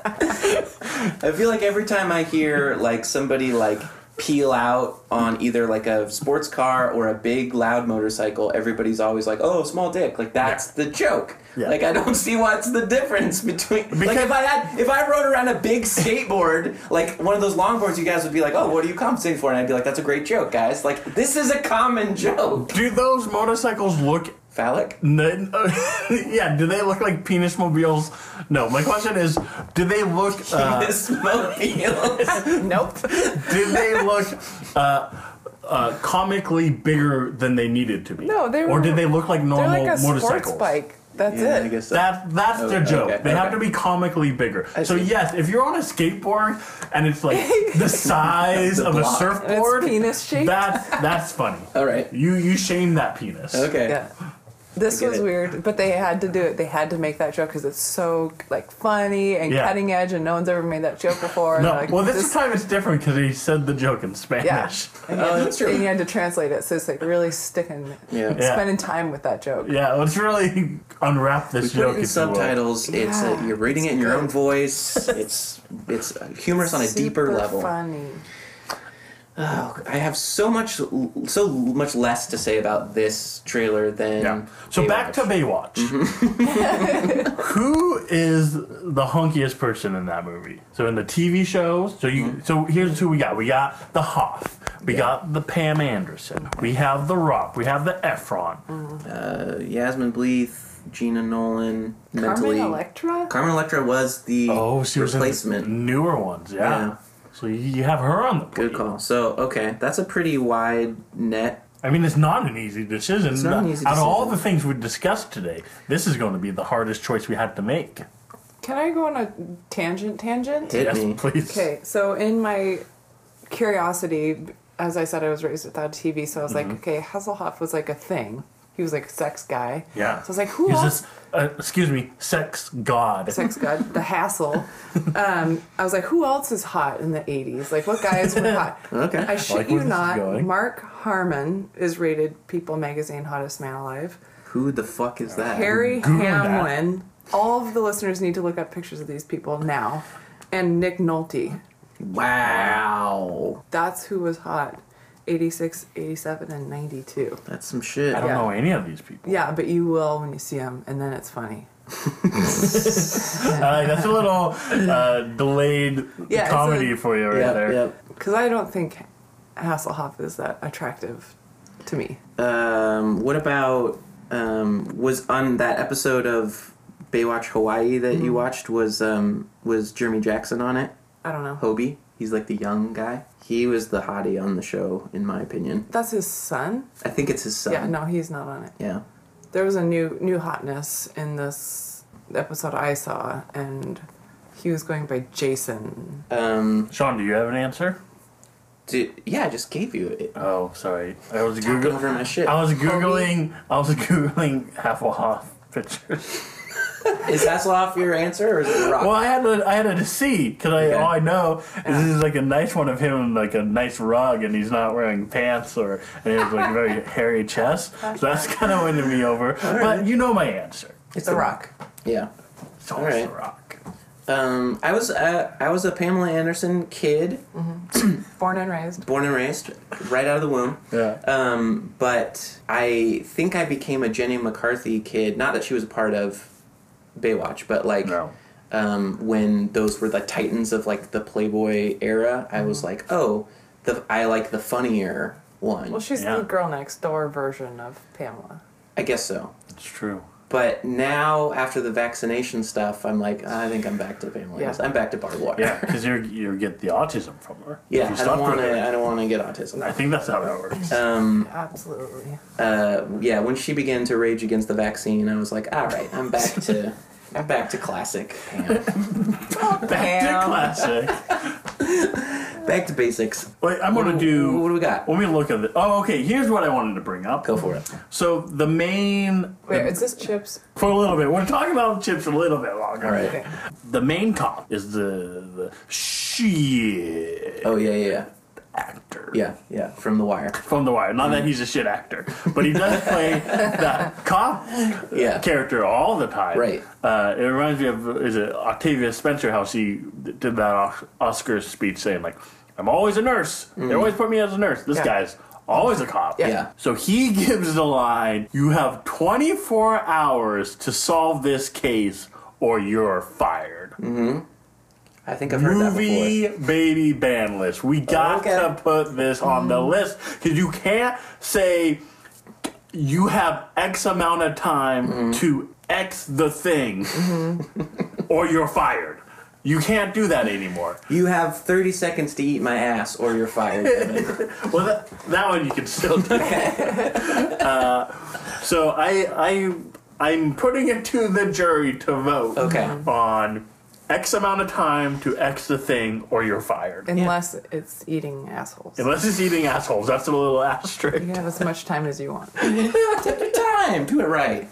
[SPEAKER 1] <laughs>
[SPEAKER 2] I feel like every time I hear like somebody like peel out on either like a sports car or a big loud motorcycle, everybody's always like, "Oh, small dick." Like that's the joke.
[SPEAKER 1] Yeah.
[SPEAKER 2] Like I don't <laughs> see what's the difference between like
[SPEAKER 1] Because-
[SPEAKER 2] if I had if I rode around a big skateboard, like one of those longboards, you guys would be like, "Oh, what are you compensating for?" And I'd be like, "That's a great joke, guys." Like this is a common joke.
[SPEAKER 1] do those motorcycles look?
[SPEAKER 2] Phallic.
[SPEAKER 1] n- <laughs> yeah, do they look like penis mobiles? No, my question is, do they look?
[SPEAKER 5] <laughs>
[SPEAKER 2] <laughs>
[SPEAKER 1] Uh,
[SPEAKER 2] This
[SPEAKER 1] <laughs>
[SPEAKER 2] mobile.
[SPEAKER 5] Nope.
[SPEAKER 1] did they look uh, uh, comically bigger than they needed to be?
[SPEAKER 5] No, they
[SPEAKER 1] Or
[SPEAKER 5] were-
[SPEAKER 1] did they look like
[SPEAKER 5] They're
[SPEAKER 1] normal
[SPEAKER 5] like a
[SPEAKER 1] motorcycles?
[SPEAKER 5] sports bike. That's it.
[SPEAKER 2] so.
[SPEAKER 1] That that's
[SPEAKER 2] Oh,
[SPEAKER 1] their joke.
[SPEAKER 2] okay,
[SPEAKER 1] they
[SPEAKER 2] okay.
[SPEAKER 1] have to be comically bigger. So
[SPEAKER 2] see.
[SPEAKER 1] yes, if you're on a skateboard and
[SPEAKER 2] <laughs>
[SPEAKER 1] it's like the size of a
[SPEAKER 2] block.
[SPEAKER 1] surfboard,
[SPEAKER 5] penis shaped.
[SPEAKER 1] That's that's funny.
[SPEAKER 2] All right.
[SPEAKER 1] You you shame that penis.
[SPEAKER 2] Okay.
[SPEAKER 5] yeah. This
[SPEAKER 2] I get
[SPEAKER 5] was
[SPEAKER 2] it.
[SPEAKER 5] weird, but they had to do it. They had to make that joke because it's so like funny and
[SPEAKER 1] Yeah.
[SPEAKER 5] cutting edge, and no one's ever made that joke before. and
[SPEAKER 1] No,
[SPEAKER 5] like,
[SPEAKER 1] well, this, time it's different because he said the joke in Spanish.
[SPEAKER 5] yeah, and you, had,
[SPEAKER 2] Oh, that's true.
[SPEAKER 5] and you had to translate it, so it's like really sticking,
[SPEAKER 2] Yeah.
[SPEAKER 1] Yeah.
[SPEAKER 5] spending time with that joke.
[SPEAKER 1] <laughs> Yeah, let's really unwrap this
[SPEAKER 2] We
[SPEAKER 1] joke.
[SPEAKER 2] put it in
[SPEAKER 1] if you will.
[SPEAKER 2] subtitles. It's uh
[SPEAKER 5] Yeah.
[SPEAKER 2] you're reading it in your own voice. It's it's uh, humorous on a deeper
[SPEAKER 5] Super
[SPEAKER 2] level.
[SPEAKER 5] Funny.
[SPEAKER 2] Oh, I have so much so much less to say about this trailer than.
[SPEAKER 1] Yeah. So back to
[SPEAKER 2] Baywatch. Mm-hmm.
[SPEAKER 1] Baywatch. Who is the hunkiest person in that movie? So in the TV shows, so you
[SPEAKER 2] Mm-hmm.
[SPEAKER 1] so here's who we got. We got the Hoff. We got the Pam Anderson. We have the Rock. We have the Efron.
[SPEAKER 2] uh, Yasmin Bleeth, Gina Nolan, mentally.
[SPEAKER 5] Carmen Electra.
[SPEAKER 2] Carmen Electra was the
[SPEAKER 1] Oh, she was in
[SPEAKER 2] replacement.
[SPEAKER 1] the newer ones. Yeah.
[SPEAKER 2] Yeah.
[SPEAKER 1] So you- you have her on the
[SPEAKER 2] Good
[SPEAKER 1] plate.
[SPEAKER 2] call. So okay, that's a pretty wide net.
[SPEAKER 1] I mean, it's not an easy decision.
[SPEAKER 2] It's not an easy
[SPEAKER 1] Out of all
[SPEAKER 2] decision.
[SPEAKER 1] the things we discussed today, this is going to be the hardest choice we had to make.
[SPEAKER 5] Can I go on a tangent? Tangent.
[SPEAKER 2] Hit
[SPEAKER 1] yes,
[SPEAKER 2] me.
[SPEAKER 1] please.
[SPEAKER 5] Okay, so in my curiosity, as I said, I was raised without TV, so I was
[SPEAKER 1] Mm-hmm.
[SPEAKER 5] like, okay, Hasselhoff was like a thing. He was like a sex guy.
[SPEAKER 1] Yeah.
[SPEAKER 5] So I was like, who
[SPEAKER 1] He's
[SPEAKER 5] else?
[SPEAKER 1] this, uh, excuse me, sex god.
[SPEAKER 5] Sex god,
[SPEAKER 1] <laughs>
[SPEAKER 5] the hassle. Um, I was like, who else is hot in the 80s? Like, what guys were
[SPEAKER 1] <laughs>
[SPEAKER 5] hot?
[SPEAKER 2] Okay.
[SPEAKER 5] I shit
[SPEAKER 1] like where
[SPEAKER 5] you
[SPEAKER 1] this is
[SPEAKER 5] not.
[SPEAKER 1] going.
[SPEAKER 5] Mark Harmon is rated People Magazine Hottest Man Alive.
[SPEAKER 2] Who the fuck is that?
[SPEAKER 5] Harry
[SPEAKER 1] Google that.
[SPEAKER 5] Hamlin. All of the listeners need to look up pictures of these people now. And Nick Nolte.
[SPEAKER 2] Wow,
[SPEAKER 5] That's who was hot 86, 87, and 92.
[SPEAKER 2] that's some shit.
[SPEAKER 1] I don't
[SPEAKER 5] Yeah.
[SPEAKER 1] know any of these people.
[SPEAKER 5] Yeah, but you will when you see them, and then it's funny.
[SPEAKER 1] Uh, that's a
[SPEAKER 5] <laughs>
[SPEAKER 1] little uh, delayed
[SPEAKER 5] Yeah, it's
[SPEAKER 1] comedy
[SPEAKER 5] a-
[SPEAKER 1] for you right
[SPEAKER 2] Yep,
[SPEAKER 1] there.
[SPEAKER 2] yep.
[SPEAKER 5] Because I don't think Hasselhoff is that attractive to me.
[SPEAKER 2] Um, what about um, was on that episode of Baywatch Hawaii that
[SPEAKER 5] Mm-hmm.
[SPEAKER 2] you watched was um, was Jeremy Jackson on it?
[SPEAKER 5] I don't know.
[SPEAKER 2] Hobie, he's like the young guy. He was the hottie on the show, in my opinion.
[SPEAKER 5] That's his son.
[SPEAKER 2] I think it's his son.
[SPEAKER 5] Yeah, no, he's not on it.
[SPEAKER 2] Yeah.
[SPEAKER 5] There was a new new hotness in this episode I saw, and he was going by Jason.
[SPEAKER 2] Um,
[SPEAKER 1] Sean, do you have an answer?
[SPEAKER 2] d yeah, I just gave you it.
[SPEAKER 1] Oh, sorry. I was
[SPEAKER 2] Talking over
[SPEAKER 1] googling.
[SPEAKER 2] my
[SPEAKER 5] <laughs>
[SPEAKER 2] shit.
[SPEAKER 1] I was googling. I was <laughs> googling Hasselhoff
[SPEAKER 5] <laughs>
[SPEAKER 1] pictures.
[SPEAKER 2] Is Hasselhoff your answer or is it Rock?
[SPEAKER 1] Well, I had to, I had to see because I
[SPEAKER 2] Okay.
[SPEAKER 1] all I know is this is like a nice one of him in like a nice rug and he's not wearing pants or and he has like a
[SPEAKER 5] <laughs>
[SPEAKER 1] very hairy chest. So that's kind of winning me over. But you know my answer.
[SPEAKER 2] it's
[SPEAKER 5] The Rock.
[SPEAKER 2] Yeah.
[SPEAKER 1] It's always
[SPEAKER 2] right.
[SPEAKER 1] the Rock.
[SPEAKER 2] Um, I was uh, I was a Pamela Anderson kid,
[SPEAKER 5] Born and raised.
[SPEAKER 2] born and raised, right out of the womb.
[SPEAKER 1] Yeah.
[SPEAKER 2] Um, but I think I became a Jenny McCarthy kid. Not that she was a part of Baywatch, but like
[SPEAKER 1] No.
[SPEAKER 2] um, when those were the titans of like the Playboy era, I
[SPEAKER 1] Mm-hmm.
[SPEAKER 2] was like, oh, the I like the funnier one.
[SPEAKER 5] Well, she's
[SPEAKER 1] Yeah.
[SPEAKER 5] the girl next door version of Pamela.
[SPEAKER 2] I guess so.
[SPEAKER 1] It's true.
[SPEAKER 2] But now after the vaccination stuff, I'm like, I think I'm back to Pamela.
[SPEAKER 5] Yeah.
[SPEAKER 2] Anderson. I'm back to barbed wire. <laughs>
[SPEAKER 1] <laughs> Yeah, because you you get the autism from her.
[SPEAKER 2] Yeah,
[SPEAKER 1] If you
[SPEAKER 2] I
[SPEAKER 1] stop
[SPEAKER 2] don't uh, want
[SPEAKER 1] her.
[SPEAKER 2] to. I don't want to get autism.
[SPEAKER 1] I think that's how that works.
[SPEAKER 5] Absolutely.
[SPEAKER 2] Uh, yeah, when she began to rage against the vaccine, I was like, all right, I'm back
[SPEAKER 1] <laughs>
[SPEAKER 2] to, I'm back to classic, Pam.
[SPEAKER 1] <laughs> Back to
[SPEAKER 5] Pam.
[SPEAKER 1] classic.
[SPEAKER 2] back to basics.
[SPEAKER 1] Wait, I'm gonna
[SPEAKER 2] What do-
[SPEAKER 1] do.
[SPEAKER 2] what do we got?
[SPEAKER 1] Let me look at it. Oh, okay. Here's what I wanted to bring up.
[SPEAKER 2] Go for it.
[SPEAKER 1] So the main
[SPEAKER 5] Wait, is this Chips?
[SPEAKER 1] for a little bit. We're talking about chips a little bit longer.
[SPEAKER 2] All right.
[SPEAKER 5] Okay.
[SPEAKER 1] The main cop is the, the shit
[SPEAKER 2] Oh yeah, yeah, yeah,
[SPEAKER 1] actor.
[SPEAKER 2] yeah, yeah. From The Wire.
[SPEAKER 1] From The Wire. Not
[SPEAKER 2] Mm.
[SPEAKER 1] that he's a shit actor, but he does play
[SPEAKER 2] <laughs>
[SPEAKER 1] that cop
[SPEAKER 2] Yeah.
[SPEAKER 1] character all the time.
[SPEAKER 2] Right.
[SPEAKER 1] Uh, it reminds me of is it Octavia Spencer how she did that Os- Oscar speech saying like, "I'm always a nurse. They always put me as a nurse. This
[SPEAKER 5] Yeah.
[SPEAKER 1] guy's always a cop."
[SPEAKER 2] Mm. Yeah.
[SPEAKER 1] So he <laughs> gives the line, "You have 24 hours to solve this case, or you're fired."
[SPEAKER 2] I think I've heard that
[SPEAKER 1] movie baby ban list. We got
[SPEAKER 2] Okay. Mm.
[SPEAKER 1] to put this on the list because you can't say you have X amount of time
[SPEAKER 2] Mm-hmm.
[SPEAKER 1] to X the thing <laughs> or you're fired. You can't do that anymore.
[SPEAKER 2] before. You have 30 seconds to eat my ass, or you're fired.
[SPEAKER 1] <laughs>
[SPEAKER 2] Evan.
[SPEAKER 1] Well, that, that one you can
[SPEAKER 2] <laughs>
[SPEAKER 1] still do. uh, so I I I'm putting it to the jury to vote
[SPEAKER 2] Okay.
[SPEAKER 1] on X amount of time to X the thing, or you're fired.
[SPEAKER 5] Unless it's eating assholes. You
[SPEAKER 1] Unless it's eating assholes. That's a little
[SPEAKER 2] <laughs>
[SPEAKER 1] asterisk.
[SPEAKER 5] can have as much time as you want.
[SPEAKER 1] <laughs>
[SPEAKER 2] Take your time. Do it right.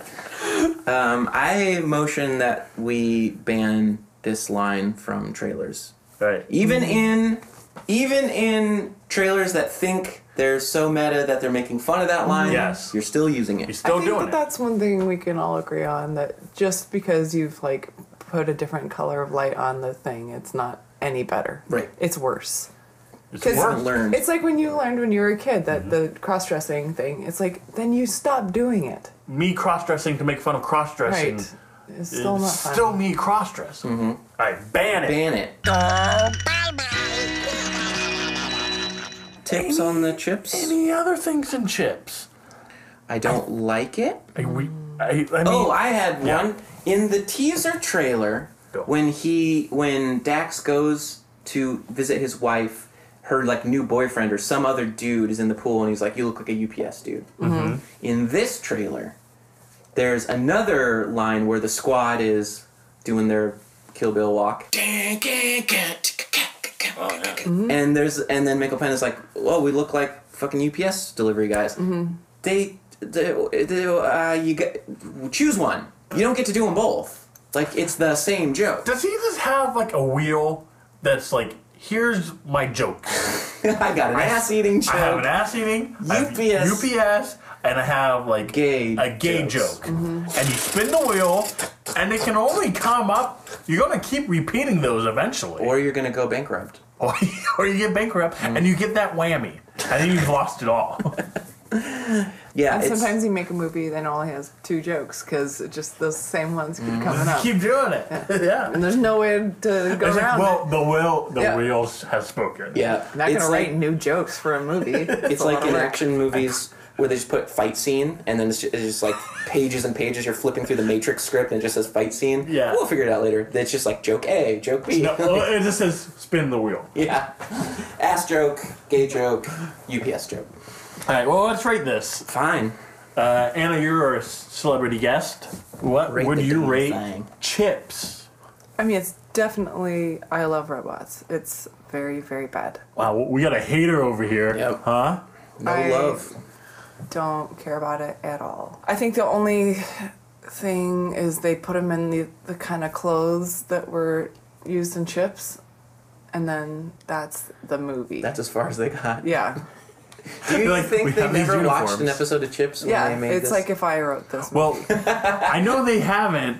[SPEAKER 2] Um, I motion that we ban this line from trailers.
[SPEAKER 1] Right.
[SPEAKER 2] Even in even in trailers that think they're so meta that they're making fun of that line,
[SPEAKER 1] Yes.
[SPEAKER 2] you're still using it.
[SPEAKER 1] You're still
[SPEAKER 5] I think
[SPEAKER 1] doing
[SPEAKER 5] that
[SPEAKER 1] it.
[SPEAKER 5] that's one thing we can all agree on that just because you've like put a different color of light on the thing, it's not any better.
[SPEAKER 2] Right.
[SPEAKER 5] It's worse.
[SPEAKER 1] It's
[SPEAKER 5] 'Cause
[SPEAKER 1] work.
[SPEAKER 2] Learned.
[SPEAKER 5] It's like when you learned when you were a kid that
[SPEAKER 1] Mm-hmm.
[SPEAKER 5] the cross dressing thing, it's like then you stop doing it.
[SPEAKER 1] Me cross dressing to make fun of cross dressing.
[SPEAKER 5] Right. It's still not
[SPEAKER 1] it's
[SPEAKER 5] fun.
[SPEAKER 1] still me cross dressing. I ban it.
[SPEAKER 2] Mm-hmm. ban it. Tips on the chips.
[SPEAKER 1] Any other things in chips?
[SPEAKER 2] I don't like it.
[SPEAKER 1] Like we, I, I mean,
[SPEAKER 2] Oh, I had
[SPEAKER 1] Yeah.
[SPEAKER 2] one in the teaser trailer
[SPEAKER 1] Go.
[SPEAKER 2] when he when Dax goes to visit his wife. Her like new boyfriend or some other dude is in the pool and he's like, "You look like a UPS dude." Mm-hmm. In this trailer, there's another line where the squad is doing their Kill Bill walk, and there's and then Michael Penn is like, "Oh, we look like fucking UPS delivery guys."
[SPEAKER 5] Mm-hmm.
[SPEAKER 2] They, they, they uh, you get choose one. You don't get to do them both. Like it's the same joke. <laughs>
[SPEAKER 1] does he just have like a wheel that's like, here's my jokes.
[SPEAKER 2] I got an ass eating
[SPEAKER 1] I have
[SPEAKER 2] joke.
[SPEAKER 1] an ass eating, I have
[SPEAKER 2] UPS.
[SPEAKER 1] UPS, and I have like
[SPEAKER 2] Gay
[SPEAKER 1] a gay
[SPEAKER 2] jokes.
[SPEAKER 1] joke.
[SPEAKER 5] Mm-hmm.
[SPEAKER 1] And you spin the wheel, and it can only come up. You're gonna keep repeating those eventually,
[SPEAKER 2] or you're gonna go bankrupt.
[SPEAKER 1] <laughs> or, or you get bankrupt,
[SPEAKER 2] Mm.
[SPEAKER 1] and you get that whammy, and then you've lost it
[SPEAKER 2] <laughs>
[SPEAKER 1] all.
[SPEAKER 2] Yeah,
[SPEAKER 5] And
[SPEAKER 2] it's,
[SPEAKER 5] sometimes you make a movie that only has two jokes because just those same ones
[SPEAKER 1] <laughs>
[SPEAKER 5] keep coming up.
[SPEAKER 1] Mm-hmm. keep
[SPEAKER 2] <laughs>
[SPEAKER 1] doing it. Yeah.
[SPEAKER 5] and there's no
[SPEAKER 1] <laughs>
[SPEAKER 5] way to go
[SPEAKER 1] It's like,
[SPEAKER 5] around.
[SPEAKER 1] well, the will, the
[SPEAKER 5] Yeah.
[SPEAKER 1] wheels has spoken.
[SPEAKER 2] yeah.
[SPEAKER 5] it. Not
[SPEAKER 2] it's
[SPEAKER 5] gonna
[SPEAKER 2] like,
[SPEAKER 5] write new jokes for
[SPEAKER 2] <laughs>
[SPEAKER 5] a movie.
[SPEAKER 2] It's like in
[SPEAKER 1] <laughs>
[SPEAKER 2] action movies where they just put fight scene and then it's just, it's just like pages and pages. You're flipping through the Matrix script and it just says fight scene.
[SPEAKER 1] Yeah.
[SPEAKER 2] we'll figure it out later. It's just like joke A, joke B. <laughs>
[SPEAKER 1] No, well, it just says spin the wheel.
[SPEAKER 2] yeah, <laughs> ass joke, gay joke, UPS joke.
[SPEAKER 1] All right. Well, let's rate this.
[SPEAKER 2] Fine.
[SPEAKER 1] Uh, Anna, you're a celebrity guest. What
[SPEAKER 2] Rate
[SPEAKER 1] would
[SPEAKER 2] the
[SPEAKER 1] you
[SPEAKER 2] damn
[SPEAKER 1] rate
[SPEAKER 2] thing.
[SPEAKER 1] chips?
[SPEAKER 5] I mean, it's definitely I love robots. It's very very bad.
[SPEAKER 1] Wow, we got a hater over here.
[SPEAKER 2] Yep.
[SPEAKER 1] Huh?
[SPEAKER 2] No
[SPEAKER 5] I-
[SPEAKER 2] love.
[SPEAKER 5] Don't care about it at all. I think the only thing is they put them in the the kind of clothes that were used in chips, and then that's the movie.
[SPEAKER 2] That's as far as they got. <laughs>
[SPEAKER 5] yeah,
[SPEAKER 2] Do <laughs> you
[SPEAKER 1] Like, we
[SPEAKER 2] think they
[SPEAKER 1] have these
[SPEAKER 2] never watched an
[SPEAKER 1] uniforms.
[SPEAKER 2] episode of Chips when
[SPEAKER 5] yeah.
[SPEAKER 2] they made
[SPEAKER 5] It's
[SPEAKER 2] this?
[SPEAKER 5] like if I wrote
[SPEAKER 2] <laughs>
[SPEAKER 5] this.
[SPEAKER 1] Well, I know they haven't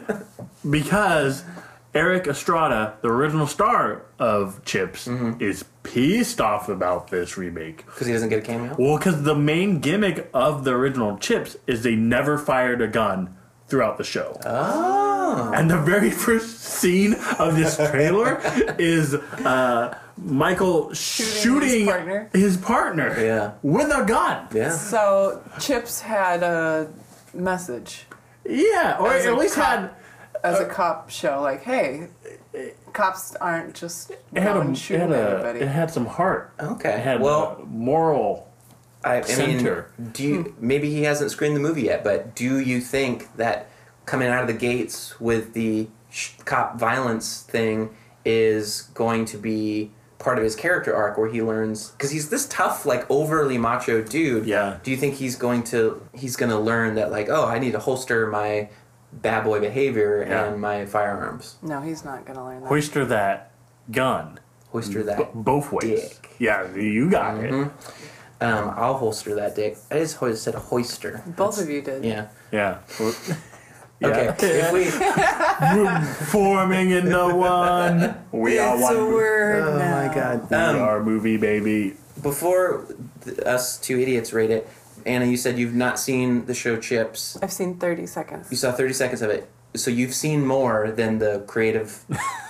[SPEAKER 1] because Eric Estrada, the original star of Chips,
[SPEAKER 2] Mm-hmm.
[SPEAKER 1] is pissed off about this remake.
[SPEAKER 2] because he doesn't get a cameo.
[SPEAKER 1] Well, because the main gimmick of the original Chips is they never fired a gun throughout the show. Oh.
[SPEAKER 2] Ah.
[SPEAKER 1] And the very <laughs> first scene of this
[SPEAKER 2] <laughs>
[SPEAKER 1] trailer is uh, Michael shooting,
[SPEAKER 5] his partner.
[SPEAKER 1] his partner
[SPEAKER 2] Yeah.
[SPEAKER 1] with a gun.
[SPEAKER 2] Yeah.
[SPEAKER 5] so chips had a message
[SPEAKER 1] Yeah, or
[SPEAKER 5] As a
[SPEAKER 1] at least
[SPEAKER 5] cop.
[SPEAKER 1] had
[SPEAKER 5] as a
[SPEAKER 1] Uh,
[SPEAKER 5] cop show. Like, hey, cops aren't just
[SPEAKER 1] it had,
[SPEAKER 5] going
[SPEAKER 1] a, it,
[SPEAKER 5] shooting
[SPEAKER 1] had a-
[SPEAKER 5] everybody.
[SPEAKER 1] it had some heart.
[SPEAKER 2] Okay.
[SPEAKER 1] It had
[SPEAKER 2] Oh. well,
[SPEAKER 1] uh, moral.
[SPEAKER 2] I, I mean,
[SPEAKER 1] center.
[SPEAKER 2] do you, maybe he hasn't screened the movie yet, but do you think that coming out of the gates with the sh- cop violence thing is going to be part of his character arc where he learns because he's this tough like overly macho dude
[SPEAKER 1] Yeah.
[SPEAKER 2] do you think he's going to he's going to learn that like oh i need to holster my bad boy behavior
[SPEAKER 1] Yeah.
[SPEAKER 2] and my firearms
[SPEAKER 5] no, he's not gonna learn that.
[SPEAKER 1] Hoister that gun
[SPEAKER 2] holster that
[SPEAKER 1] b- both ways.
[SPEAKER 2] Dick. Mm-hmm.
[SPEAKER 1] Yeah, you got it.
[SPEAKER 2] Um, I'll holster that dick. I just ho- said hoister.
[SPEAKER 5] Both of you did.
[SPEAKER 2] Yeah.
[SPEAKER 1] Yeah.
[SPEAKER 2] Okay. If we,
[SPEAKER 1] forming into one. We are
[SPEAKER 5] It's
[SPEAKER 1] one.
[SPEAKER 5] a word. Oh my
[SPEAKER 1] We are movie baby.
[SPEAKER 2] before th- us two idiots rate it, Anna, you said you've not seen the show Chips.
[SPEAKER 5] I've seen 30 seconds.
[SPEAKER 2] You saw 30 seconds of it. So you've seen more than the creative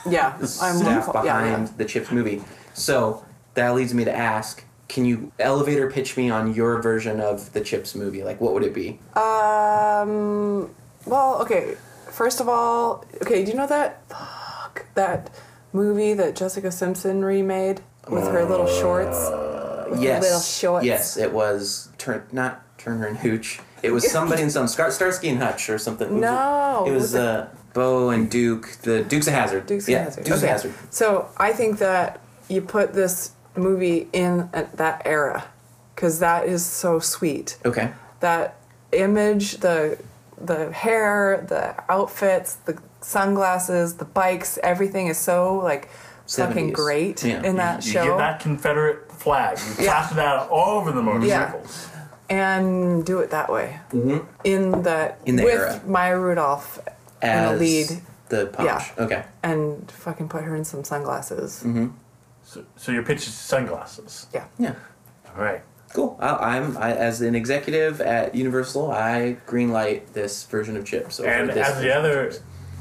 [SPEAKER 5] Yeah, <laughs> I'm
[SPEAKER 2] staff
[SPEAKER 5] yeah,
[SPEAKER 2] behind
[SPEAKER 5] yeah.
[SPEAKER 2] the Chips movie. So that leads me to ask, can you elevator pitch me on your version of the Chips movie? Like, what would it be?
[SPEAKER 5] Um. Well, okay. First of all, okay. Do you know that? Fuck that movie that Jessica Simpson remade with her little
[SPEAKER 1] Uh,
[SPEAKER 5] shorts.
[SPEAKER 2] yes.
[SPEAKER 5] little shorts.
[SPEAKER 2] Yes, it was turn not Turner and Hooch. It was somebody in some Scar- Starsky and Hutch or something. It was-
[SPEAKER 5] No,
[SPEAKER 2] it was
[SPEAKER 5] was it-
[SPEAKER 2] uh, Bo and Duke, the Dukes of Hazard.
[SPEAKER 5] Dukes of
[SPEAKER 2] yeah,
[SPEAKER 5] Hazzard.
[SPEAKER 2] Dukes
[SPEAKER 5] Okay.
[SPEAKER 2] of Hazard.
[SPEAKER 5] So I think that you put this movie in at that era because that is so sweet.
[SPEAKER 2] Okay.
[SPEAKER 5] That image, the the hair, the outfits, the sunglasses, the bikes, everything is so like fucking
[SPEAKER 2] 70s.
[SPEAKER 5] great
[SPEAKER 2] Yeah.
[SPEAKER 5] in that
[SPEAKER 1] You
[SPEAKER 5] show.
[SPEAKER 1] get that Confederate flag. You
[SPEAKER 5] Yeah.
[SPEAKER 1] plaster that all over the motorcycles.
[SPEAKER 5] and do it that way in that
[SPEAKER 2] Mm-hmm. In the
[SPEAKER 5] with
[SPEAKER 2] era.
[SPEAKER 5] Maya Rudolph
[SPEAKER 2] As
[SPEAKER 5] in the lead
[SPEAKER 2] The Punch.
[SPEAKER 5] Yeah.
[SPEAKER 2] Okay.
[SPEAKER 5] and fucking put her in some sunglasses.
[SPEAKER 2] Mm-hmm.
[SPEAKER 1] So, so your pitch is sunglasses.
[SPEAKER 5] Yeah.
[SPEAKER 2] Yeah.
[SPEAKER 1] All right.
[SPEAKER 2] Cool. I, I'm I, as an executive at Universal, I greenlight this version of Chips. over
[SPEAKER 1] And
[SPEAKER 2] this
[SPEAKER 1] as the
[SPEAKER 2] version.
[SPEAKER 1] other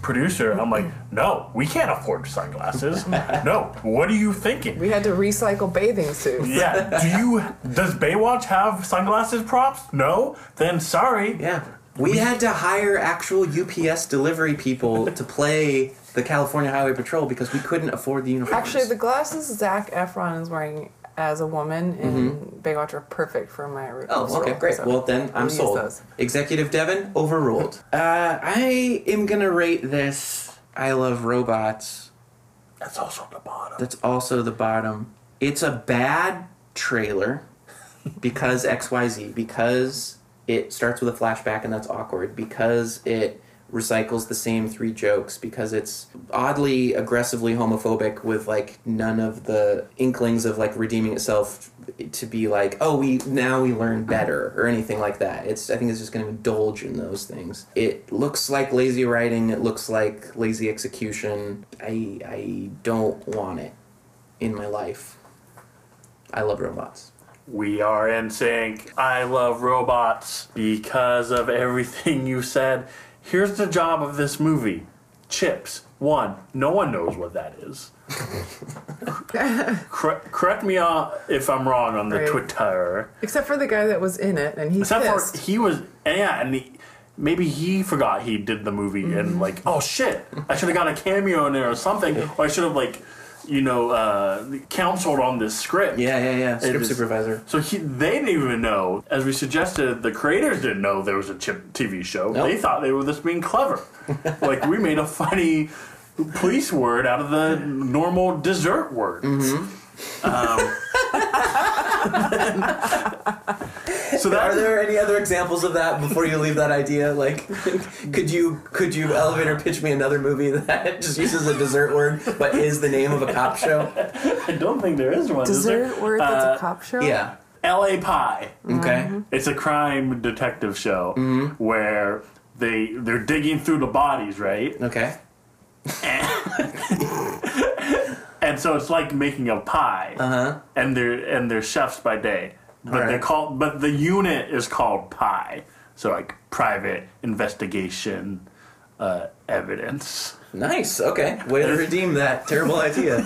[SPEAKER 1] producer, I'm like, no, we can't afford sunglasses. <laughs> no, what are you thinking?
[SPEAKER 5] We had to recycle bathing suits.
[SPEAKER 1] Yeah. Do you? Does Baywatch have sunglasses props? No. Then sorry.
[SPEAKER 2] Yeah. We had to hire actual UPS delivery people to play the California Highway Patrol because we couldn't afford the uniforms.
[SPEAKER 5] Actually, the glasses Zach Efron is wearing as a woman in Baywatch are perfect for my root.
[SPEAKER 2] Mm-hmm. Oh, okay, great. Well, then I'm
[SPEAKER 5] use
[SPEAKER 2] sold.
[SPEAKER 5] those.
[SPEAKER 2] Executive Devin, overruled. uh, I am going to rate this I Love Robots.
[SPEAKER 1] That's also the bottom.
[SPEAKER 2] That's also the bottom. It's a bad trailer because XYZ, because it starts with a flashback and that's awkward, because it recycles the same three jokes, because it's oddly aggressively homophobic with like none of the inklings of like redeeming itself to be like, oh, we now we learn better or anything like that. It's I think it's just going to indulge in those things. It looks like lazy writing, it looks like lazy execution. I I don't want it in my life. I love robots.
[SPEAKER 1] We are in sync. I love robots because of everything you said. Here's the job of this movie Chips. One, no one knows what that
[SPEAKER 5] <laughs>
[SPEAKER 1] is. Cor- correct me uh, if I'm wrong on the
[SPEAKER 5] Right.
[SPEAKER 1] Twitter.
[SPEAKER 5] except for the guy that was in it, and he
[SPEAKER 1] Except
[SPEAKER 5] pissed.
[SPEAKER 1] for he was, and yeah, and he, maybe he forgot he did the movie
[SPEAKER 5] Mm-hmm.
[SPEAKER 1] and like, oh shit, I should have got a cameo in there or something, or I should have like, you know, uh, counseled on this script.
[SPEAKER 2] Yeah, yeah, yeah. Script
[SPEAKER 1] is-
[SPEAKER 2] supervisor.
[SPEAKER 1] So he, they didn't even know, as we suggested, the creators didn't know there was a chip TV show.
[SPEAKER 2] Nope.
[SPEAKER 1] They thought they were just being clever. like, we made a funny police word out of the normal dessert words. Um, <laughs> so
[SPEAKER 2] Are
[SPEAKER 1] that,
[SPEAKER 2] there any other examples of that before you leave that idea? <laughs> Like, could you could you elevator pitch me another movie <laughs> that just uses a dessert word but is the name of a cop show?
[SPEAKER 1] I don't think there is one. is there? Uh,
[SPEAKER 5] Dessert word that's a cop show.
[SPEAKER 2] Yeah.
[SPEAKER 1] L.A. Pie.
[SPEAKER 2] Okay.
[SPEAKER 1] It's a crime detective show where they they're digging through the bodies, right?
[SPEAKER 2] Okay.
[SPEAKER 1] And so it's like making a pie. Uh-huh. And they're and they're chefs by day. But they're
[SPEAKER 2] Alright.
[SPEAKER 1] called but the unit is called pie. So like private investigation uh, evidence.
[SPEAKER 2] Nice. Okay. Way to redeem that terrible idea.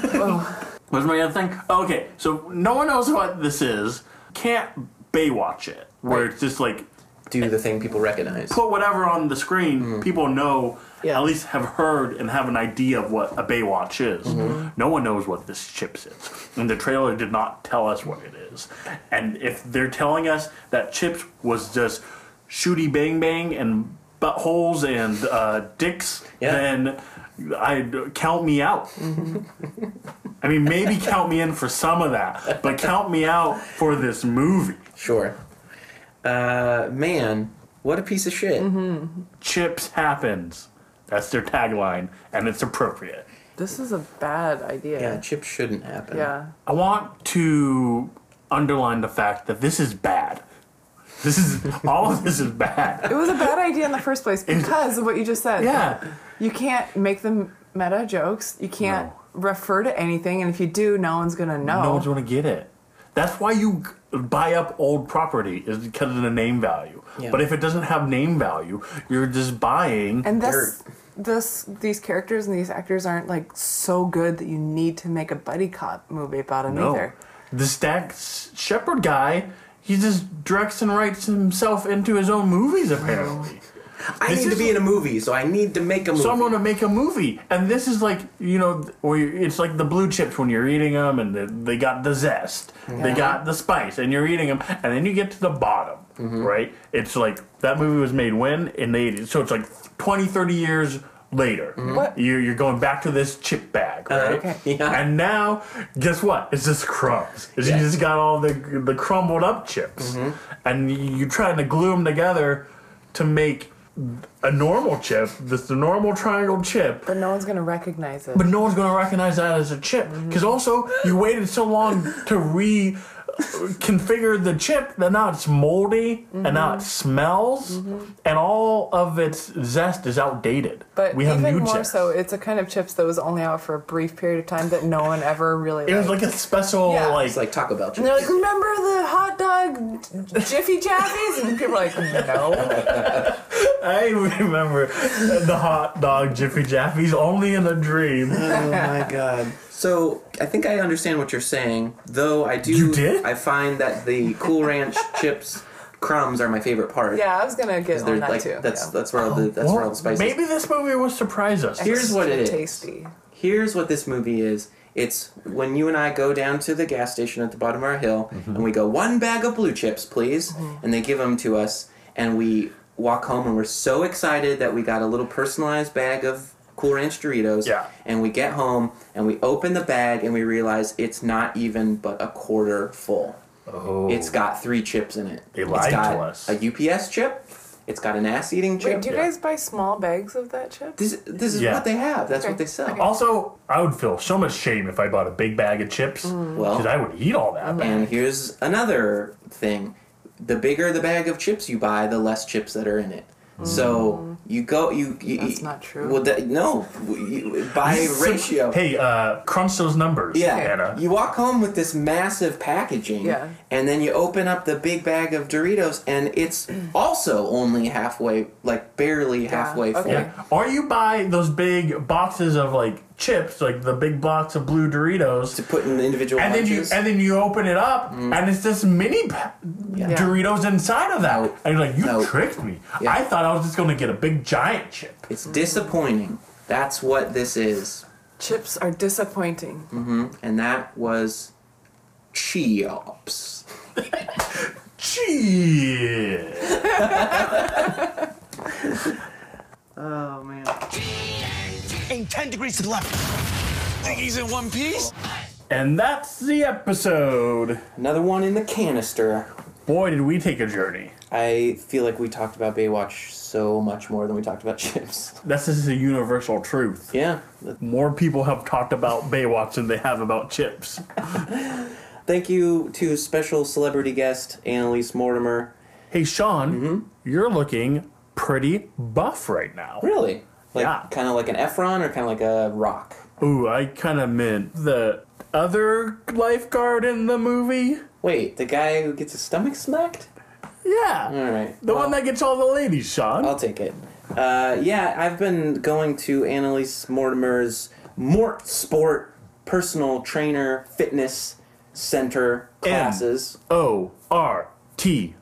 [SPEAKER 1] What's my other thing? Oh, Okay, so no one knows what this is. Can't Baywatch it. Where it's just like
[SPEAKER 2] Do the thing people recognize.
[SPEAKER 1] put whatever on the screen, people know, at least have heard and have an idea of what a Baywatch is. No one knows what this chips is. And the trailer did not tell us what it is. And if they're telling us that chips was just shooty bang bang and buttholes and uh, dicks,
[SPEAKER 2] Yeah.
[SPEAKER 1] then I count me out. I mean, maybe count me in for some of that, but count me out for this movie.
[SPEAKER 2] Sure. Uh, man, what a piece of shit.
[SPEAKER 1] Chips happens. That's their tagline, and it's appropriate.
[SPEAKER 5] This is a bad idea.
[SPEAKER 2] Yeah, chips shouldn't happen.
[SPEAKER 5] Yeah.
[SPEAKER 1] I want to underline the fact that this is bad. This is <laughs> all of this is bad.
[SPEAKER 5] <laughs> It was a bad idea in the first
[SPEAKER 1] <laughs>
[SPEAKER 5] place because of what you just said.
[SPEAKER 1] Yeah,
[SPEAKER 5] You can't make them meta jokes. You can't refer to anything, and if you do, no one's gonna know.
[SPEAKER 1] no one's gonna get it. That's why you buy up old property is because of the name value.
[SPEAKER 2] Yeah.
[SPEAKER 1] But if it doesn't have name value, you're just buying.
[SPEAKER 5] and this, this, these characters and these actors aren't like so good that you need to make a buddy cop movie about them
[SPEAKER 1] no,
[SPEAKER 5] either.
[SPEAKER 1] the Stax Shepherd guy, he just directs and writes himself into his own movies apparently.
[SPEAKER 2] I
[SPEAKER 1] This
[SPEAKER 2] need to
[SPEAKER 1] is-
[SPEAKER 2] be in a movie, so I need to make a movie.
[SPEAKER 1] So I'm gonna make a movie, and this is like you know, th- where you- it's like the blue chips when you're eating them, and the, they got the zest, they got the spice, and you're eating them, and then you get to the bottom,
[SPEAKER 2] Mm-hmm.
[SPEAKER 1] right? It's like that movie was made when in the 80s, so it's like 20, 30 years later.
[SPEAKER 2] Mm-hmm.
[SPEAKER 5] What?
[SPEAKER 1] You're, you're going back to this chip bag, right?
[SPEAKER 2] okay. <laughs> Yeah.
[SPEAKER 1] <laughs> And now, guess what? It's just crumbs. It's- You just got all the the crumbled up chips,
[SPEAKER 5] Mm-hmm.
[SPEAKER 1] and you- you're trying to glue them together to make a normal chip. This the normal triangle chip.
[SPEAKER 5] But no one's gonna recognize it.
[SPEAKER 1] But no one's gonna recognize that as a chip
[SPEAKER 5] Mm-hmm.
[SPEAKER 1] because also you waited so long to re configure the chip that now it's moldy and
[SPEAKER 5] Mm-hmm.
[SPEAKER 1] now it smells and all of its zest is outdated.
[SPEAKER 5] But
[SPEAKER 1] we have
[SPEAKER 5] even
[SPEAKER 1] new
[SPEAKER 5] more
[SPEAKER 1] chips.
[SPEAKER 5] so, it's a kind of chips that was only out for a brief period of time that no one ever really.
[SPEAKER 1] it was
[SPEAKER 5] liked.
[SPEAKER 1] like a special
[SPEAKER 5] Yeah.
[SPEAKER 1] like,
[SPEAKER 2] It's like Taco Bell.
[SPEAKER 5] And they're like, remember the hot dog Jiffy Jaffies? And people are like, no.
[SPEAKER 1] I remember the hot dog Jiffy Jaffy's only in a dream.
[SPEAKER 2] my god. So I think I understand what you're saying, though I do.
[SPEAKER 1] You did?
[SPEAKER 2] I find that the Cool Ranch chips crumbs are my favorite part.
[SPEAKER 5] Yeah, I was gonna get on
[SPEAKER 2] They're
[SPEAKER 5] that
[SPEAKER 2] like
[SPEAKER 5] too.
[SPEAKER 2] that's
[SPEAKER 5] yeah.
[SPEAKER 2] that's where all the that's where all the spices.
[SPEAKER 1] Maybe this movie will surprise us.
[SPEAKER 2] Here's what it is.
[SPEAKER 5] Tasty.
[SPEAKER 2] Here's what this movie is. It's when you and I go down to the gas station at the bottom of our hill
[SPEAKER 1] Mm-hmm.
[SPEAKER 2] and we go one bag of blue chips, please,
[SPEAKER 5] Mm-hmm.
[SPEAKER 2] and they give them to us, and we walk home and we're so excited that we got a little personalized bag of Cool Ranch Doritos.
[SPEAKER 1] Yeah.
[SPEAKER 2] And we get home and we open the bag and we realize it's not even but a quarter full. Oh. It's got three chips in it.
[SPEAKER 1] They
[SPEAKER 2] It's
[SPEAKER 1] lied to
[SPEAKER 2] got
[SPEAKER 1] us.
[SPEAKER 2] A UPS chip. It's got an ass-eating chip.
[SPEAKER 5] Wait, do you
[SPEAKER 1] Yeah.
[SPEAKER 5] guys buy small bags of that chip?
[SPEAKER 2] this, this is
[SPEAKER 1] Yeah.
[SPEAKER 2] what they have. That's
[SPEAKER 5] Okay.
[SPEAKER 2] what they sell.
[SPEAKER 5] Okay.
[SPEAKER 1] Also, I would feel so much shame if I bought a big bag of chips because
[SPEAKER 2] Well,
[SPEAKER 1] I would eat all that.
[SPEAKER 2] And here's another thing: the bigger the bag of chips you buy, the less chips that are in it. So you go, you, you
[SPEAKER 5] Mm. That's
[SPEAKER 2] you-
[SPEAKER 5] not true.
[SPEAKER 2] Well, that, no, you, by ratio.
[SPEAKER 1] Hey, uh, crunch those numbers,
[SPEAKER 2] Yeah,
[SPEAKER 1] Anna.
[SPEAKER 2] you walk home with this massive packaging,
[SPEAKER 5] Yeah.
[SPEAKER 2] and then you open up the big bag of Doritos, and
[SPEAKER 5] <clears throat>
[SPEAKER 2] it's also only halfway, like barely halfway
[SPEAKER 5] okay.
[SPEAKER 2] full.
[SPEAKER 1] Yeah. Or you buy those big boxes of like chips, like the big box of blue Doritos,
[SPEAKER 2] To put in the individual
[SPEAKER 1] and then you
[SPEAKER 2] lunches.
[SPEAKER 1] and then you open it up,
[SPEAKER 2] Mm.
[SPEAKER 1] and it's this mini pa-
[SPEAKER 5] Yeah.
[SPEAKER 1] Doritos inside of that,
[SPEAKER 2] Nope.
[SPEAKER 1] and you're like, you
[SPEAKER 2] Nope.
[SPEAKER 1] tricked me.
[SPEAKER 2] Yeah.
[SPEAKER 1] I thought I was just gonna get a big giant chip.
[SPEAKER 2] it's disappointing. That's what this is,
[SPEAKER 5] Chips are disappointing.
[SPEAKER 2] and that was Cheops.
[SPEAKER 1] <laughs> Cheers.
[SPEAKER 2] Oh man.
[SPEAKER 7] Aim 10 degrees to the left. Think he's in one piece?
[SPEAKER 1] And that's the episode.
[SPEAKER 2] Another one in the canister.
[SPEAKER 1] Boy, did we take a journey.
[SPEAKER 2] I feel like we talked about Baywatch so much more than we talked about <laughs> chips.
[SPEAKER 1] This is a universal truth.
[SPEAKER 2] Yeah.
[SPEAKER 1] More people have talked about Baywatch than they have about chips.
[SPEAKER 2] Thank you to special celebrity guest Annalise Mortimer.
[SPEAKER 1] Hey, Sean, you're looking pretty buff right now.
[SPEAKER 2] Really? Like
[SPEAKER 1] Yeah.
[SPEAKER 2] kind of like an Efron or kind of like a rock.
[SPEAKER 1] Ooh, I kind of meant the other lifeguard in the movie.
[SPEAKER 2] Wait, the guy who gets his stomach smacked?
[SPEAKER 1] Yeah.
[SPEAKER 2] All right.
[SPEAKER 1] The one that gets all the ladies, Sean.
[SPEAKER 2] I'll take it. Uh, yeah, I've been going to Annalise Mortimer's Mort Sport personal trainer fitness center classes.
[SPEAKER 1] O R T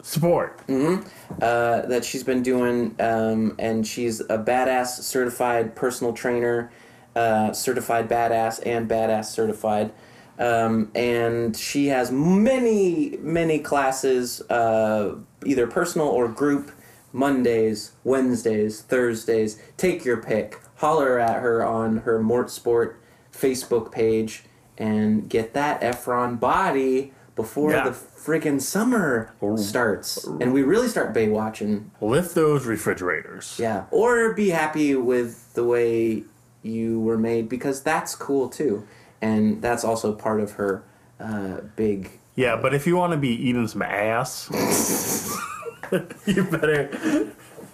[SPEAKER 1] Sport.
[SPEAKER 2] uh, that she's been doing, um, and she's a badass certified personal trainer, uh, certified badass, and badass certified. Um, and she has many, many classes, uh, either personal or group, Mondays, Wednesdays, Thursdays. Take your pick. Holler at her on her Mort Sport Facebook page and get that Efron body before
[SPEAKER 1] Yeah.
[SPEAKER 2] the friggin' summer starts and we really start Baywatching.
[SPEAKER 1] Lift those refrigerators.
[SPEAKER 2] Yeah. Or be happy with the way you were made because that's cool too. And that's also part of her uh, big.
[SPEAKER 1] Yeah, but if you want to be eating some ass, <laughs> you better.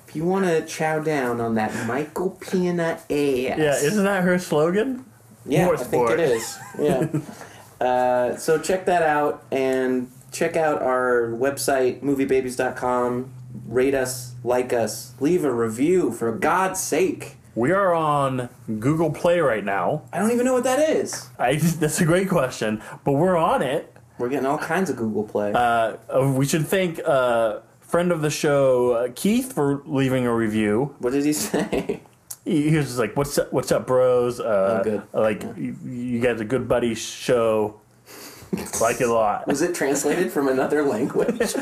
[SPEAKER 2] If you want to chow down on that Michael Pena ass.
[SPEAKER 1] Yeah, isn't that her slogan?
[SPEAKER 2] Yeah,
[SPEAKER 1] More
[SPEAKER 2] I think
[SPEAKER 1] sport.
[SPEAKER 2] it is. Yeah.
[SPEAKER 1] <laughs>
[SPEAKER 2] uh, so check that out and check out our website, moviebabies.com. Rate us, like us, leave a review for God's sake.
[SPEAKER 1] We are on Google Play right now.
[SPEAKER 2] I don't even know what that is.
[SPEAKER 1] I that's a great question, but we're on it.
[SPEAKER 2] We're getting all kinds of Google Play.
[SPEAKER 1] Uh, we should thank uh, friend of the show uh, Keith for leaving a review.
[SPEAKER 2] what did he <laughs> say?
[SPEAKER 1] He he was just like, "What's up, what's up, bros? Uh,
[SPEAKER 2] Oh, good.
[SPEAKER 1] Like, you, you guys a good buddy show.
[SPEAKER 2] <laughs>
[SPEAKER 1] like it a lot."
[SPEAKER 2] Was it translated from another language?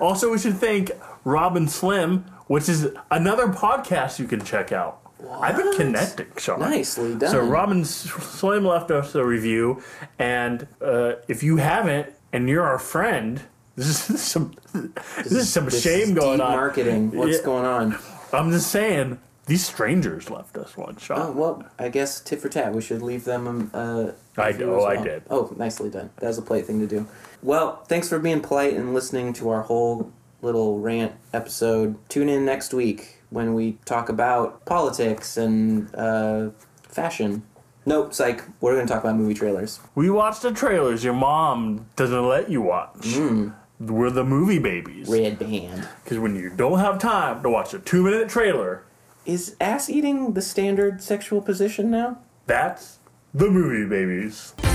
[SPEAKER 1] Also, we should thank Robin Slim, which is another podcast you can check out. I've been connecting, Sean.
[SPEAKER 2] Nicely done.
[SPEAKER 1] So Robin S- Slim left us a review, and uh, if you haven't, and you're our friend, <laughs> this is some this is some
[SPEAKER 2] This
[SPEAKER 1] <laughs> shame
[SPEAKER 2] is
[SPEAKER 1] going
[SPEAKER 2] deep
[SPEAKER 1] on.
[SPEAKER 2] Marketing. What's
[SPEAKER 1] Yeah.
[SPEAKER 2] going on?
[SPEAKER 1] I'm just saying, these strangers left us one, Sean.
[SPEAKER 2] Oh well, I guess tit for tat. We should leave them. um, Uh,
[SPEAKER 1] I-
[SPEAKER 2] review
[SPEAKER 1] oh,
[SPEAKER 2] as
[SPEAKER 1] I did.
[SPEAKER 2] Oh, nicely done. That was a polite thing to do. Well, thanks for being polite and listening to our whole little rant episode. Tune in next week when we talk about politics and uh, fashion. Nope, psych. We're going to talk about movie trailers.
[SPEAKER 1] We watched the trailers your mom doesn't let you watch.
[SPEAKER 2] Hmm.
[SPEAKER 1] We're the movie babies.
[SPEAKER 2] Red band.
[SPEAKER 1] Because when you don't have time to watch a two minute trailer,
[SPEAKER 2] Is ass eating the standard sexual position now?
[SPEAKER 1] that's the movie babies.